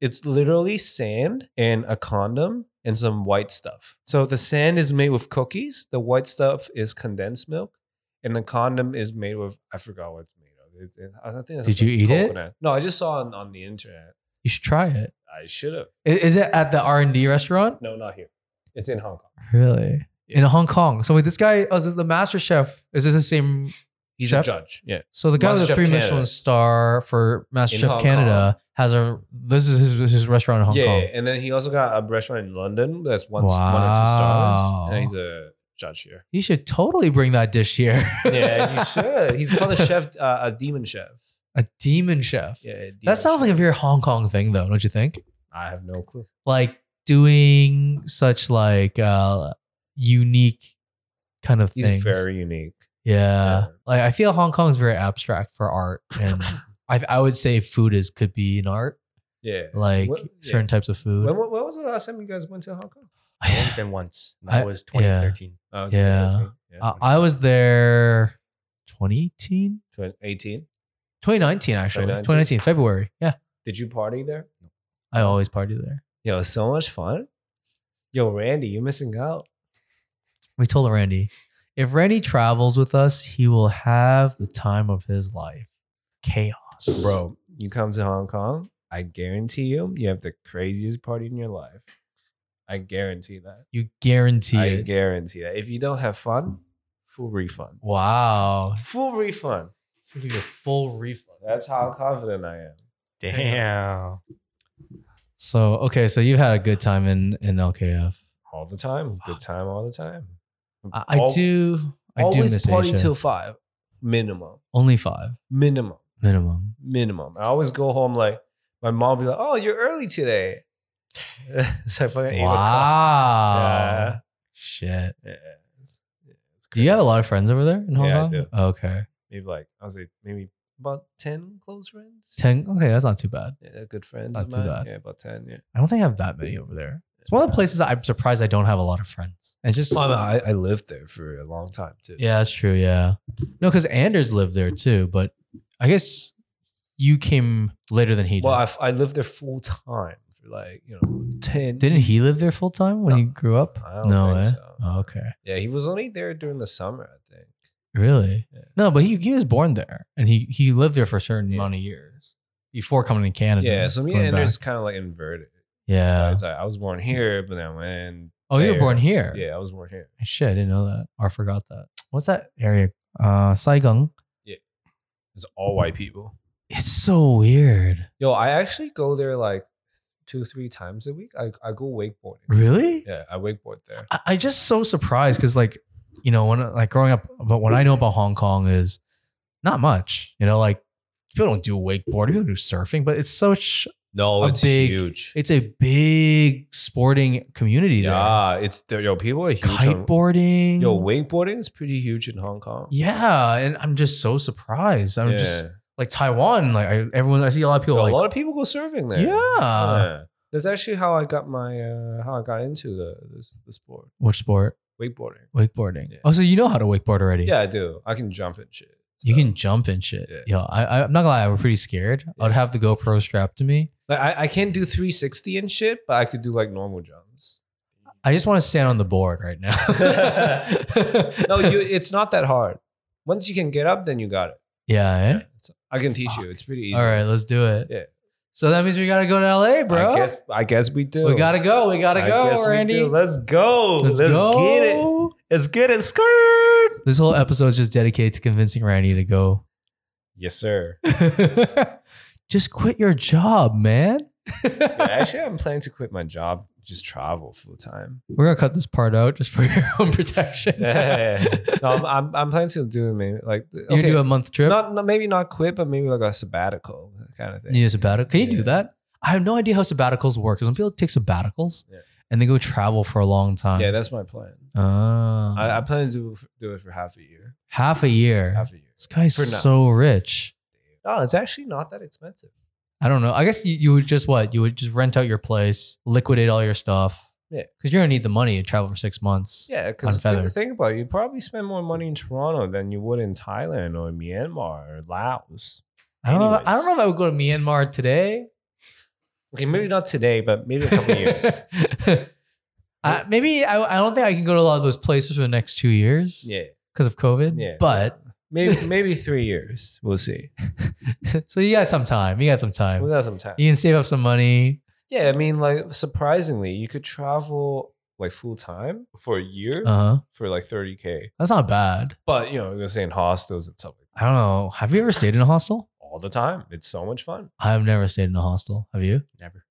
[SPEAKER 2] it's literally sand and a condom and some white stuff. So the sand is made with cookies, the white stuff is condensed milk, and the condom is made with I forgot what it's made of. It's, it, I think it's
[SPEAKER 1] Did you eat it?
[SPEAKER 2] coconut. No, I just saw it on the internet.
[SPEAKER 1] you should try it.
[SPEAKER 2] I should have.
[SPEAKER 1] I- Is, it at the R and D restaurant?
[SPEAKER 2] No, not here. It's in Hong Kong.
[SPEAKER 1] Really? In Hong Kong. So wait, this guy. Oh, is this the Master Chef? Is this the same?
[SPEAKER 2] He's
[SPEAKER 1] Chef?
[SPEAKER 2] a judge. Yeah.
[SPEAKER 1] So the guy with the
[SPEAKER 2] MasterChef
[SPEAKER 1] three
[SPEAKER 2] Canada.
[SPEAKER 1] Michelin star for Master
[SPEAKER 2] In
[SPEAKER 1] Chef
[SPEAKER 2] Hong
[SPEAKER 1] Canada has a. This is his, his restaurant in Hong
[SPEAKER 2] yeah,
[SPEAKER 1] Kong.
[SPEAKER 2] yeah, and then he also got a restaurant in London that's one, one or two
[SPEAKER 1] Wow.
[SPEAKER 2] stars, and he's a judge here.
[SPEAKER 1] He should totally bring that dish here. (laughs)
[SPEAKER 2] Yeah, he should. He's called a chef, uh, a demon chef.
[SPEAKER 1] a demon chef.
[SPEAKER 2] Yeah, demon
[SPEAKER 1] that sounds like a
[SPEAKER 2] chef.
[SPEAKER 1] very Hong Kong thing, though, don't you think?
[SPEAKER 2] I have no clue.
[SPEAKER 1] Like doing such like uh unique kind of
[SPEAKER 2] He's
[SPEAKER 1] things.
[SPEAKER 2] very unique.
[SPEAKER 1] yeah.
[SPEAKER 2] yeah.
[SPEAKER 1] Like I feel Hong Kong's very abstract for
[SPEAKER 2] (laughs)
[SPEAKER 1] art, and I I would say food is could be an art,
[SPEAKER 2] Yeah.
[SPEAKER 1] like
[SPEAKER 2] What- yeah.
[SPEAKER 1] certain types of food. (sighs)
[SPEAKER 2] When, when was the last time you guys went to Hong Kong?
[SPEAKER 3] I've only been once. and
[SPEAKER 1] I-
[SPEAKER 3] That was 2013.
[SPEAKER 2] Oh, okay,
[SPEAKER 1] Yeah. Uh,
[SPEAKER 2] okay, yeah.
[SPEAKER 1] I, I was there 2018,
[SPEAKER 2] Twen- 18.
[SPEAKER 1] 2019 actually,
[SPEAKER 2] 2019?
[SPEAKER 1] 2019 February. Yeah,
[SPEAKER 2] Did you party there?
[SPEAKER 1] I
[SPEAKER 2] Oh.
[SPEAKER 1] always party there.
[SPEAKER 2] Yo, it was so much fun. Yo, Randy, you're missing out.
[SPEAKER 1] We told Randy, if Randy travels with us, he will have the time of his life. Chaos.
[SPEAKER 2] Bro, you come to Hong Kong, I guarantee you, you have the craziest party in your life. I guarantee that.
[SPEAKER 1] You guarantee
[SPEAKER 2] I
[SPEAKER 1] it.
[SPEAKER 2] guarantee that. If you don't have fun, full refund.
[SPEAKER 1] wow.
[SPEAKER 2] Full refund.
[SPEAKER 1] to give you a full refund.
[SPEAKER 2] That's how confident I am.
[SPEAKER 3] Damn.
[SPEAKER 1] So okay, so you've had a good time in in LKF.
[SPEAKER 2] All the time. Good time all the time.
[SPEAKER 1] I, I
[SPEAKER 2] Al-
[SPEAKER 1] do. I do
[SPEAKER 2] always
[SPEAKER 1] miss
[SPEAKER 2] party
[SPEAKER 1] Asia.
[SPEAKER 2] till five. Minimum.
[SPEAKER 1] Only five
[SPEAKER 2] Minimum.
[SPEAKER 1] minimum.
[SPEAKER 2] Minimum. I always go home like my mom be like, Oh, you're early today. (laughs) it's like fucking eight o'clock.
[SPEAKER 1] Wow.
[SPEAKER 2] Yeah.
[SPEAKER 1] Shit.
[SPEAKER 2] Yeah. it's- yeah, it's
[SPEAKER 1] Do you have a
[SPEAKER 2] crazy.
[SPEAKER 1] lot of friends over there in Hong
[SPEAKER 2] Yeah, I
[SPEAKER 1] Kong?
[SPEAKER 2] do.
[SPEAKER 1] Okay.
[SPEAKER 2] maybe like I was like maybe about ten close friends.
[SPEAKER 1] Ten. Okay, that's not too bad.
[SPEAKER 2] Yeah, they're good friends.
[SPEAKER 1] Not
[SPEAKER 2] of
[SPEAKER 1] too
[SPEAKER 2] mine.
[SPEAKER 1] bad.
[SPEAKER 2] Yeah, about ten. Yeah.
[SPEAKER 1] I don't think I have that many over there. It's one of the places that I'm surprised I don't have a lot of friends. It's just
[SPEAKER 2] Well, no, I, I lived there for a long time too.
[SPEAKER 1] yeah, that's true. Yeah, no, because Anders lived there too, but I guess you came later than he did.
[SPEAKER 2] Well, I, f- I lived there full time for like you know ten.
[SPEAKER 1] Didn't he live there full time when
[SPEAKER 2] No.
[SPEAKER 1] he grew up?
[SPEAKER 2] I don't
[SPEAKER 1] no,
[SPEAKER 2] think
[SPEAKER 1] eh?
[SPEAKER 2] so.
[SPEAKER 1] Oh, okay,
[SPEAKER 2] Yeah, he was only there during the summer, I think.
[SPEAKER 1] really?
[SPEAKER 2] Yeah.
[SPEAKER 1] No, but he he was born there and he he lived there for a certain
[SPEAKER 2] Yeah.
[SPEAKER 1] amount of years before coming to Canada.
[SPEAKER 2] yeah, so me
[SPEAKER 1] Uh-huh. going
[SPEAKER 2] and
[SPEAKER 1] back.
[SPEAKER 2] Anders kind of like inverted.
[SPEAKER 1] Yeah.
[SPEAKER 2] It's like I was born here, but then when
[SPEAKER 1] Oh, you were
[SPEAKER 2] there.
[SPEAKER 1] born here.
[SPEAKER 2] yeah, I was born here.
[SPEAKER 1] Shit, I didn't know that. Or I forgot that. What's that area? Uh, Saigang.
[SPEAKER 2] It's all white people.
[SPEAKER 1] It's so weird.
[SPEAKER 2] Yo, I actually go there like two, three times a week. I I go wakeboarding.
[SPEAKER 1] Really?
[SPEAKER 2] Yeah, I wakeboard there.
[SPEAKER 1] I, I just so surprised because like you know when like growing up, but what I know about Hong Kong is not much. You know, like people don't do wakeboarding, people do surfing, but it's such
[SPEAKER 2] No,
[SPEAKER 1] A big-
[SPEAKER 2] huge.
[SPEAKER 1] it's a big sporting community
[SPEAKER 2] yeah, it's there. Yo, people are huge.
[SPEAKER 1] there.
[SPEAKER 2] on-
[SPEAKER 1] Kiteboarding.
[SPEAKER 2] Yo, wakeboarding is pretty huge in Hong Kong.
[SPEAKER 1] yeah, and I'm just so surprised. I'm
[SPEAKER 2] Yeah.
[SPEAKER 1] just like Taiwan. Like I, everyone, I see a lot of people
[SPEAKER 2] Yo,
[SPEAKER 1] like
[SPEAKER 2] a lot of people go surfing there.
[SPEAKER 1] yeah.
[SPEAKER 2] Yeah. That's actually how I got my uh, how I got into the this the sport
[SPEAKER 1] Which sport?
[SPEAKER 2] wakeboarding.
[SPEAKER 1] Wakeboarding.
[SPEAKER 2] Yeah.
[SPEAKER 1] Oh, so you know how to wakeboard already?
[SPEAKER 2] Yeah, I do. I can jump and shit.
[SPEAKER 1] You
[SPEAKER 2] So,
[SPEAKER 1] can jump and shit.
[SPEAKER 2] Yeah.
[SPEAKER 1] Yo, I, I, I'm not gonna lie, I was pretty scared. I'd have the GoPro strapped to me.
[SPEAKER 2] like I, I can't do 360 and shit, but I could do like normal jumps.
[SPEAKER 1] I just want to stand on the board right now.
[SPEAKER 2] (laughs)
[SPEAKER 1] (laughs)
[SPEAKER 2] No, you it's not that hard. Once you can get up, then you got it.
[SPEAKER 1] Yeah.
[SPEAKER 2] It's- I can teach you. It's pretty
[SPEAKER 1] Eh?
[SPEAKER 2] easy.
[SPEAKER 1] All right, let's do it.
[SPEAKER 2] Yeah.
[SPEAKER 1] So that means we gotta go to LA, bro.
[SPEAKER 2] I guess I guess we do.
[SPEAKER 1] we gotta go. We gotta
[SPEAKER 2] I guess
[SPEAKER 1] go,
[SPEAKER 2] we
[SPEAKER 1] Randy.
[SPEAKER 2] do. Let's go.
[SPEAKER 1] Let's, go.
[SPEAKER 2] Let's get it. Skirt.
[SPEAKER 1] This whole episode is just dedicated to convincing Randy to go. (laughs)
[SPEAKER 2] Yes, sir.
[SPEAKER 1] just quit your job, man.
[SPEAKER 2] Yeah, actually, I'm planning to quit my job, just travel full time.
[SPEAKER 1] (laughs) We're gonna cut this part out just for your own protection. (laughs)
[SPEAKER 2] (laughs) Yeah. No, I'm, I'm, I'm planning to do it, maybe like okay,
[SPEAKER 1] You do a month trip.
[SPEAKER 2] not, not maybe not quit, but maybe like a sabbatical kind of thing.
[SPEAKER 1] You need a sabbatical. Can you do
[SPEAKER 2] Yeah.
[SPEAKER 1] that? I have no idea how sabbaticals work. Because when people take sabbaticals
[SPEAKER 2] Yeah.
[SPEAKER 1] and they go travel for a long time,
[SPEAKER 2] Yeah, that's my plan.
[SPEAKER 1] Ah.
[SPEAKER 2] I, I plan to do, do it for half a year.
[SPEAKER 1] half a year.
[SPEAKER 2] Half a year.
[SPEAKER 1] this guy's
[SPEAKER 2] for now.
[SPEAKER 1] so rich.
[SPEAKER 2] No, it's actually not that expensive.
[SPEAKER 1] I don't know. I guess you, you would just what you would just rent out your place, liquidate all your stuff.
[SPEAKER 2] Yeah.
[SPEAKER 1] because you're gonna need the money to travel for six months.
[SPEAKER 2] Yeah, because think,
[SPEAKER 1] Unfeathered.
[SPEAKER 2] think about it, you probably spend more money in Toronto than you would in Thailand or Myanmar or Laos.
[SPEAKER 1] I don't know. I
[SPEAKER 2] Anyways.
[SPEAKER 1] don't know if I would go to Myanmar today.
[SPEAKER 2] Okay, maybe not today, but maybe a
[SPEAKER 1] (laughs)
[SPEAKER 2] couple years.
[SPEAKER 1] Uh, maybe I, I don't think I can go to a lot of those places for the next two years
[SPEAKER 2] Yeah,
[SPEAKER 1] because of COVID.
[SPEAKER 2] yeah.
[SPEAKER 1] But (laughs)
[SPEAKER 2] maybe maybe three years. We'll see.
[SPEAKER 1] so you got some time. You got some
[SPEAKER 2] We
[SPEAKER 1] time.
[SPEAKER 2] got some time.
[SPEAKER 1] You can save up some money.
[SPEAKER 2] Yeah, I mean, like surprisingly, you could travel like full time for a year
[SPEAKER 1] Uh huh.
[SPEAKER 2] for like thirty k.
[SPEAKER 1] That's not bad.
[SPEAKER 2] But you know, you're gonna stay in hostels and stuff like
[SPEAKER 1] I don't know. Have you ever stayed in a hostel?
[SPEAKER 2] that all the time. It's so much fun.
[SPEAKER 1] I've never stayed in a hostel. Have you?
[SPEAKER 3] Never.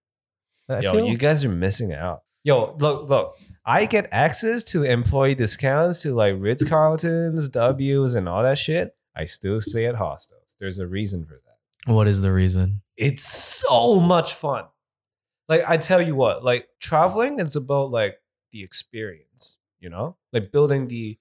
[SPEAKER 1] I
[SPEAKER 2] Yo,
[SPEAKER 1] feel-
[SPEAKER 2] you guys are missing out. Yo, look, look. I get access to employee discounts to like Ritz Carltons, W's, and all that shit. I still stay at hostels. There's a reason for that.
[SPEAKER 1] what is the reason?
[SPEAKER 2] It's so much fun. Like I tell you what, like traveling, it's about like the experience, you know? Like building the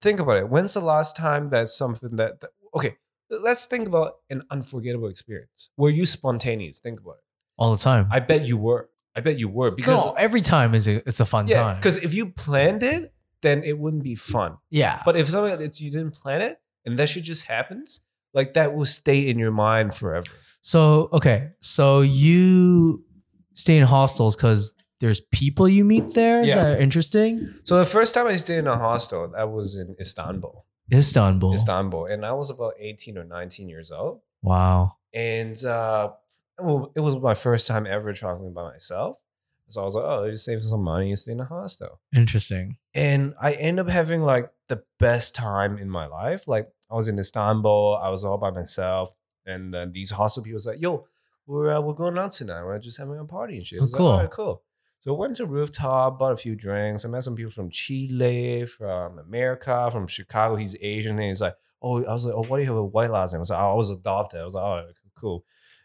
[SPEAKER 2] think about it. When's the last time that something that, that okay, let's think about an unforgettable experience. Were you spontaneous? Think about it.
[SPEAKER 1] All the time.
[SPEAKER 2] I bet you were. I bet you were because
[SPEAKER 1] no, every time is a, it's a fun
[SPEAKER 2] yeah,
[SPEAKER 1] time.
[SPEAKER 2] because if you planned it, then it wouldn't be fun.
[SPEAKER 1] yeah,
[SPEAKER 2] But if something that you didn't plan it and that shit just happens, like that will stay in your mind forever.
[SPEAKER 1] So okay, so you stay in hostels because there's people you meet there
[SPEAKER 2] Yeah.
[SPEAKER 1] that are interesting.
[SPEAKER 2] So the first time I stayed in a hostel, that was in Istanbul,
[SPEAKER 1] Istanbul.
[SPEAKER 2] Istanbul, and I was about eighteen or nineteen years old,
[SPEAKER 1] Wow.
[SPEAKER 2] and uh, well, it was my first time ever traveling by myself. So I was like, oh, they just save some money and stay in a hostel.
[SPEAKER 1] Interesting.
[SPEAKER 2] and I end up having like the best time in my life. Like I was in Istanbul. I was all by myself, and then these hostel people was like, "Yo, we're uh, we're going out tonight. We're just having a party and shit."
[SPEAKER 1] Oh,
[SPEAKER 2] I was like,
[SPEAKER 1] cool.
[SPEAKER 2] "Alright, cool. So went to rooftop, bought a few drinks. I met some people from Chile, from America, from Chicago. He's Asian, and he's like, "Oh, I was like, oh, why do you have a white last name?" I was like, "Oh, I was adopted." I was like, "Oh, cool."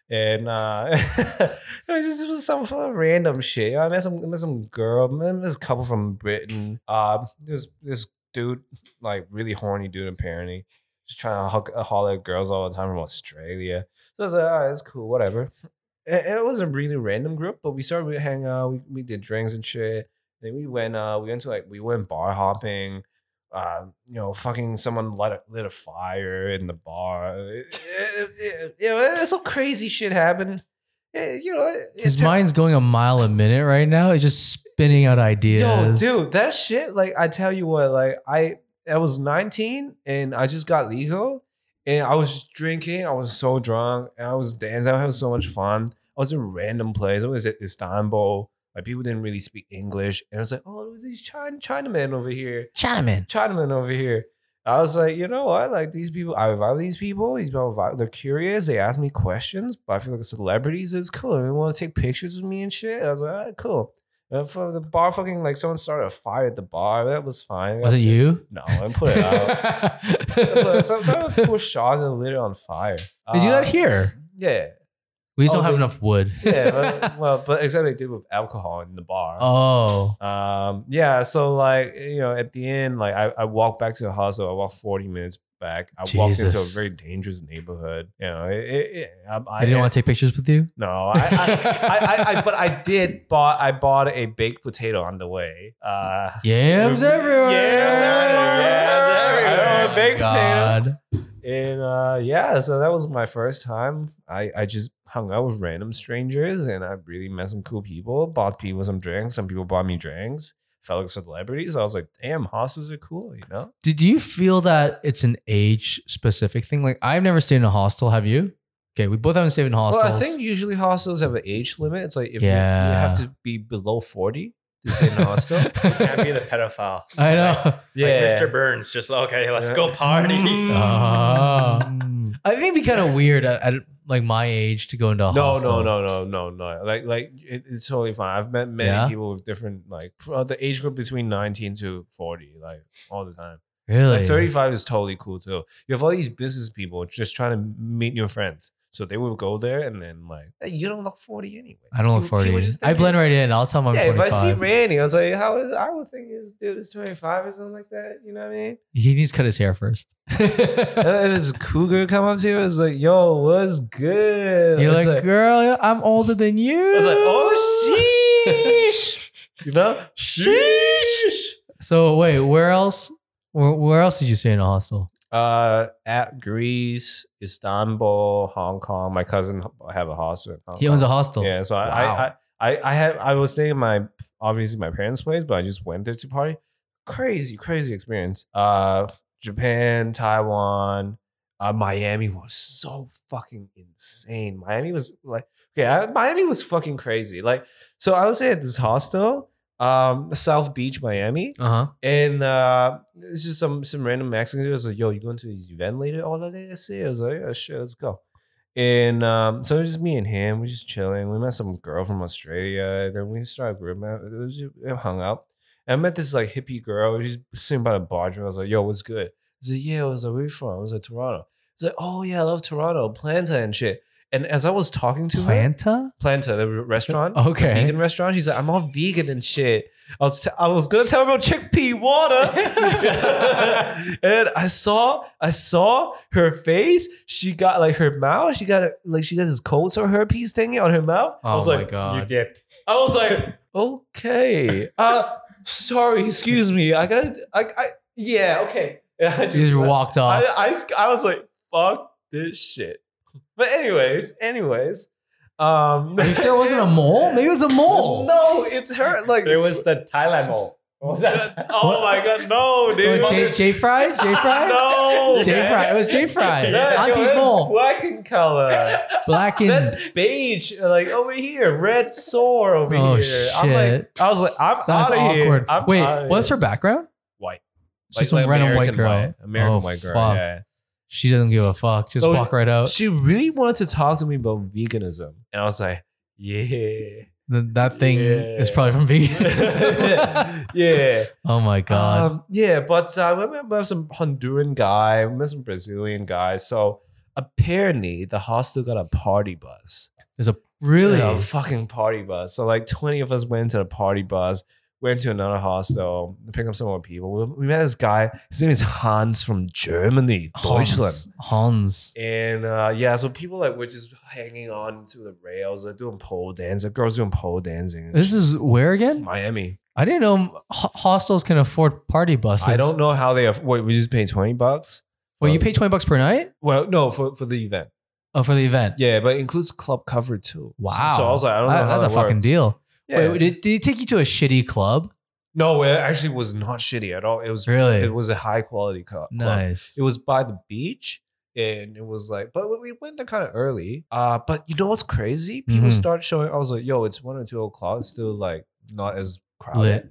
[SPEAKER 2] And uh, (laughs) it was just it was some fucking random shit. I met some I met some girl, I met this couple from Britain. Um, this this dude, like really horny dude, apparently, just trying to hook, holler at girls all the time from Australia. So I was like, all right, that's cool, whatever. It, it was a really random group, but we started we hang out, we, we did drinks and shit. Then we went uh we went to like we went bar hopping. Uh, you know, fucking someone lit a, lit a fire in the bar. It, it, it- it- some crazy shit happened. Eh, you know, it- it
[SPEAKER 1] His
[SPEAKER 2] turned-
[SPEAKER 1] mind's going a mile a minute right now. It's just spinning out ideas.
[SPEAKER 2] Yo, dude, that shit, like I tell you what, like I I was 19 and I just got legal and I was drinking, I was so drunk, and I was dancing, I had so much fun. I was in random place. I was at Istanbul. Like people didn't really speak English. And I was like, oh, there's these Chin- Chinamen over here.
[SPEAKER 1] Chinaman.
[SPEAKER 2] Chinaman over here. I was like, you know what? Like these people, I vibe with these people. These people, vibe- they're curious. They ask me questions, but I feel like celebrities is cool. They want to take pictures with me and shit. I was like, all right, cool. And for the bar, fucking like someone started a fire at the bar. That was fine.
[SPEAKER 1] Was it you?
[SPEAKER 2] No, I put
[SPEAKER 1] (laughs)
[SPEAKER 2] it out. But some someone pushed shots and lit it on fire.
[SPEAKER 1] They do that
[SPEAKER 2] Uh,
[SPEAKER 1] here.
[SPEAKER 2] Yeah,
[SPEAKER 1] We just
[SPEAKER 2] oh,
[SPEAKER 1] don't have
[SPEAKER 2] they-
[SPEAKER 1] enough wood.
[SPEAKER 2] yeah. well, well, but except they did with alcohol in the bar.
[SPEAKER 1] (laughs) oh.
[SPEAKER 2] Um, yeah, so like eh, you know, at the end, like I, I walked back to the hostel. I walked forty minutes back. I walked into a
[SPEAKER 1] Jesus.
[SPEAKER 2] very dangerous neighborhood. You know, it, it, it- I, I
[SPEAKER 1] I didn't want to take pictures with you.
[SPEAKER 2] No, I, I, I, I, I, but I did bought. I bought a baked potato on the way. Uh,
[SPEAKER 1] (laughs) Yams everywhere. Oh,
[SPEAKER 2] Yams everywhere. Yams everywhere. I want a baked
[SPEAKER 1] God.
[SPEAKER 2] and uh, yeah, so that was my first time. I, I just hung out with random strangers and I really met some cool people. Bought people some drinks. Some people bought me drinks. Felt like celebrities. I was like, damn, hostels are cool. You know.
[SPEAKER 1] Did you feel that it's an age specific thing? Like I've never stayed in a hostel. Have you? Okay, we both haven't stayed in hostels.
[SPEAKER 2] Well, I think usually hostels have an age limit. It's like if you- you,
[SPEAKER 1] Yeah.
[SPEAKER 2] have to be below 40 to stay in a
[SPEAKER 1] (laughs)
[SPEAKER 2] hostel.
[SPEAKER 3] Can't be the pedophile.
[SPEAKER 1] I know.
[SPEAKER 3] Like Mr. Burns, just okay, let's go party.
[SPEAKER 1] Ah. I think it'd be kind of weird at, at like my age to go into a
[SPEAKER 2] No,
[SPEAKER 1] hostel.
[SPEAKER 2] no, no, no, no, no. Like, like it, it's totally fine. I've met many
[SPEAKER 1] Yeah?
[SPEAKER 2] people with different, like, pr- uh, the age group between 19 to 40, like, all the time.
[SPEAKER 1] Really?
[SPEAKER 2] Like, 35 is totally cool, too. You have all these business people just trying to meet your friends. So they will go there and then, like, hey, you don't look 40 anyway.
[SPEAKER 1] I don't look
[SPEAKER 2] People-
[SPEAKER 1] forty.
[SPEAKER 2] people just
[SPEAKER 1] I
[SPEAKER 2] think
[SPEAKER 1] blend right in. I'll tell him I'm
[SPEAKER 2] Yeah, if I
[SPEAKER 1] 25.
[SPEAKER 2] see Randy, I was like, how is I would think this dude is 25 or something like that. You know what I mean?
[SPEAKER 1] he needs to cut his hair first.
[SPEAKER 2] (laughs) Uh, it was a cougar come up to you. It was like, yo, what's good?
[SPEAKER 1] You're
[SPEAKER 2] It's
[SPEAKER 1] like, girl, I'm older than you.
[SPEAKER 2] I was like, oh, sheesh. you know? Sheesh.
[SPEAKER 1] (laughs) So wait, where else? Where, where else did you stay in a hostel?
[SPEAKER 2] Uh, at Greece, Istanbul, Hong Kong. My cousin have a hostel. in Hong
[SPEAKER 1] He owns a
[SPEAKER 2] Kong.
[SPEAKER 1] hostel.
[SPEAKER 2] Uh-huh. Yeah, so I,
[SPEAKER 1] Wow.
[SPEAKER 2] I, I, I, I had I was staying in my obviously my parents' place, but I just went there to party. Crazy, crazy experience. Uh, Japan, Taiwan, uh, Miami was so fucking insane. Miami was like, okay, I, Miami was fucking crazy. Like, so I was at this hostel, um, South Beach, Miami,
[SPEAKER 1] Uh huh.
[SPEAKER 2] and uh, it's just some some random Mexican dude was like, "Yo, you going to this event later? All of this?" I was like, "Yeah, sure, let's go." And um, so it was just me and him. We just chilling. We met some girl from Australia. Then we started group. Met, it was just, it hung up. And I met this like hippie girl. She's sitting by the bar. I was like, "Yo, what's good?" I was like, "Yeah." I was like, "Where you from?" I was like, "Toronto." I was like, "Oh yeah, I love Toronto, Planta and shit." And as I was talking to her,
[SPEAKER 1] Planta?
[SPEAKER 2] Planta, the r-
[SPEAKER 1] (laughs)
[SPEAKER 2] restaurant,
[SPEAKER 1] Okay.
[SPEAKER 2] the vegan restaurant. She's like, I'm all vegan and shit. I was, t- I was gonna tell her about chickpea water, (laughs) and I saw, I saw her face. She got like her mouth. She got a, like she got this cold sore herpes thingy on her mouth. I
[SPEAKER 1] Oh
[SPEAKER 2] was
[SPEAKER 1] my
[SPEAKER 2] like,
[SPEAKER 1] God.
[SPEAKER 3] You dipped.
[SPEAKER 2] I was like, okay, uh, sorry, excuse me. I gotta, I, I yeah, okay. And I
[SPEAKER 1] You just walked off.
[SPEAKER 2] I, I, just- I was like, fuck this shit. But anyways, anyways. Um,
[SPEAKER 1] Are you sure it wasn't
[SPEAKER 2] (laughs)
[SPEAKER 1] a mole? Maybe it was a mole.
[SPEAKER 2] No, it's her. Like
[SPEAKER 3] There was the Thailand mole. What was that?
[SPEAKER 2] (laughs) Oh my god, no, dude.
[SPEAKER 1] Or J, J
[SPEAKER 2] (laughs)
[SPEAKER 1] Fry? J Fry?
[SPEAKER 2] No.
[SPEAKER 1] J
[SPEAKER 2] man.
[SPEAKER 1] Fry. It was J Fry.
[SPEAKER 2] Yeah,
[SPEAKER 1] Auntie's
[SPEAKER 2] that's
[SPEAKER 1] mole.
[SPEAKER 2] Black in color.
[SPEAKER 1] Black and
[SPEAKER 2] That's beige, like over here, red sore over
[SPEAKER 1] Oh,
[SPEAKER 2] here. I'm like,
[SPEAKER 1] shit.
[SPEAKER 2] I was like, I'm
[SPEAKER 1] that's
[SPEAKER 2] outta here.
[SPEAKER 1] awkward.
[SPEAKER 2] I'm
[SPEAKER 1] Wait,
[SPEAKER 2] outta
[SPEAKER 1] what's
[SPEAKER 2] here.
[SPEAKER 1] her background?
[SPEAKER 2] white?
[SPEAKER 1] She's some random white girl.
[SPEAKER 2] American
[SPEAKER 1] Oh,
[SPEAKER 2] white girl.
[SPEAKER 1] fuck.
[SPEAKER 2] Yeah.
[SPEAKER 1] She doesn't give a fuck. Just
[SPEAKER 2] Oh,
[SPEAKER 1] walk right out.
[SPEAKER 2] She really wanted to talk to me about veganism, and I was like,
[SPEAKER 1] (laughs)
[SPEAKER 2] yeah, (laughs)
[SPEAKER 1] Th- that thing is
[SPEAKER 2] Yeah.
[SPEAKER 1] probably from vegans.
[SPEAKER 2] (laughs) yeah,
[SPEAKER 1] oh my god.
[SPEAKER 2] Um, yeah, but uh, I met, met some Honduran guy, met some Brazilian guy. So apparently, the hostel got a party bus.
[SPEAKER 1] There's a really
[SPEAKER 2] a fucking party bus. So like twenty of us went to the party bus, went to another hostel, picked up some more people. We, we met this guy. His name is Hans from Germany, Uh, Deutschland.
[SPEAKER 1] Hans. Hans.
[SPEAKER 2] And uh, yeah, so people like were just hanging on to the rails, like doing pole dance, like girls doing pole dancing.
[SPEAKER 1] This is where again?
[SPEAKER 2] Miami.
[SPEAKER 1] I didn't know ho- hostels can afford party buses.
[SPEAKER 2] I don't know how they. Have, wait, we just pay twenty bucks.
[SPEAKER 1] Well, you pay twenty bucks per night.
[SPEAKER 2] Well, no, for, for the event.
[SPEAKER 1] Oh, for the event.
[SPEAKER 2] Yeah, but it includes club cover too.
[SPEAKER 1] Wow.
[SPEAKER 2] So, so I was like, I don't know.
[SPEAKER 1] That-
[SPEAKER 2] how
[SPEAKER 1] that's a
[SPEAKER 2] that
[SPEAKER 1] fucking
[SPEAKER 2] works.
[SPEAKER 1] deal.
[SPEAKER 2] Yeah.
[SPEAKER 1] Wait, did, did he take you to a shitty club?
[SPEAKER 2] no, it actually was not shitty at all. It was
[SPEAKER 1] Really?
[SPEAKER 2] it was a high quality club. club.
[SPEAKER 1] nice.
[SPEAKER 2] It was by the beach, and it was like, but we went there kind of early. Uh, but you know what's crazy? People
[SPEAKER 1] Mhm.
[SPEAKER 2] start showing. I was like, yo, it's one or two o'clock. It's still like not as crowded.
[SPEAKER 1] Lit.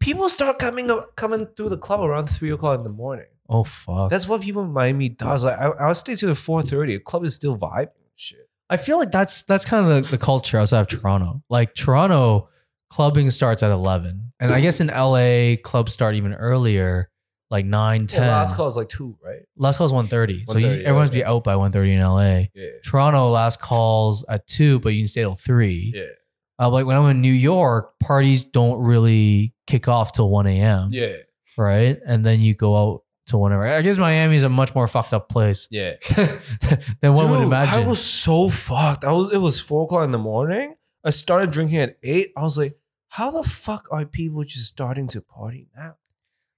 [SPEAKER 2] People start coming up, coming through the club around three o'clock in the morning.
[SPEAKER 1] Oh fuck.
[SPEAKER 2] That's what people in Miami does. Like I, I'll stay till four thirty. The club is still vibing. and Shit.
[SPEAKER 1] I feel like that's that's kind of the, the culture outside of Toronto. Like Toronto, clubbing starts at eleven, and
[SPEAKER 2] (laughs)
[SPEAKER 1] I guess in LA, clubs start even earlier, like 9, 10.
[SPEAKER 2] Yeah, last call is like two, right?
[SPEAKER 1] Last call is one thirty, so you,
[SPEAKER 2] 1:30,
[SPEAKER 1] everyone's
[SPEAKER 2] okay.
[SPEAKER 1] be out by one thirty in LA.
[SPEAKER 2] Yeah.
[SPEAKER 1] Toronto last calls at two, but you can stay till three.
[SPEAKER 2] Yeah.
[SPEAKER 1] Uh, like when I'm in New York, parties don't really kick off till one a.m.
[SPEAKER 2] Yeah.
[SPEAKER 1] right? And then you go out to whenever. I guess Miami is a much more fucked up place (laughs)
[SPEAKER 2] Yeah.
[SPEAKER 1] than one would
[SPEAKER 2] Dude,
[SPEAKER 1] imagine.
[SPEAKER 2] I was so fucked. I was it was four o'clock in the morning. I started drinking at eight. I was like, how the fuck are people just starting to party now?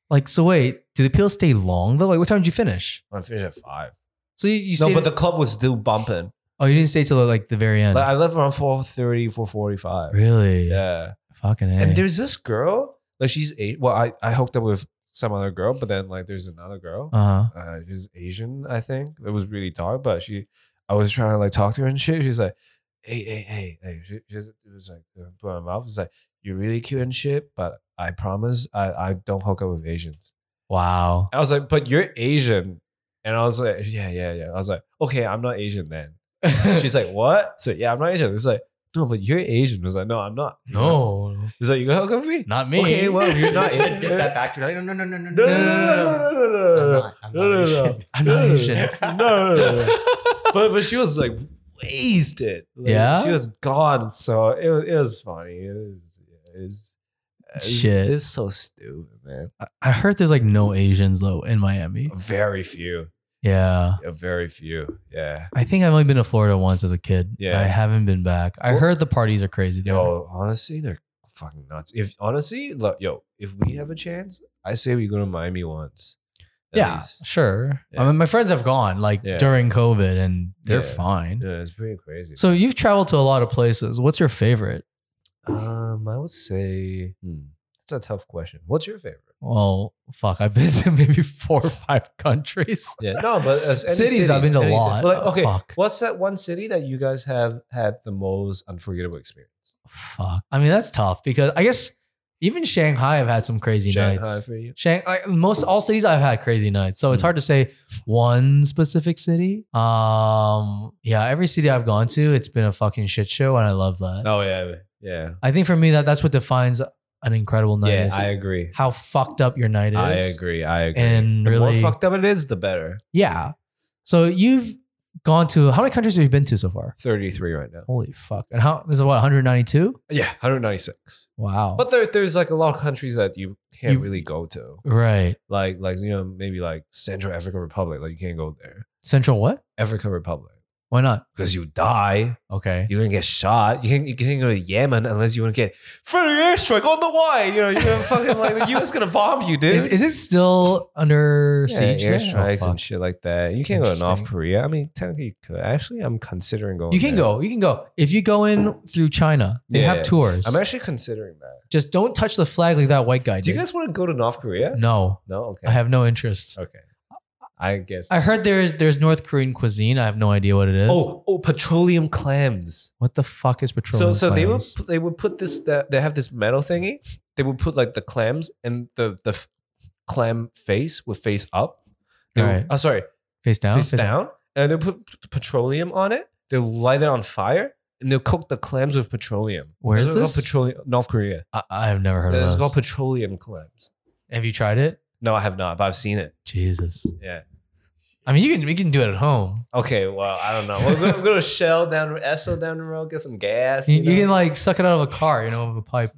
[SPEAKER 1] like, so wait, do the pills stay long though? Like, what time did you finish?
[SPEAKER 2] I finished at five.
[SPEAKER 1] So you, you
[SPEAKER 2] no,
[SPEAKER 1] stayed.
[SPEAKER 2] but the club was still bumping.
[SPEAKER 1] oh, you didn't stay till like the very end.
[SPEAKER 2] Like, I left around 4.30, 4.45.
[SPEAKER 1] really?
[SPEAKER 2] Yeah.
[SPEAKER 1] Fucking. A.
[SPEAKER 2] And there's this girl, like she's eight. Well, I, I hooked up with some other girl, but then like there's another girl.
[SPEAKER 1] uh huh.
[SPEAKER 2] uh, she's Asian, I think. It was really dark, but she, I was trying to like talk to her and shit. She's like, hey, hey, hey, hey. She, she was- it was like, uh, put her mouth. She's like, you're really cute and shit, but I promise I, I don't hook up with Asians.
[SPEAKER 1] Wow.
[SPEAKER 2] I was like, but you're Asian. And I was like, yeah, yeah, yeah. I was like, okay, I'm not Asian then. (laughs) She's like, what? So yeah, I'm not Asian. It's like, no, but you're Asian. I was like, no, I'm not.
[SPEAKER 1] (laughs) no,
[SPEAKER 2] He's like, you gonna hook up with me?
[SPEAKER 1] not me.
[SPEAKER 2] Okay, well, if you're (laughs) not
[SPEAKER 3] Get
[SPEAKER 2] in-
[SPEAKER 3] that back to her. Like, no, no, no, no,
[SPEAKER 2] No,
[SPEAKER 3] no, no,
[SPEAKER 2] no, no, no, no, no, no,
[SPEAKER 3] I'm
[SPEAKER 2] no.
[SPEAKER 3] not. I'm
[SPEAKER 2] No, no,
[SPEAKER 3] not
[SPEAKER 2] no.
[SPEAKER 3] Asian.
[SPEAKER 1] I'm not Asian.
[SPEAKER 2] (laughs) no, no, no, no. but but she was like wasted. Like,
[SPEAKER 1] Yeah?
[SPEAKER 2] she was gone. So it was it was funny. It was it was it's-
[SPEAKER 1] Shit.
[SPEAKER 2] It's so stupid, man.
[SPEAKER 1] I heard there's like no Asians though in Miami.
[SPEAKER 2] Very few.
[SPEAKER 1] Yeah.
[SPEAKER 2] Yeah, Very few. Yeah.
[SPEAKER 1] I think I've only been to Florida once as a kid.
[SPEAKER 2] Yeah.
[SPEAKER 1] I haven't been back. I
[SPEAKER 2] Well- oh,
[SPEAKER 1] heard the parties are crazy there.
[SPEAKER 2] Yo, honestly, they're fucking nuts. If honestly, look, yo, if we have a chance, I say we go to Miami once. at
[SPEAKER 1] yeah,
[SPEAKER 2] least.
[SPEAKER 1] sure.
[SPEAKER 2] Yeah.
[SPEAKER 1] I mean, my friends have gone like
[SPEAKER 2] Yeah.
[SPEAKER 1] during COVID and they're
[SPEAKER 2] Yeah.
[SPEAKER 1] fine.
[SPEAKER 2] Yeah, it's pretty crazy.
[SPEAKER 1] So you've traveled to a lot of places. What's your favorite?
[SPEAKER 2] um, I would say hmm, that's a tough question. What's your favorite?
[SPEAKER 1] Well, fuck, I've been (laughs) to maybe four or five countries.
[SPEAKER 2] Yeah, no, but as any
[SPEAKER 1] Cities, I've been to a
[SPEAKER 2] any
[SPEAKER 1] lot.
[SPEAKER 2] city. But, like,
[SPEAKER 1] Oh,
[SPEAKER 2] okay,
[SPEAKER 1] fuck.
[SPEAKER 2] what's that one city that you guys have had the most unforgettable experience?
[SPEAKER 1] Fuck. I mean, that's tough because I guess even Shanghai I've had some crazy
[SPEAKER 2] Shanghai
[SPEAKER 1] nights.
[SPEAKER 2] for you.
[SPEAKER 1] Shang, I, most all cities I've had crazy nights, so
[SPEAKER 2] Hmm.
[SPEAKER 1] it's hard to say one specific city. Um, yeah, every city I've gone to, it's been a fucking shit show, and I love that.
[SPEAKER 2] Oh yeah, yeah,
[SPEAKER 1] I think for me that that's what defines an incredible night.
[SPEAKER 2] yeah.
[SPEAKER 1] is
[SPEAKER 2] I agree.
[SPEAKER 1] how fucked up your night is.
[SPEAKER 2] I agree. I agree.
[SPEAKER 1] And
[SPEAKER 2] the
[SPEAKER 1] really,
[SPEAKER 2] more fucked up it is, the better.
[SPEAKER 1] yeah. So you've gone to how many countries have you been to so far?
[SPEAKER 2] Thirty-three right now.
[SPEAKER 1] Holy fuck! And how this is what 192?
[SPEAKER 2] Yeah, one hundred ninety-six.
[SPEAKER 1] Wow.
[SPEAKER 2] But there, there's like a lot of countries that you can't
[SPEAKER 1] Oh. You-
[SPEAKER 2] really go to,
[SPEAKER 1] right.
[SPEAKER 2] like like you know maybe like Central African Republic. Like you can't go there.
[SPEAKER 1] Central what?
[SPEAKER 2] African Republic
[SPEAKER 1] Why not?
[SPEAKER 2] because you die.
[SPEAKER 1] Okay.
[SPEAKER 2] You're gonna get shot. You can you can't go to Yemen unless you want to get friendly airstrike on the Y. You know, you're gonna fucking like the US gonna bomb you, dude.
[SPEAKER 1] Is, is it still under
[SPEAKER 2] yeah,
[SPEAKER 1] siege? there? Oh,
[SPEAKER 2] airstrikes
[SPEAKER 1] fuck.
[SPEAKER 2] and shit like that. You can't go to North
[SPEAKER 1] Interesting.
[SPEAKER 2] Korea. I mean, technically you could. Actually, I'm considering going.
[SPEAKER 1] You can
[SPEAKER 2] there.
[SPEAKER 1] go. You can go. If you go in through China, they
[SPEAKER 2] Yeah.
[SPEAKER 1] have tours.
[SPEAKER 2] I'm actually considering that.
[SPEAKER 1] Just don't touch the flag like that white guy
[SPEAKER 2] Do
[SPEAKER 1] did.
[SPEAKER 2] you guys want to go to North Korea?
[SPEAKER 1] no,
[SPEAKER 2] No. Okay.
[SPEAKER 1] I have no interest.
[SPEAKER 2] okay. I guess.
[SPEAKER 1] I heard there's there's North Korean cuisine. I have no idea what it is.
[SPEAKER 2] oh, oh, petroleum clams.
[SPEAKER 1] what the fuck is
[SPEAKER 2] So,
[SPEAKER 1] petroleum?
[SPEAKER 2] so they would
[SPEAKER 1] clams?
[SPEAKER 2] they would put this. That they have this metal thingy. They would put like the clams and the the f- clam face would face up. They would-
[SPEAKER 1] Right.
[SPEAKER 2] oh, sorry.
[SPEAKER 1] Face down.
[SPEAKER 2] face down, and they'll put p- petroleum on it. They'll light it on fire, and they'll cook the clams with petroleum.
[SPEAKER 1] Where is
[SPEAKER 2] Those are called
[SPEAKER 1] this?
[SPEAKER 2] Petroleum, North Korea.
[SPEAKER 1] I, I've never heard
[SPEAKER 2] It's
[SPEAKER 1] of those.
[SPEAKER 2] called petroleum clams.
[SPEAKER 1] Have you tried it?
[SPEAKER 2] No, I have not, but I've seen it.
[SPEAKER 1] Jesus.
[SPEAKER 2] Yeah.
[SPEAKER 1] I mean, you can you can do it at home.
[SPEAKER 2] Okay. Well, I don't know. We're gonna, we're gonna shell down, Esso down the road, get some gas.
[SPEAKER 1] You,
[SPEAKER 2] You,
[SPEAKER 1] you
[SPEAKER 2] know?
[SPEAKER 1] can like suck it out of a car, you know, of a pipe.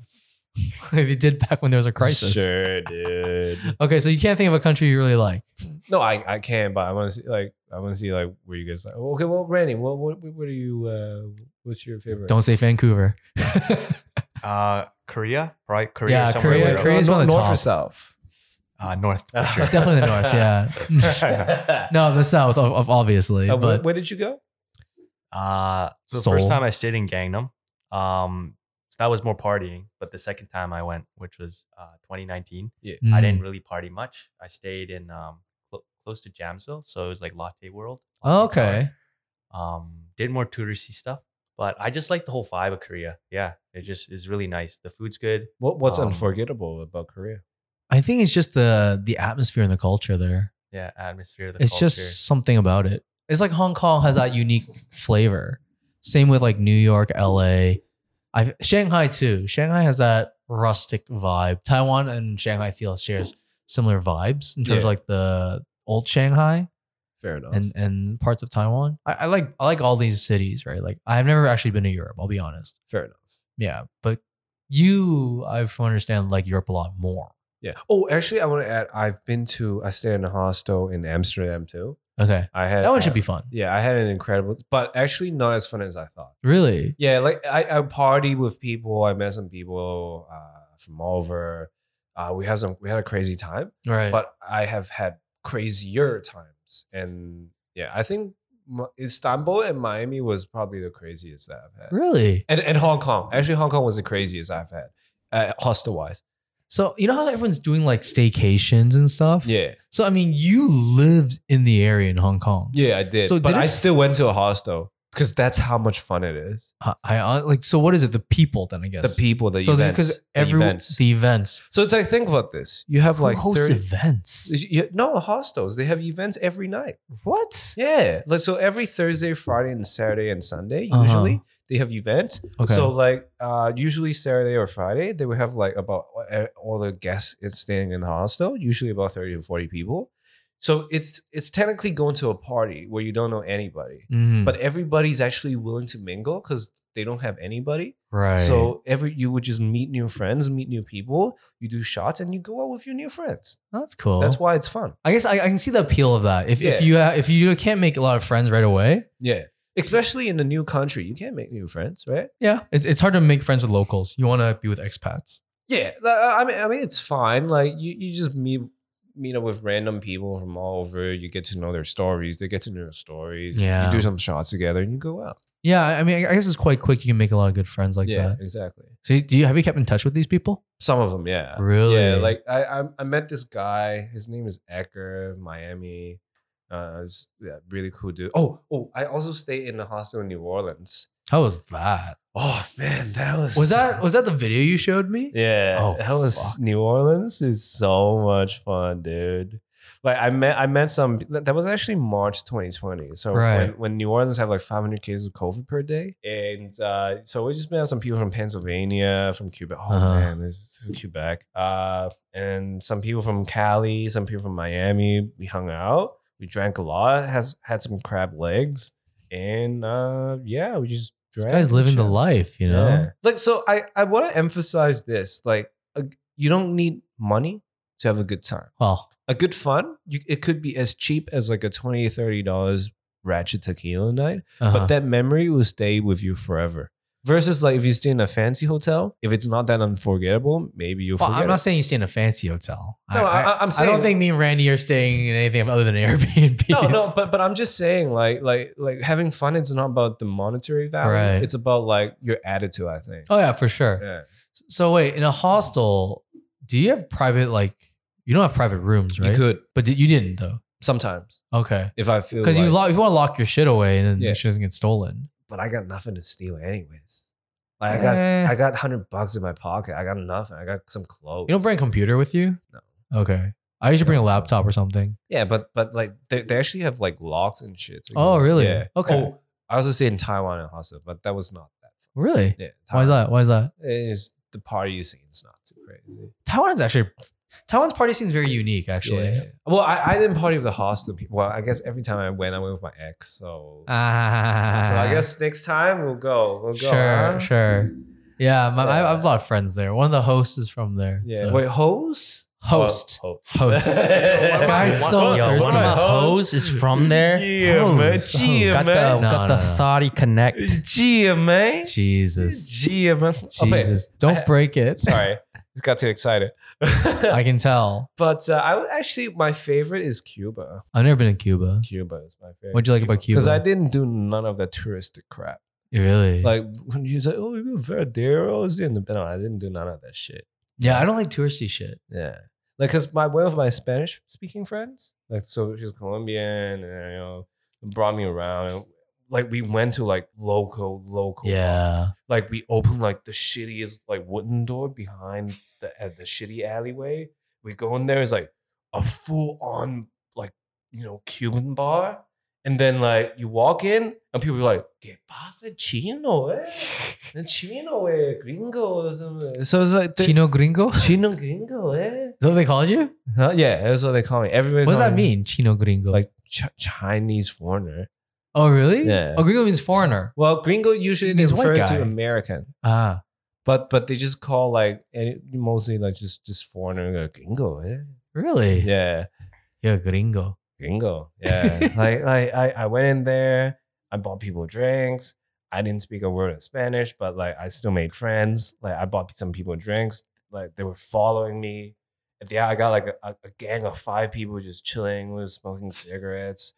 [SPEAKER 1] (laughs) if you did back when there was a crisis.
[SPEAKER 2] Sure, dude.
[SPEAKER 1] Okay, so you can't think of a country you really like.
[SPEAKER 2] no, I, I can, but I want to see like I want to see like where you guys. Like, okay, well, Randy, what what what are you? Uh, what's your favorite?
[SPEAKER 1] Don't say Vancouver. (laughs)
[SPEAKER 3] Uh, Korea, probably Korea.
[SPEAKER 1] Yeah,
[SPEAKER 3] somewhere
[SPEAKER 1] Korea-
[SPEAKER 3] where-
[SPEAKER 1] Korea- Korea's
[SPEAKER 2] no,
[SPEAKER 1] one of the
[SPEAKER 2] north or
[SPEAKER 1] top. (laughs)
[SPEAKER 2] south.
[SPEAKER 3] Uh, North. For sure.
[SPEAKER 1] Definitely the north. Yeah. no, the south, of, of obviously.
[SPEAKER 2] Uh, wh-
[SPEAKER 1] but
[SPEAKER 2] where did you go?
[SPEAKER 3] (laughs) Uh, so the
[SPEAKER 1] Seoul.
[SPEAKER 3] first time I stayed in Gangnam, um, so that was more partying. But the second time I went, which was uh, 2019, I
[SPEAKER 1] Mm.
[SPEAKER 3] didn't really party much. I stayed in um clo close to Jamsil, so it was like Latte World.
[SPEAKER 1] Oh,
[SPEAKER 3] Latte Tower.
[SPEAKER 1] okay.
[SPEAKER 3] Um, did more touristy stuff, but I just like the whole vibe of Korea. Yeah, it just is really nice. The food's good.
[SPEAKER 2] What what's
[SPEAKER 3] Um,
[SPEAKER 2] unforgettable about Korea?
[SPEAKER 1] I think it's just the the atmosphere and the culture there.
[SPEAKER 3] Yeah, atmosphere. The
[SPEAKER 1] it's
[SPEAKER 3] culture.
[SPEAKER 1] just something about it. It's like Hong Kong has that unique flavor. Same with like New York, LA. I Shanghai too. Shanghai has that rustic vibe. Taiwan and Shanghai feel shares similar vibes in terms of
[SPEAKER 2] Yeah.
[SPEAKER 1] like the old Shanghai
[SPEAKER 2] Fair enough.
[SPEAKER 1] and and parts of Taiwan. I, I like I like all these cities, right? Like I've never actually been to Europe, I'll be honest.
[SPEAKER 2] Fair enough.
[SPEAKER 1] Yeah. But you I from understand like Europe a lot more.
[SPEAKER 2] Yeah. Oh, actually, I want to add. I've been to. I stayed in a hostel in Amsterdam too.
[SPEAKER 1] Okay.
[SPEAKER 2] I had
[SPEAKER 1] That one
[SPEAKER 2] uh,
[SPEAKER 1] should be fun.
[SPEAKER 2] Yeah, I had an incredible, but actually not as fun as I thought.
[SPEAKER 1] Really?
[SPEAKER 2] Yeah, like I, I party with people. I met some people uh, from all over. Uh, we have some. We had a crazy time,
[SPEAKER 1] Right.
[SPEAKER 2] but I have had crazier times. And yeah, I think Mi- Istanbul and Miami was probably the craziest that I've had.
[SPEAKER 1] really?
[SPEAKER 2] And and Hong Kong. Actually, Hong Kong was the craziest I've had, uh, hostel wise.
[SPEAKER 1] So you know how everyone's doing like staycations and stuff.
[SPEAKER 2] Yeah,
[SPEAKER 1] So I mean, you lived in the area in Hong Kong.
[SPEAKER 2] yeah, I did.
[SPEAKER 1] So
[SPEAKER 2] but
[SPEAKER 1] did
[SPEAKER 2] I
[SPEAKER 1] it-
[SPEAKER 2] still went to a hostel because that's how much fun it is.
[SPEAKER 1] I, I like. So what is it? The people then I guess.
[SPEAKER 2] The people, the
[SPEAKER 1] so
[SPEAKER 2] events,
[SPEAKER 1] because
[SPEAKER 2] the
[SPEAKER 1] every
[SPEAKER 2] events.
[SPEAKER 1] the events.
[SPEAKER 2] so it's like think about this. You have like
[SPEAKER 1] Who hosts
[SPEAKER 2] 30
[SPEAKER 1] events?
[SPEAKER 2] You- no hostels. They have events every night.
[SPEAKER 1] What?
[SPEAKER 2] Yeah, like so every Thursday, Friday, and Saturday and Sunday
[SPEAKER 1] Uh-huh.
[SPEAKER 2] usually they have events.
[SPEAKER 1] Okay.
[SPEAKER 2] So like uh, usually Saturday or Friday they would have like about uh, all the guests is staying in the hostel, usually about thirty to forty people. So it's it's technically going to a party where you don't know anybody,
[SPEAKER 1] Mhm.
[SPEAKER 2] but everybody's actually willing to mingle because they don't have anybody.
[SPEAKER 1] right.
[SPEAKER 2] So every you would just meet new friends, meet new people, you do shots, and you go out with your new friends.
[SPEAKER 1] that's cool.
[SPEAKER 2] That's why it's fun.
[SPEAKER 1] I guess I, I can see the appeal of that. If
[SPEAKER 2] Yeah.
[SPEAKER 1] if you uh, if you can't make a lot of friends right away,
[SPEAKER 2] Yeah. Especially in a new country, you can't make new friends, right?
[SPEAKER 1] yeah, it's it's hard to make friends with locals. You want to be with expats.
[SPEAKER 2] Yeah, like, I I mean, I mean, it's fine. Like you, you just meet meet up with random people from all over. You get to know their stories. They get to know your stories.
[SPEAKER 1] Yeah.
[SPEAKER 2] you do some shots together, and you go out.
[SPEAKER 1] Yeah, I I mean, I guess it's quite quick. You can make a lot of good friends like
[SPEAKER 2] yeah,
[SPEAKER 1] that.
[SPEAKER 2] exactly.
[SPEAKER 1] So, do you have you kept in touch with these people?
[SPEAKER 2] Some of them, yeah,
[SPEAKER 1] Really?
[SPEAKER 2] yeah. Like I, I, I met this guy. His name is Ecker, Miami. Uh, just, yeah, really cool dude. Oh, oh, I also stayed in a hostel in New Orleans.
[SPEAKER 1] How was that?
[SPEAKER 2] Oh man, that was
[SPEAKER 1] Was that was that the video you showed me?
[SPEAKER 2] Yeah,
[SPEAKER 1] Oh,
[SPEAKER 2] that was
[SPEAKER 1] fuck.
[SPEAKER 2] New Orleans is so much fun, dude. Like I met, I met some. That that was actually March 2020. So
[SPEAKER 1] Right.
[SPEAKER 2] when, when New Orleans have like 500 cases of COVID per day, and uh, so we just met some people from Pennsylvania, from Quebec. Oh
[SPEAKER 1] Uh-huh.
[SPEAKER 2] man, this is Quebec. Uh, and some people from Cali, some people from Miami. We hung out. We drank a lot. Has had some crab legs, and uh, yeah, we just.
[SPEAKER 1] This
[SPEAKER 2] drank
[SPEAKER 1] guy's
[SPEAKER 2] and
[SPEAKER 1] living the
[SPEAKER 2] chill.
[SPEAKER 1] life, you know?
[SPEAKER 2] Yeah. Like, so I, I want to emphasize this. Like, uh, you don't need money to have a good time.
[SPEAKER 1] Well,
[SPEAKER 2] A good fun, you, it could be as cheap as like a $20, $30 ratchet tequila night,
[SPEAKER 1] uh-huh.
[SPEAKER 2] but that memory will stay with you forever. Versus, like, if you stay in a fancy hotel, if it's not that unforgettable, maybe you'll
[SPEAKER 1] Well,
[SPEAKER 2] forget.
[SPEAKER 1] I'm not
[SPEAKER 2] it.
[SPEAKER 1] saying you stay in a fancy hotel.
[SPEAKER 2] No, I- I'm
[SPEAKER 1] I
[SPEAKER 2] saying-
[SPEAKER 1] don't think me and Randy are staying in anything other than (laughs) Airbnb.
[SPEAKER 2] no, no, but but I'm just saying, like, like, like having fun. It's not about the monetary value.
[SPEAKER 1] Right.
[SPEAKER 2] It's about like your attitude. I think.
[SPEAKER 1] oh yeah, for sure.
[SPEAKER 2] Yeah.
[SPEAKER 1] So wait, in a hostel, do you have private like? You don't have private rooms, right?
[SPEAKER 2] You could
[SPEAKER 1] but did, you didn't though.
[SPEAKER 2] sometimes
[SPEAKER 1] Okay,
[SPEAKER 2] if I feel
[SPEAKER 1] because you
[SPEAKER 2] like-
[SPEAKER 1] lock, if you want to lock your shit away and then
[SPEAKER 2] Yeah.
[SPEAKER 1] it doesn't get stolen.
[SPEAKER 2] but I got nothing to steal anyways. Like I got
[SPEAKER 1] Eh.
[SPEAKER 2] I got hundred bucks in my pocket. I got nothing. I got some clothes.
[SPEAKER 1] You don't bring a computer with you.
[SPEAKER 2] No.
[SPEAKER 1] Okay. I usually bring a laptop or something.
[SPEAKER 2] Yeah, but but like they, they actually have like locks and shit. so you
[SPEAKER 1] Oh,
[SPEAKER 2] can-
[SPEAKER 1] really?
[SPEAKER 2] Yeah.
[SPEAKER 1] Okay.
[SPEAKER 2] Oh, I also stayed in Taiwan and Hasa, but that was not that. fun.
[SPEAKER 1] Really?
[SPEAKER 2] Yeah.
[SPEAKER 1] Why is that? Why is that?
[SPEAKER 2] It's the party scene's not too crazy.
[SPEAKER 1] Taiwan's actually Taiwan's party scene's very unique, actually.
[SPEAKER 2] Yeah. Well, I, I didn't party with the hostel people. Well, I guess every time I went, I went with my ex. So
[SPEAKER 1] Ah,
[SPEAKER 2] so I guess next time we'll go. We'll go.
[SPEAKER 1] sure,
[SPEAKER 2] huh?
[SPEAKER 1] sure. Yeah, my, I, I have
[SPEAKER 2] Yeah.
[SPEAKER 1] a lot of friends there. One of the hosts is from there.
[SPEAKER 2] Yeah.
[SPEAKER 1] so-
[SPEAKER 2] Wait, hose?
[SPEAKER 1] host.
[SPEAKER 2] Ho-
[SPEAKER 1] Host.
[SPEAKER 2] host.
[SPEAKER 3] (laughs)
[SPEAKER 1] This guy's so
[SPEAKER 3] Yo,
[SPEAKER 1] thirsty.
[SPEAKER 3] One of my hoes is (laughs) from there.
[SPEAKER 2] Yeah,
[SPEAKER 1] Hose. (laughs)
[SPEAKER 2] man.
[SPEAKER 1] Hose.
[SPEAKER 2] Yeah, man.
[SPEAKER 3] Got the
[SPEAKER 1] No,
[SPEAKER 3] got
[SPEAKER 1] no,
[SPEAKER 3] the
[SPEAKER 1] no.
[SPEAKER 3] thoughty connect.
[SPEAKER 2] Yeah, man.
[SPEAKER 1] Jesus,
[SPEAKER 2] Yeah, man. Okay.
[SPEAKER 1] Jesus, don't break it.
[SPEAKER 2] (laughs) Sorry, just got too excited.
[SPEAKER 1] (laughs) I can tell.
[SPEAKER 2] (laughs) but uh, I would actually, my favorite is Cuba.
[SPEAKER 1] I've never been to Cuba.
[SPEAKER 2] Cuba is my favorite.
[SPEAKER 1] What'd you like about Cuba?
[SPEAKER 2] Because I didn't do none of that touristic crap.
[SPEAKER 1] really
[SPEAKER 2] Like when you say, "Oh, you verderos," in the no, I didn't do none of that shit.
[SPEAKER 1] Yeah, I don't like touristy shit.
[SPEAKER 2] Yeah, like because my one of my Spanish speaking friends, like so she's Colombian, and you know, brought me around. And, like we went to like local, local.
[SPEAKER 1] Yeah.
[SPEAKER 2] like we open like the shittiest like wooden door behind the at the shitty alleyway. We go in there, it's like a full on like you know Cuban bar, and then like you walk in and people be like, "Que pasa chino, (laughs) eh? Chino, eh? Gringo." or something." So it's like the-
[SPEAKER 1] Chino gringo? Is
[SPEAKER 2] chino gringo, eh?
[SPEAKER 1] that what they called you?
[SPEAKER 2] Huh? Yeah, that's what they call me. Everybody.
[SPEAKER 1] What does
[SPEAKER 2] call
[SPEAKER 1] that
[SPEAKER 2] me
[SPEAKER 1] mean? Chino gringo.
[SPEAKER 2] Like Ch- Chinese foreigner.
[SPEAKER 1] oh really?
[SPEAKER 2] Yeah.
[SPEAKER 1] Oh, gringo means foreigner.
[SPEAKER 2] Well, gringo usually they
[SPEAKER 1] Means white
[SPEAKER 2] refer
[SPEAKER 1] guy.
[SPEAKER 2] to American.
[SPEAKER 1] Ah.
[SPEAKER 2] But but they just call like any, mostly like just just foreigner like, gringo, eh?
[SPEAKER 1] Really?
[SPEAKER 2] yeah,
[SPEAKER 1] Yeah, gringo.
[SPEAKER 2] gringo,
[SPEAKER 1] (laughs)
[SPEAKER 2] yeah. like like I, I went in there, I bought people drinks. I didn't speak a word of Spanish, but like I still made friends. Like I bought some people drinks. Like they were following me. At the end, I got like a, a- a gang of five people just chilling, we were smoking cigarettes.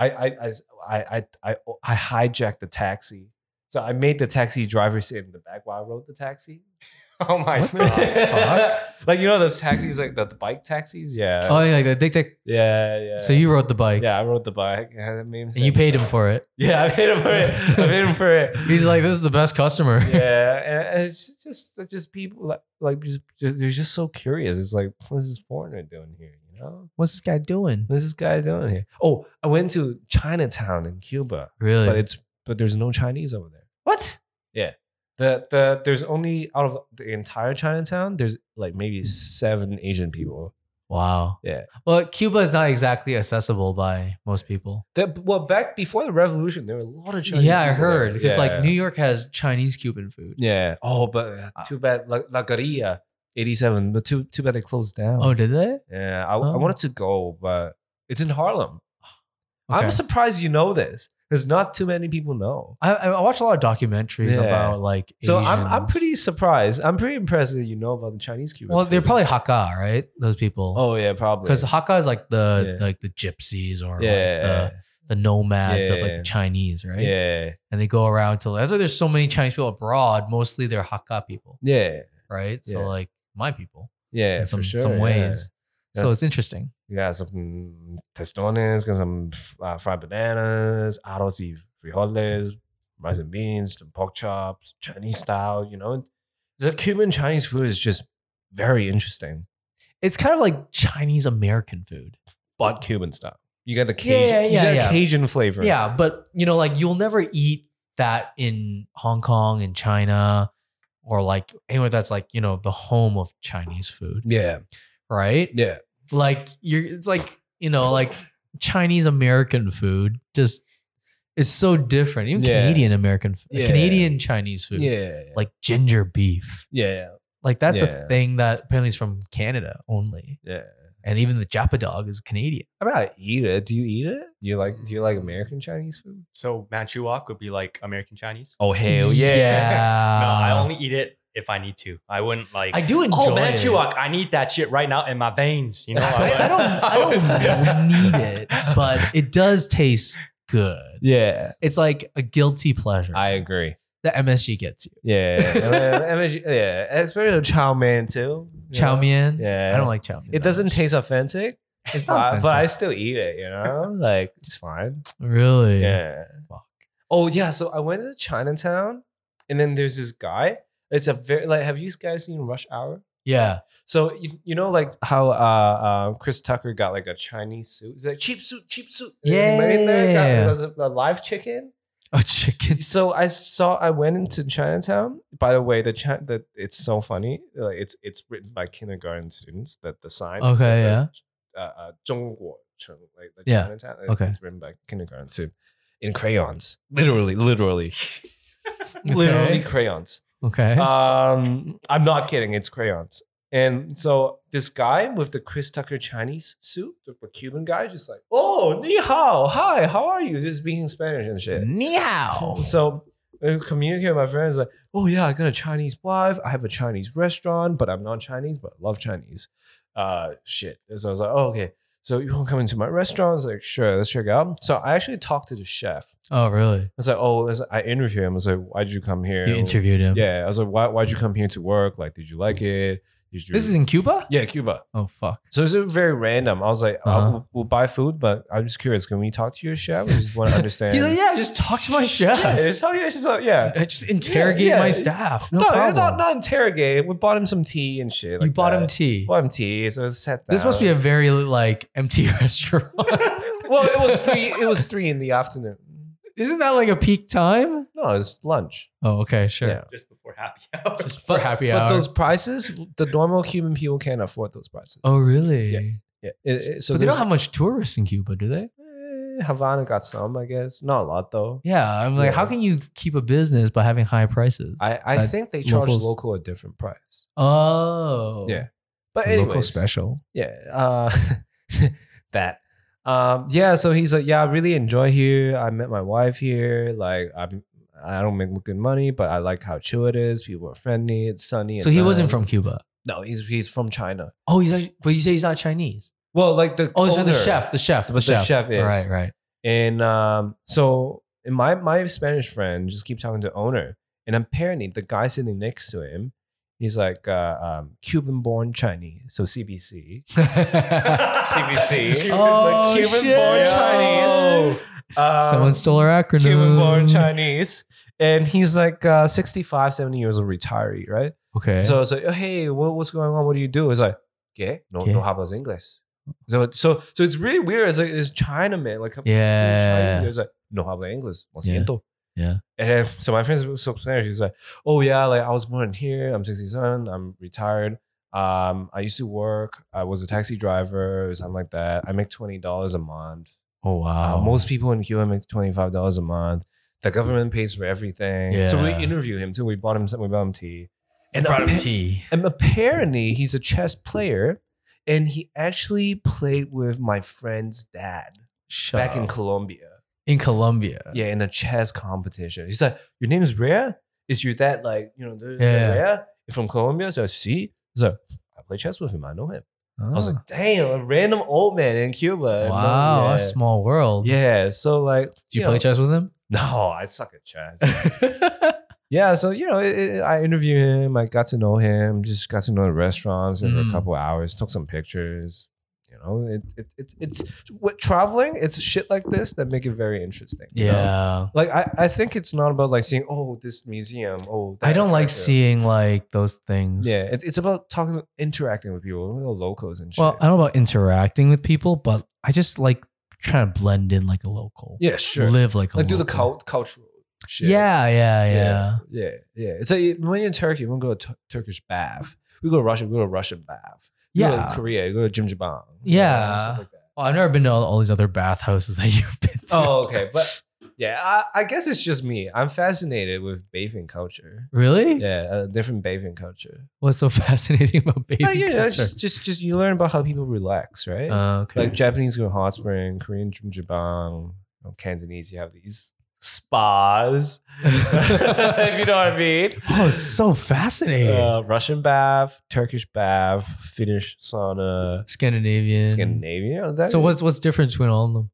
[SPEAKER 2] I I I I I, oh, I hijacked the taxi. So I made the taxi driver sit in the back while I rode the taxi. (laughs)
[SPEAKER 3] Oh my
[SPEAKER 1] What the fuck?
[SPEAKER 2] like you know those taxis, like the, the bike taxis. Yeah.
[SPEAKER 1] Oh yeah, like the dick dick.
[SPEAKER 2] yeah, yeah.
[SPEAKER 1] So you rode the bike.
[SPEAKER 2] yeah, I rode the bike. Yeah, that made me
[SPEAKER 1] And you
[SPEAKER 2] sad.
[SPEAKER 1] paid him for it.
[SPEAKER 2] Yeah, I paid him for it. I paid him for it.
[SPEAKER 1] (laughs) He's like, this is the best customer.
[SPEAKER 2] yeah, and it's just it's just people like like just, just they're just so curious. It's like what's this foreigner doing here? You know,
[SPEAKER 1] (laughs) What's this guy doing?
[SPEAKER 2] what's this guy doing here? Oh, I went to Chinatown in Cuba,
[SPEAKER 1] Really?
[SPEAKER 2] but it's but there's no Chinese over there.
[SPEAKER 1] what?
[SPEAKER 2] The the there's only out of the entire Chinatown, there's like maybe seven Asian people.
[SPEAKER 1] Wow.
[SPEAKER 2] Yeah.
[SPEAKER 1] Well, Cuba is not exactly accessible by most people.
[SPEAKER 2] That well, back before the revolution, there were a lot of Chinese.
[SPEAKER 1] yeah, I
[SPEAKER 2] people there.
[SPEAKER 1] heard. Because
[SPEAKER 2] Yeah.
[SPEAKER 1] like New York has Chinese Cuban food.
[SPEAKER 2] Yeah. Oh, but uh,
[SPEAKER 1] Uh,
[SPEAKER 2] too bad La, La Guerrilla, eighty-seven. But too too bad they closed down.
[SPEAKER 1] Oh, did they?
[SPEAKER 2] yeah. I, I
[SPEAKER 1] Oh.
[SPEAKER 2] wanted to go, but it's in Harlem.
[SPEAKER 1] Okay.
[SPEAKER 2] I'm surprised you know this. There's not too many people know.
[SPEAKER 1] I, I watch a lot of documentaries
[SPEAKER 2] Yeah.
[SPEAKER 1] about like
[SPEAKER 2] So I'm I'm
[SPEAKER 1] Asians.
[SPEAKER 2] pretty surprised. I'm pretty impressed that you know about the Chinese Cuban.
[SPEAKER 1] well. They're
[SPEAKER 2] food.
[SPEAKER 1] probably Hakka, right? Those people.
[SPEAKER 2] Oh yeah, probably.
[SPEAKER 1] because Hakka is like the
[SPEAKER 2] Yeah.
[SPEAKER 1] like the gypsies or
[SPEAKER 2] yeah,
[SPEAKER 1] like the, the nomads of like
[SPEAKER 2] Yeah.
[SPEAKER 1] the Chinese, uh, right?
[SPEAKER 2] yeah,
[SPEAKER 1] And they go around to that's why there's so many Chinese people abroad. Mostly they're Hakka people,
[SPEAKER 2] yeah,
[SPEAKER 1] right?
[SPEAKER 2] Yeah.
[SPEAKER 1] So like my people
[SPEAKER 2] yeah.
[SPEAKER 1] in some
[SPEAKER 2] for sure.
[SPEAKER 1] some
[SPEAKER 2] yeah.
[SPEAKER 1] ways. So
[SPEAKER 2] That's-
[SPEAKER 1] it's interesting.
[SPEAKER 2] You got some tostones, got some uh, fried bananas, arroz y frijoles, rice and beans, some pork chops, Chinese style. You know, the Cuban Chinese food is just very interesting,
[SPEAKER 1] It's kind of like Chinese American food.
[SPEAKER 2] but Cuban style. You got the
[SPEAKER 1] Yeah,
[SPEAKER 2] Cajun,
[SPEAKER 1] yeah,
[SPEAKER 2] you
[SPEAKER 1] yeah,
[SPEAKER 2] got
[SPEAKER 1] yeah.
[SPEAKER 2] Cajun flavor.
[SPEAKER 1] Yeah, but you know, like you'll never eat that in Hong Kong and China or like anywhere that's like, you know, the home of Chinese food,
[SPEAKER 2] yeah,
[SPEAKER 1] right?
[SPEAKER 2] yeah.
[SPEAKER 1] like you're it's like you know like chinese american food just is so different even
[SPEAKER 2] Yeah.
[SPEAKER 1] canadian american food
[SPEAKER 2] Yeah.
[SPEAKER 1] canadian chinese food
[SPEAKER 2] Yeah,
[SPEAKER 1] like ginger beef
[SPEAKER 2] yeah,
[SPEAKER 1] like that's
[SPEAKER 2] Yeah.
[SPEAKER 1] a thing that apparently is from canada only
[SPEAKER 2] yeah.
[SPEAKER 1] and even the japa dog is canadian
[SPEAKER 2] I mean, I eat it. Do you eat it? Do you like? Do you like American Chinese food?
[SPEAKER 3] So Manchuok would be like American Chinese.
[SPEAKER 2] Oh hell (laughs)
[SPEAKER 3] no, I only eat it if I need to. I wouldn't like.
[SPEAKER 1] Ah. i do enjoy
[SPEAKER 3] oh
[SPEAKER 1] it.
[SPEAKER 3] Manchuok, I need that shit right now in my veins. You know,
[SPEAKER 1] I, (laughs) I don't i
[SPEAKER 2] (laughs)
[SPEAKER 3] (laughs)
[SPEAKER 1] don't need it but it does taste good
[SPEAKER 2] Yeah,
[SPEAKER 1] it's like a guilty pleasure
[SPEAKER 2] I agree.
[SPEAKER 1] that msg gets you
[SPEAKER 2] (laughs) Yeah, and then- yeah, especially the chow mein too. you
[SPEAKER 1] chow
[SPEAKER 2] know?
[SPEAKER 1] mein
[SPEAKER 2] Yeah.
[SPEAKER 1] i don't like chow mein
[SPEAKER 2] It
[SPEAKER 1] that
[SPEAKER 2] doesn't
[SPEAKER 1] much.
[SPEAKER 2] taste authentic.
[SPEAKER 1] (laughs) it's
[SPEAKER 2] (laughs) but,
[SPEAKER 1] not
[SPEAKER 2] but I
[SPEAKER 1] offensive.
[SPEAKER 2] still eat it. You
[SPEAKER 1] (laughs)
[SPEAKER 2] know, like it's fine.
[SPEAKER 1] really
[SPEAKER 2] Yeah.
[SPEAKER 1] Fuck.
[SPEAKER 2] Oh yeah, so I went to Chinatown, and then there's this guy. It's a very like. Have you guys seen Rush Hour?
[SPEAKER 1] Yeah.
[SPEAKER 2] So you, you know like how uh, uh, Chris Tucker got like a Chinese suit. He's like cheap suit, cheap suit. And he made that, got-
[SPEAKER 1] Yeah.
[SPEAKER 2] was it a live chicken.
[SPEAKER 1] Oh, (laughs) chicken.
[SPEAKER 2] So I saw. I went into Chinatown. By the way, the Chi- the it's so funny. Like it's it's written by kindergarten students. That the sign.
[SPEAKER 1] Okay,
[SPEAKER 2] it says, Uh, uh, 中国城, like the
[SPEAKER 1] Yeah,
[SPEAKER 2] Chinatown. it-
[SPEAKER 1] okay.
[SPEAKER 2] It's written by kindergarten student in crayons. Literally,
[SPEAKER 1] (laughs)
[SPEAKER 2] literally, (laughs) literally
[SPEAKER 1] Okay.
[SPEAKER 2] crayons.
[SPEAKER 1] (laughs) Okay.
[SPEAKER 2] Um, I'm not kidding. It's crayons. And so this guy with the Chris Tucker Chinese suit, the, the Cuban guy, just like, oh, ni hao, hi, how are you? Just speaking Spanish and shit.
[SPEAKER 1] Ni hao.
[SPEAKER 2] Oh, So I communicate with my friends like, oh yeah, I got a Chinese wife. I have a Chinese restaurant, but I'm not Chinese, but I love Chinese. Uh, shit. And so I was like, oh okay. So you want to come into my restaurant? I was like, sure, let's check it out. So I actually talked to the chef.
[SPEAKER 1] Oh, really?
[SPEAKER 2] I was like, oh, I was- I interviewed him. I was like, why did you come here?
[SPEAKER 1] You interviewed him.
[SPEAKER 2] Yeah, I was like, why, why'd you come here to work? Like, did you like it? Did you,
[SPEAKER 1] This is in Cuba?
[SPEAKER 2] yeah, Cuba.
[SPEAKER 1] Oh, fuck.
[SPEAKER 2] So it's very random. I was like, uh
[SPEAKER 1] Uh-huh.
[SPEAKER 2] we'll, we'll buy food, but I'm just curious. Can we talk to your chef? We just
[SPEAKER 1] (laughs)
[SPEAKER 2] want to understand.
[SPEAKER 1] He's like, yeah, just talk to my chef.
[SPEAKER 2] (laughs) Yeah, it's how you- she's like, yeah.
[SPEAKER 1] I just interrogate
[SPEAKER 2] Yeah, yeah.
[SPEAKER 1] my staff. No,
[SPEAKER 2] No,
[SPEAKER 1] problem.
[SPEAKER 2] not not interrogate. We bought him some tea and shit.
[SPEAKER 1] you
[SPEAKER 2] like
[SPEAKER 1] bought him
[SPEAKER 2] that.
[SPEAKER 1] tea.
[SPEAKER 2] Bought him tea. So it was set.
[SPEAKER 1] This must be
[SPEAKER 2] down.
[SPEAKER 1] a very like empty (laughs) restaurant.
[SPEAKER 2] (laughs) well. It was three. It was three in the afternoon.
[SPEAKER 1] Isn't that like a peak time?
[SPEAKER 2] No, it's lunch.
[SPEAKER 1] Oh, okay, (laughs) sure.
[SPEAKER 2] Yeah.
[SPEAKER 3] (laughs) just before happy hour.
[SPEAKER 1] Just for happy
[SPEAKER 2] But
[SPEAKER 1] hour.
[SPEAKER 2] those prices, the normal human people can't afford those prices.
[SPEAKER 1] oh, really?
[SPEAKER 2] Yeah. Yeah. It- it- so
[SPEAKER 1] but they don't
[SPEAKER 2] there's-
[SPEAKER 1] have much tourists in Cuba, do they?
[SPEAKER 2] Eh, Havana got some, I guess. Not a lot though.
[SPEAKER 1] Yeah. I'm like,
[SPEAKER 2] Yeah.
[SPEAKER 1] how can you keep a business by having high prices?
[SPEAKER 2] I, I
[SPEAKER 1] Like,
[SPEAKER 2] think they charge
[SPEAKER 1] locals-
[SPEAKER 2] local a different price.
[SPEAKER 1] oh.
[SPEAKER 2] Yeah. But
[SPEAKER 1] The
[SPEAKER 2] anyways,
[SPEAKER 1] local special.
[SPEAKER 2] Yeah. Uh, (laughs) that. Um, yeah. So he's like, yeah, I really enjoy here. I met my wife here. Like, I'm. I don't make good money, but I like how chill it is. People are friendly. It's sunny. at
[SPEAKER 1] So he wasn't
[SPEAKER 2] night.
[SPEAKER 1] from Cuba.
[SPEAKER 2] No, he's he's from China.
[SPEAKER 1] Oh, he's actually, but you say he's not Chinese.
[SPEAKER 2] Well, like the
[SPEAKER 1] Oh, so the
[SPEAKER 2] owner.
[SPEAKER 1] chef, the chef, the,
[SPEAKER 2] The
[SPEAKER 1] chef.
[SPEAKER 2] chef is.
[SPEAKER 1] Right, right.
[SPEAKER 2] And um, so and my my Spanish friend just keep talking to the owner, and apparently the guy sitting next to him, he's like uh, um, Cuban-born Chinese, so (laughs) CBC, CBC,
[SPEAKER 1] Oh,
[SPEAKER 2] Cuban-born
[SPEAKER 1] shit.
[SPEAKER 2] Chinese. Um,
[SPEAKER 1] Someone stole our acronym.
[SPEAKER 2] Cuban-born Chinese, and he's like uh, 65, 70 years old, retiree, right?
[SPEAKER 1] Okay.
[SPEAKER 2] So it's like, oh, hey, what, what's going on? What do you do? It's like, okay, no,
[SPEAKER 1] Okay.
[SPEAKER 2] no, how about English? So, so, so it's really weird. It's like this Chinaman, like a Chinese
[SPEAKER 1] yeah.
[SPEAKER 2] guy is like, no habla inglés, lo
[SPEAKER 1] Yeah.
[SPEAKER 2] siento.
[SPEAKER 1] Yeah.
[SPEAKER 2] And then, so my friends were so Spanish. He's like, oh yeah, like I was born here. I'm 67. I'm retired. Um, I used to work. I was a taxi driver or something like that. I make twenty dollars a month.
[SPEAKER 1] Oh wow.
[SPEAKER 2] Uh, most people in Cuba make twenty five dollars a month. The government pays for everything. So we
[SPEAKER 1] Yeah.
[SPEAKER 2] interview him too. We bought him. some- We bought him tea. And
[SPEAKER 1] brought him
[SPEAKER 2] appa-
[SPEAKER 1] tea.
[SPEAKER 2] and apparently he's a chess player, and he actually played with my friend's dad
[SPEAKER 1] Shut
[SPEAKER 2] back in
[SPEAKER 1] up.
[SPEAKER 2] Colombia.
[SPEAKER 1] in Colombia.
[SPEAKER 2] Yeah, in a chess competition. He's like, Your name is Rhea? Is your dad like, you know, the- the
[SPEAKER 1] Yeah.
[SPEAKER 2] Rhea from Colombia? So, see? He's like, I play chess with him. I know him.
[SPEAKER 1] Oh.
[SPEAKER 2] I was like, Damn, a random old man in Cuba.
[SPEAKER 1] wow,
[SPEAKER 2] No,
[SPEAKER 1] a
[SPEAKER 2] yeah.
[SPEAKER 1] small world.
[SPEAKER 2] Yeah, so like,
[SPEAKER 1] Do you play
[SPEAKER 2] know-
[SPEAKER 1] chess with him?
[SPEAKER 2] (laughs) No, I suck at chess.
[SPEAKER 1] (laughs)
[SPEAKER 2] yeah, so you know, it, it- I interviewed him. I got to know him. Just got to know the restaurants over
[SPEAKER 1] Mm.
[SPEAKER 2] a couple hours. Took some pictures. You know, it, it, it it's what traveling. It's shit like this that make it very interesting. you know?
[SPEAKER 1] yeah.
[SPEAKER 2] like I, I think it's not about like seeing oh this museum oh that
[SPEAKER 1] I don't like
[SPEAKER 2] attractive.
[SPEAKER 1] seeing like those things.
[SPEAKER 2] yeah it's, it's about talking interacting with people with the locals and shit
[SPEAKER 1] Well, I don't know about interacting with people, but I just like trying to blend in like a local.
[SPEAKER 2] yeah sure
[SPEAKER 1] Live like a
[SPEAKER 2] like do the
[SPEAKER 1] local.
[SPEAKER 2] cult, cultural shit
[SPEAKER 1] Yeah, yeah, yeah.
[SPEAKER 2] yeah yeah, yeah. it's like when you're in Turkey we go to Tur- Turkish bath we go to Russia we go to Russian bath We go to
[SPEAKER 1] Yeah.
[SPEAKER 2] Korea we go to Jimjibang
[SPEAKER 1] Yeah. (laughs)
[SPEAKER 2] stuff like that
[SPEAKER 1] Well, I've never been to all, all these other bathhouses that (laughs) you've been to.
[SPEAKER 2] oh okay but yeah I, I guess it's just me I'm fascinated with bathing culture
[SPEAKER 1] really?
[SPEAKER 2] yeah a different bathing culture
[SPEAKER 1] What's so (laughs) fascinating about baby
[SPEAKER 2] Oh, Yeah, yeah,
[SPEAKER 1] culture?
[SPEAKER 2] just, just just you learn about how people relax, right?
[SPEAKER 1] Uh, okay.
[SPEAKER 2] Like Japanese go to hot spring, Korean from Jabang, Cantonese you have these spas, (laughs) if you know what I mean.
[SPEAKER 1] (laughs) oh, it's so fascinating.
[SPEAKER 2] Uh, Russian bath, Turkish bath, Finnish sauna,
[SPEAKER 1] Scandinavian.
[SPEAKER 2] Scandinavia. That
[SPEAKER 1] So
[SPEAKER 2] is-
[SPEAKER 1] what's what's different between all of them?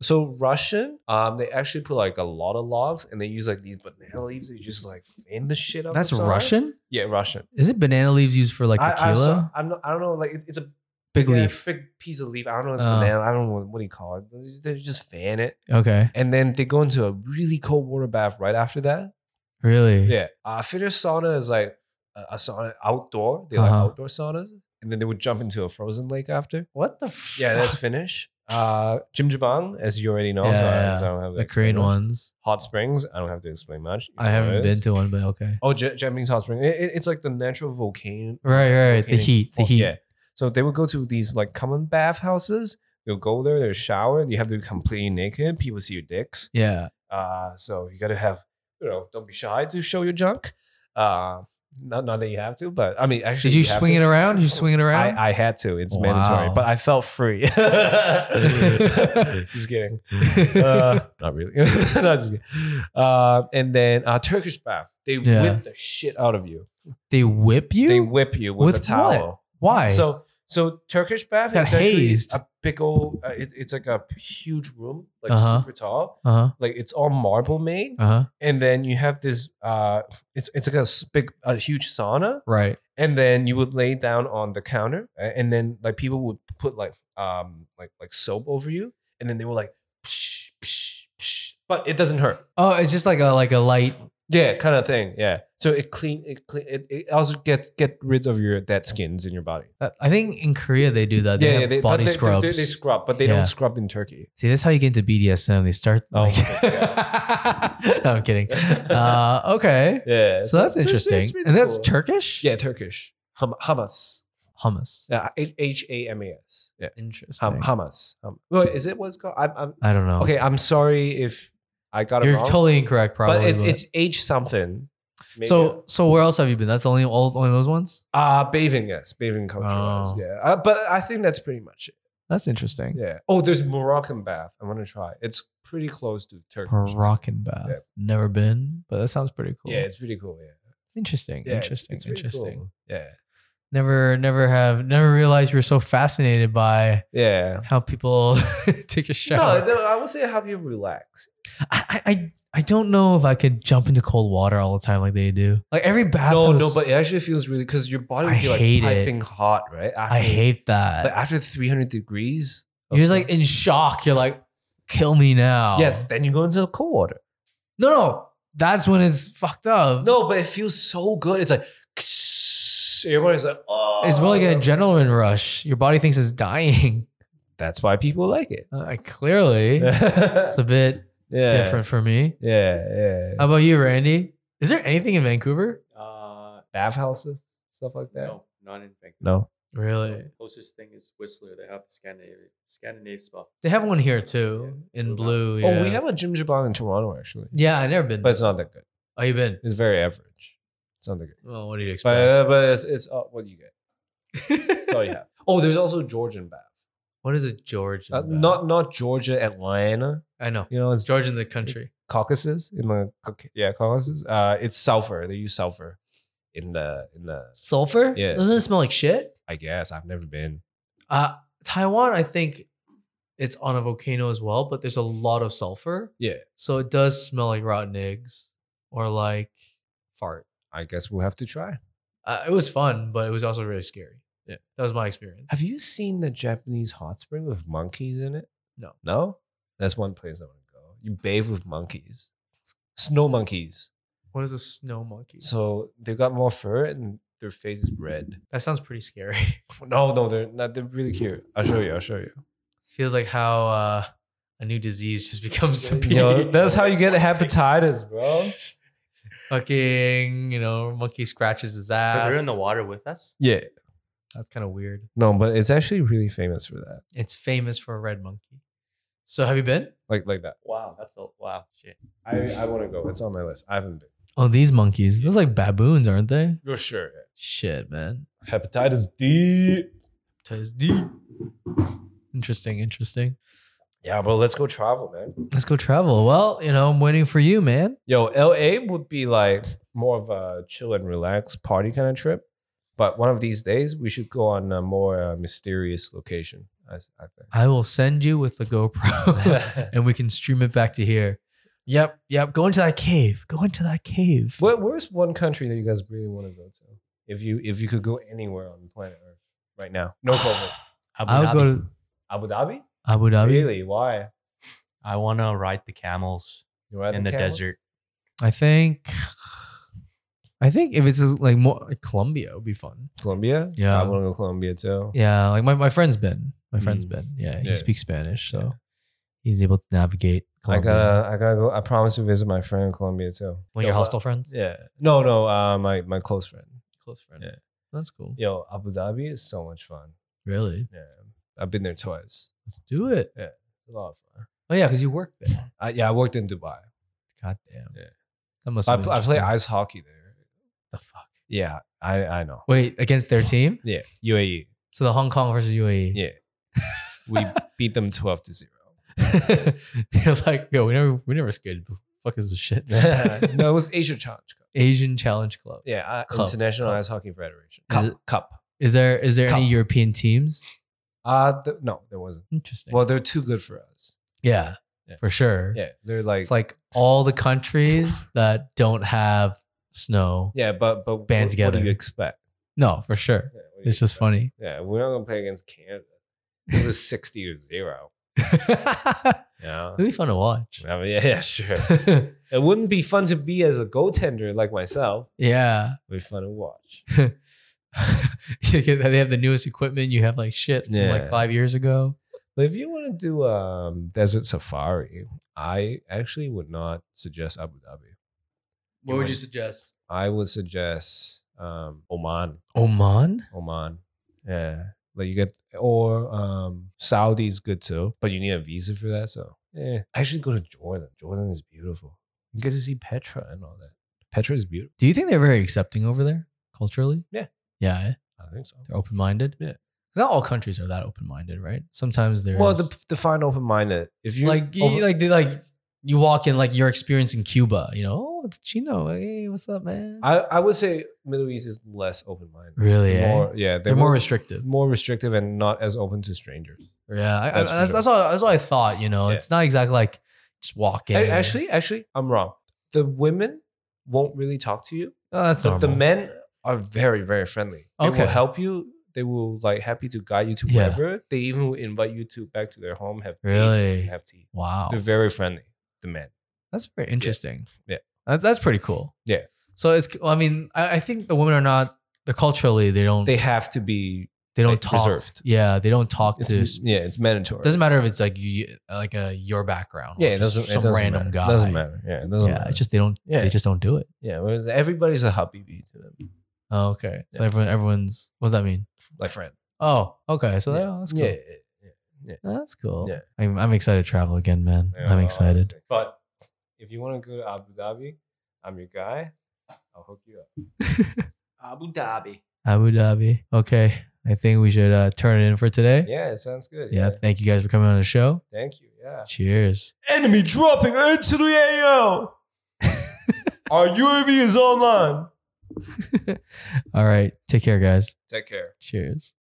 [SPEAKER 2] so Russian? Um, they actually put like a lot of logs, and they use like these banana leaves. They just like fan the shit out.
[SPEAKER 1] That's
[SPEAKER 2] the sauna.
[SPEAKER 1] Russian.
[SPEAKER 2] Yeah, Russian.
[SPEAKER 1] Is it banana leaves used for like
[SPEAKER 2] I- I,
[SPEAKER 1] tequila?
[SPEAKER 2] am not, I don't know. Like it- it's a
[SPEAKER 1] Big
[SPEAKER 2] Yeah,
[SPEAKER 1] leaf.
[SPEAKER 2] big piece of leaf. I don't know. It's
[SPEAKER 1] Oh.
[SPEAKER 2] banana. I don't know what do you call it. They just fan it,
[SPEAKER 1] Okay.
[SPEAKER 2] and then they go into a really cold water bath right after that.
[SPEAKER 1] Really?
[SPEAKER 2] Yeah, uh, Finnish sauna is like a, a sauna outdoor. They
[SPEAKER 1] Uh-huh.
[SPEAKER 2] like outdoor saunas, and then they would jump into a frozen lake after.
[SPEAKER 1] What the?
[SPEAKER 2] Yeah, that's
[SPEAKER 1] fuck?
[SPEAKER 2] Finnish. Uh, Jim Jabang, as you already know, so I-
[SPEAKER 1] Yeah,
[SPEAKER 2] so I don't have to
[SPEAKER 1] the
[SPEAKER 2] explain
[SPEAKER 1] Korean
[SPEAKER 2] much.
[SPEAKER 1] ones.
[SPEAKER 2] Hot springs. I don't have to explain much. You
[SPEAKER 1] I
[SPEAKER 2] know
[SPEAKER 1] haven't
[SPEAKER 2] what it
[SPEAKER 1] been
[SPEAKER 2] is.
[SPEAKER 1] to one, but okay.
[SPEAKER 2] Oh, Ja- Japanese hot spring. It, it- it's like the natural volcano.
[SPEAKER 1] Right, right. right. The
[SPEAKER 2] volcanic
[SPEAKER 1] heat, the
[SPEAKER 2] fo-
[SPEAKER 1] heat.
[SPEAKER 2] Yeah. So they would go to these like common bathhouses. You'll go there. There's shower. You have to be completely naked. People see your dicks.
[SPEAKER 1] Yeah.
[SPEAKER 2] Uh, so you got to have, you know, don't be shy to show your junk. Uh, not, not that you have to, but I mean, actually,
[SPEAKER 1] Did you swing it around? Did you swing it around?
[SPEAKER 2] I, I had to. It's
[SPEAKER 1] Wow.
[SPEAKER 2] mandatory, but I felt free. (laughs) just kidding.
[SPEAKER 1] Mm. (laughs)
[SPEAKER 2] Uh, not really. (laughs) no, just kidding. Uh, and then uh, Turkish bath. They
[SPEAKER 1] Yeah.
[SPEAKER 2] whip the shit out of you.
[SPEAKER 1] they whip you?
[SPEAKER 2] They whip you with,
[SPEAKER 1] With
[SPEAKER 2] a towel.
[SPEAKER 1] Why?
[SPEAKER 2] So so Turkish bath
[SPEAKER 1] Got
[SPEAKER 2] is actually
[SPEAKER 1] hazed.
[SPEAKER 2] a big old. Uh, it, it's like a huge room, like
[SPEAKER 1] Uh-huh.
[SPEAKER 2] super tall.
[SPEAKER 1] uh huh.
[SPEAKER 2] Like it's all marble made
[SPEAKER 1] Uh huh.
[SPEAKER 2] and then you have this uh it's it's like a s- big a huge sauna
[SPEAKER 1] Right.
[SPEAKER 2] and then you would lay down on the counter a- and then like people would put like um like like soap over you and then they were like psh, psh, psh, but it doesn't hurt
[SPEAKER 1] Oh, it's just like a like a light.
[SPEAKER 2] yeah kind of thing yeah so it clean it clean it, it also gets get rid of your dead skins in your body
[SPEAKER 1] uh, I think in Korea they do that. Uh, They have
[SPEAKER 2] but
[SPEAKER 1] body
[SPEAKER 2] they,
[SPEAKER 1] scrubs.
[SPEAKER 2] They, they scrub but they
[SPEAKER 1] Yeah.
[SPEAKER 2] don't scrub in turkey
[SPEAKER 1] See, that's how you get into BDSM. They start.
[SPEAKER 2] Oh
[SPEAKER 1] like- (laughs)
[SPEAKER 2] my
[SPEAKER 1] no, I'm (laughs) kidding. Uh, okay.
[SPEAKER 2] yeah
[SPEAKER 1] So that's
[SPEAKER 2] it's- it's-
[SPEAKER 1] interesting.
[SPEAKER 2] it's really
[SPEAKER 1] and that's
[SPEAKER 2] cool.
[SPEAKER 1] Turkish?
[SPEAKER 2] yeah turkish Ham- hamas
[SPEAKER 1] Hummus.
[SPEAKER 2] yeah h a m a s yeah
[SPEAKER 1] Interesting.
[SPEAKER 2] Ham- Hamas. Ham- well, is it what it's called? I'm, I'm
[SPEAKER 1] I don't know.
[SPEAKER 2] okay. I'm sorry if I got it
[SPEAKER 1] Oh. You're
[SPEAKER 2] wrong.
[SPEAKER 1] totally incorrect, probably.
[SPEAKER 2] but it's it's H something. Maybe.
[SPEAKER 1] so so where else have you been? That's the only all only those ones?
[SPEAKER 2] uh bathing, yes, bathing culture, yes,
[SPEAKER 1] Oh.
[SPEAKER 2] yeah. Uh, but I think that's pretty much it.
[SPEAKER 1] That's interesting.
[SPEAKER 2] Yeah. Oh, there's Moroccan bath. I want to try. It's pretty close to Turkish.
[SPEAKER 1] Moroccan bath.
[SPEAKER 2] Yeah.
[SPEAKER 1] Never been, but that sounds pretty cool.
[SPEAKER 2] Yeah, it's pretty cool. Yeah.
[SPEAKER 1] interesting.
[SPEAKER 2] yeah
[SPEAKER 1] interesting.
[SPEAKER 2] It's, it's pretty cool.
[SPEAKER 1] interesting.
[SPEAKER 2] Yeah.
[SPEAKER 1] Never never have never realized you were so fascinated by
[SPEAKER 2] Yeah.
[SPEAKER 1] how people (laughs) take a shower.
[SPEAKER 2] No, no, I would say have you relax.
[SPEAKER 1] I, I- I I don't know if I could jump into cold water all the time like they do. Like every bath.
[SPEAKER 2] No,
[SPEAKER 1] has-
[SPEAKER 2] no, but it actually feels really because your
[SPEAKER 1] I
[SPEAKER 2] body would be like
[SPEAKER 1] hate it.
[SPEAKER 2] piping hot, right? After,
[SPEAKER 1] I hate that.
[SPEAKER 2] But after 300 degrees, of
[SPEAKER 1] You're just like
[SPEAKER 2] sun-
[SPEAKER 1] in shock. You're like, kill me now.
[SPEAKER 2] Yes, then you go into the cold water.
[SPEAKER 1] No, no. That's when it's fucked up.
[SPEAKER 2] No, but it feels so good. It's like everybody's like, (laughs) oh,
[SPEAKER 1] It's more like an adrenaline rush. Your body thinks it's dying. (laughs)
[SPEAKER 2] That's why people like it.
[SPEAKER 1] Uh, clearly,
[SPEAKER 2] yeah,
[SPEAKER 1] it's
[SPEAKER 2] (laughs)
[SPEAKER 1] a bit different for me.
[SPEAKER 2] Yeah,
[SPEAKER 1] How about you, Randy? Is there anything in Vancouver?
[SPEAKER 3] Uh,
[SPEAKER 2] Bathhouses, stuff like that.
[SPEAKER 3] no, not in Vancouver.
[SPEAKER 2] No.
[SPEAKER 1] Really?
[SPEAKER 3] Closest thing is Whistler. They have the Scandinavian Scandinavian spa.
[SPEAKER 1] They have one here too in blue. Yeah.
[SPEAKER 2] Oh, we have a Jim Jabon in Toronto actually,
[SPEAKER 1] Yeah, I've never been.
[SPEAKER 2] but
[SPEAKER 1] But
[SPEAKER 2] it's not that good.
[SPEAKER 1] oh, you been?
[SPEAKER 2] It's very average. It's not that good.
[SPEAKER 1] Well, what do you
[SPEAKER 2] But
[SPEAKER 1] expect?
[SPEAKER 2] but it's, it's uh, what you get. (laughs) That's all you have. Oh, there's also Georgian bath.
[SPEAKER 1] (laughs) what is a Georgian?
[SPEAKER 2] Uh,
[SPEAKER 1] bath?
[SPEAKER 2] not not Georgia, Atlanta.
[SPEAKER 1] I know.
[SPEAKER 2] You know, it's
[SPEAKER 1] It's Georgian the country.
[SPEAKER 2] Caucasus in the Cauc- yeah Caucasus. Uh, it's sulfur. They use sulfur in the in the.
[SPEAKER 1] Sulfur?
[SPEAKER 2] Yeah.
[SPEAKER 1] Doesn't it smell like shit?
[SPEAKER 2] I guess I've never been.
[SPEAKER 1] Uh, Taiwan, I think it's on a volcano as well, but there's a lot of sulfur.
[SPEAKER 2] Yeah.
[SPEAKER 1] So it does smell like rotten eggs or like fart.
[SPEAKER 2] I guess we'll have to try.
[SPEAKER 1] Uh, it was fun, but it was also really scary.
[SPEAKER 2] Yeah.
[SPEAKER 1] That was my experience.
[SPEAKER 2] Have you seen the Japanese hot spring with monkeys in it?
[SPEAKER 1] No.
[SPEAKER 2] No? That's one place I want to go. You bathe with monkeys. Snow monkeys.
[SPEAKER 1] What is a snow monkey?
[SPEAKER 2] So they've got more fur and their face is red.
[SPEAKER 1] that sounds pretty scary.
[SPEAKER 2] (laughs)
[SPEAKER 1] (laughs)
[SPEAKER 2] No, no, they're not. They're really cute. I'll show you. I'll show you.
[SPEAKER 1] Feels like how uh, a new disease just (laughs) becomes to be.
[SPEAKER 2] (laughs) you know, that's how you get hepatitis, (laughs) bro.
[SPEAKER 1] Fucking, you know, monkey scratches his
[SPEAKER 3] So
[SPEAKER 1] ass.
[SPEAKER 3] they're in the water with us.
[SPEAKER 2] Yeah.
[SPEAKER 1] That's kind of weird.
[SPEAKER 2] No, but it's actually really famous for that.
[SPEAKER 1] It's famous for a red monkey. So have you been?
[SPEAKER 2] Like like that.
[SPEAKER 3] Wow, that's a wow shit.
[SPEAKER 2] I, I want to go. It's on my list. I haven't been.
[SPEAKER 1] Oh, these monkeys. Those are like baboons, aren't they?
[SPEAKER 2] For sure.
[SPEAKER 1] Shit, man.
[SPEAKER 2] Hepatitis D.
[SPEAKER 1] Tis deep. Interesting, interesting.
[SPEAKER 2] Yeah, bro. Let's go travel, man.
[SPEAKER 1] Let's go travel. Well, you know, I'm waiting for you, man.
[SPEAKER 2] Yo, LA would be like more of a chill and relax party kind of trip. But one of these days, we should go on a more uh, mysterious location. I, I
[SPEAKER 1] I will send you with the GoPro (laughs)
[SPEAKER 2] think.
[SPEAKER 1] and we can stream it back to here. Yep, yep. Go into that cave. Go into that cave.
[SPEAKER 2] Where, where's one country that you guys really want to go to? If you if you could go anywhere on planet Earth right now,
[SPEAKER 1] (sighs)
[SPEAKER 2] no (sighs) problem.
[SPEAKER 3] Abu
[SPEAKER 1] I would go
[SPEAKER 3] Dhabi.
[SPEAKER 1] to
[SPEAKER 2] Abu Dhabi?
[SPEAKER 1] Abu Dhabi.
[SPEAKER 2] Really? Why?
[SPEAKER 3] I want to ride the camels
[SPEAKER 2] You ride
[SPEAKER 3] in the
[SPEAKER 2] camels?
[SPEAKER 3] desert.
[SPEAKER 1] I think I think if it's just, like more like Colombia would be fun.
[SPEAKER 2] Colombia?
[SPEAKER 1] Yeah.
[SPEAKER 2] I want to go Colombia too.
[SPEAKER 1] Yeah, like my, my friend's been. My friend's
[SPEAKER 2] Mm.
[SPEAKER 1] been. Yeah, he
[SPEAKER 2] Yeah.
[SPEAKER 1] speaks Spanish, so
[SPEAKER 2] Yeah.
[SPEAKER 1] he's able to navigate.
[SPEAKER 2] I
[SPEAKER 1] Colombia.
[SPEAKER 2] gotta, I gotta go. I promise to visit my friend in Colombia too.
[SPEAKER 1] one of
[SPEAKER 2] Yo,
[SPEAKER 1] your
[SPEAKER 2] uh,
[SPEAKER 1] hostel friends,
[SPEAKER 2] Yeah. No, no. Uh, my my close friend.
[SPEAKER 1] close friend.
[SPEAKER 2] Yeah.
[SPEAKER 1] That's cool.
[SPEAKER 2] Yo, Abu Dhabi is so much fun.
[SPEAKER 1] Really,
[SPEAKER 2] Yeah, I've been there twice.
[SPEAKER 1] let's do it.
[SPEAKER 2] It's a lot of fun.
[SPEAKER 1] Oh yeah, because you work there.
[SPEAKER 2] I, yeah, I worked in Dubai.
[SPEAKER 1] God damn.
[SPEAKER 2] Yeah.
[SPEAKER 1] That must.
[SPEAKER 2] I,
[SPEAKER 1] Have
[SPEAKER 2] pl-
[SPEAKER 1] been
[SPEAKER 2] I play
[SPEAKER 1] interesting.
[SPEAKER 2] ice hockey there. The fuck? Yeah, I I know.
[SPEAKER 1] Wait, against their team.
[SPEAKER 2] Yeah, UAE.
[SPEAKER 1] So the Hong Kong versus E. UAE.
[SPEAKER 2] Yeah,
[SPEAKER 1] (laughs)
[SPEAKER 2] we beat them twelve to zero.
[SPEAKER 1] They're like, yo, we never we never skated. before. Fuck is this
[SPEAKER 2] (laughs)
[SPEAKER 1] shit?
[SPEAKER 2] no, it was Asia Challenge Cup.
[SPEAKER 1] Asian Challenge Club.
[SPEAKER 2] Yeah, uh,
[SPEAKER 1] Club,
[SPEAKER 2] International
[SPEAKER 1] club.
[SPEAKER 2] Ice Hockey Federation.
[SPEAKER 1] Is
[SPEAKER 2] Cup.
[SPEAKER 1] it-
[SPEAKER 2] cup.
[SPEAKER 1] Is there is there any
[SPEAKER 2] Cup.
[SPEAKER 1] European teams?
[SPEAKER 2] Uh, th- no, there wasn't.
[SPEAKER 1] Interesting.
[SPEAKER 2] Well, they're too good for us.
[SPEAKER 1] yeah,
[SPEAKER 2] Yeah.
[SPEAKER 1] for sure.
[SPEAKER 2] Yeah, they're like,
[SPEAKER 1] it's like all the
[SPEAKER 2] (laughs)
[SPEAKER 1] countries that don't have snow.
[SPEAKER 2] yeah, but but
[SPEAKER 1] Band
[SPEAKER 2] what, What
[SPEAKER 1] together.
[SPEAKER 2] do you expect?
[SPEAKER 1] No, for sure.
[SPEAKER 2] Yeah, what do you
[SPEAKER 1] It's just
[SPEAKER 2] expect? (laughs)
[SPEAKER 1] funny.
[SPEAKER 2] Yeah, we're not gonna play against Canada.
[SPEAKER 1] (laughs)
[SPEAKER 2] It was sixty to zero.
[SPEAKER 1] It'd
[SPEAKER 2] Yeah.
[SPEAKER 1] be fun to watch.
[SPEAKER 2] I mean, (laughs) yeah, yeah, sure.
[SPEAKER 1] (laughs)
[SPEAKER 2] It wouldn't be fun to be as a goaltender like myself.
[SPEAKER 1] yeah. (laughs)
[SPEAKER 2] It would be fun to watch.
[SPEAKER 1] You get- they have the newest equipment. You have like shit from like
[SPEAKER 2] Yeah.
[SPEAKER 1] five years ago.
[SPEAKER 2] But if you want to do um desert safari, I actually would not suggest Abu Dhabi.
[SPEAKER 1] What would you suggest?
[SPEAKER 2] I would suggest um Oman.
[SPEAKER 1] Oman?
[SPEAKER 2] Oman. Yeah. Like you get or um Saudi's good too, but you need a visa for that. So yeah. I should go to Jordan. Jordan is beautiful. You get to see Petra and all that. Petra is beautiful.
[SPEAKER 1] Do you think they're very accepting over there culturally?
[SPEAKER 2] Yeah.
[SPEAKER 1] Yeah. eh?
[SPEAKER 2] I think so.
[SPEAKER 1] They're open minded.
[SPEAKER 2] Yeah.
[SPEAKER 1] Not all countries are that open minded, right? Sometimes they're
[SPEAKER 2] Well, the define open minded. If you
[SPEAKER 1] like you-
[SPEAKER 2] over-
[SPEAKER 1] like they- like you walk in like you're experiencing Cuba, you know, oh it's Chino, hey, what's up, man?
[SPEAKER 2] I, I would say Middle East is less open minded.
[SPEAKER 1] really, eh?
[SPEAKER 2] More, yeah,
[SPEAKER 1] they're more restrictive.
[SPEAKER 2] more restrictive and not as open to strangers.
[SPEAKER 1] Yeah, I, that's,
[SPEAKER 2] That's
[SPEAKER 1] I,
[SPEAKER 2] for
[SPEAKER 1] that's,
[SPEAKER 2] sure.
[SPEAKER 1] that's what that's what I thought. You know,
[SPEAKER 2] Yeah.
[SPEAKER 1] it's not exactly like just walk in.
[SPEAKER 2] A- Actually, actually, I'm wrong. The women won't really talk to you,
[SPEAKER 1] oh, that's
[SPEAKER 2] but
[SPEAKER 1] normal.
[SPEAKER 2] the men are very, very friendly. They
[SPEAKER 1] Okay.
[SPEAKER 2] will help you. They will like happy to guide you to
[SPEAKER 1] Yeah.
[SPEAKER 2] wherever. They even will invite you to back to their home, have
[SPEAKER 1] Really?
[SPEAKER 2] dates, have tea.
[SPEAKER 1] Wow,
[SPEAKER 2] They're very friendly. The men.
[SPEAKER 1] that's very interesting.
[SPEAKER 2] Yeah.
[SPEAKER 1] That- that's pretty cool.
[SPEAKER 2] Yeah.
[SPEAKER 1] So it's. I mean, I, I think the women are not. They're culturally they don't
[SPEAKER 2] They
[SPEAKER 1] they,
[SPEAKER 2] have to be.
[SPEAKER 1] don't
[SPEAKER 2] they-
[SPEAKER 1] talk.
[SPEAKER 2] reserved.
[SPEAKER 1] Yeah, they don't talk
[SPEAKER 2] It's,
[SPEAKER 1] to.
[SPEAKER 2] yeah, it's mandatory.
[SPEAKER 1] doesn't matter if it's like you, like a your background. or
[SPEAKER 2] Yeah, it
[SPEAKER 1] just
[SPEAKER 2] doesn't. it
[SPEAKER 1] Some
[SPEAKER 2] doesn't
[SPEAKER 1] random
[SPEAKER 2] matter.
[SPEAKER 1] guy.
[SPEAKER 2] Doesn't matter. Yeah, it doesn't
[SPEAKER 1] yeah,
[SPEAKER 2] matter.
[SPEAKER 1] it's just they don't.
[SPEAKER 2] Yeah.
[SPEAKER 1] They just don't do it.
[SPEAKER 2] yeah, whereas everybody's a happy to them,
[SPEAKER 1] Oh, okay. So
[SPEAKER 2] Yeah.
[SPEAKER 1] everyone, everyone's. What does that mean?
[SPEAKER 2] like friend.
[SPEAKER 1] Oh, okay. So that- that's cool. Oh,
[SPEAKER 2] Yeah, yeah, yeah.
[SPEAKER 1] That's cool.
[SPEAKER 2] Yeah.
[SPEAKER 1] I'm, I'm excited to travel again, man.
[SPEAKER 2] Yeah, oh,
[SPEAKER 1] I'm
[SPEAKER 2] well,
[SPEAKER 1] excited.
[SPEAKER 2] honestly. But if you want to go to Abu Dhabi, I'm your guy. I'll hook you up.
[SPEAKER 3] Abu Dhabi.
[SPEAKER 1] Abu Dhabi. Okay. I think we should uh, turn it in for today.
[SPEAKER 2] Yeah, it sounds good.
[SPEAKER 1] Yeah. Thank you guys for coming on the show.
[SPEAKER 2] Thank you. Yeah.
[SPEAKER 1] Cheers. (laughs)
[SPEAKER 2] Enemy dropping into the AO. Our UAV is online.
[SPEAKER 1] All right. Take care, guys.
[SPEAKER 2] Take care.
[SPEAKER 1] Cheers.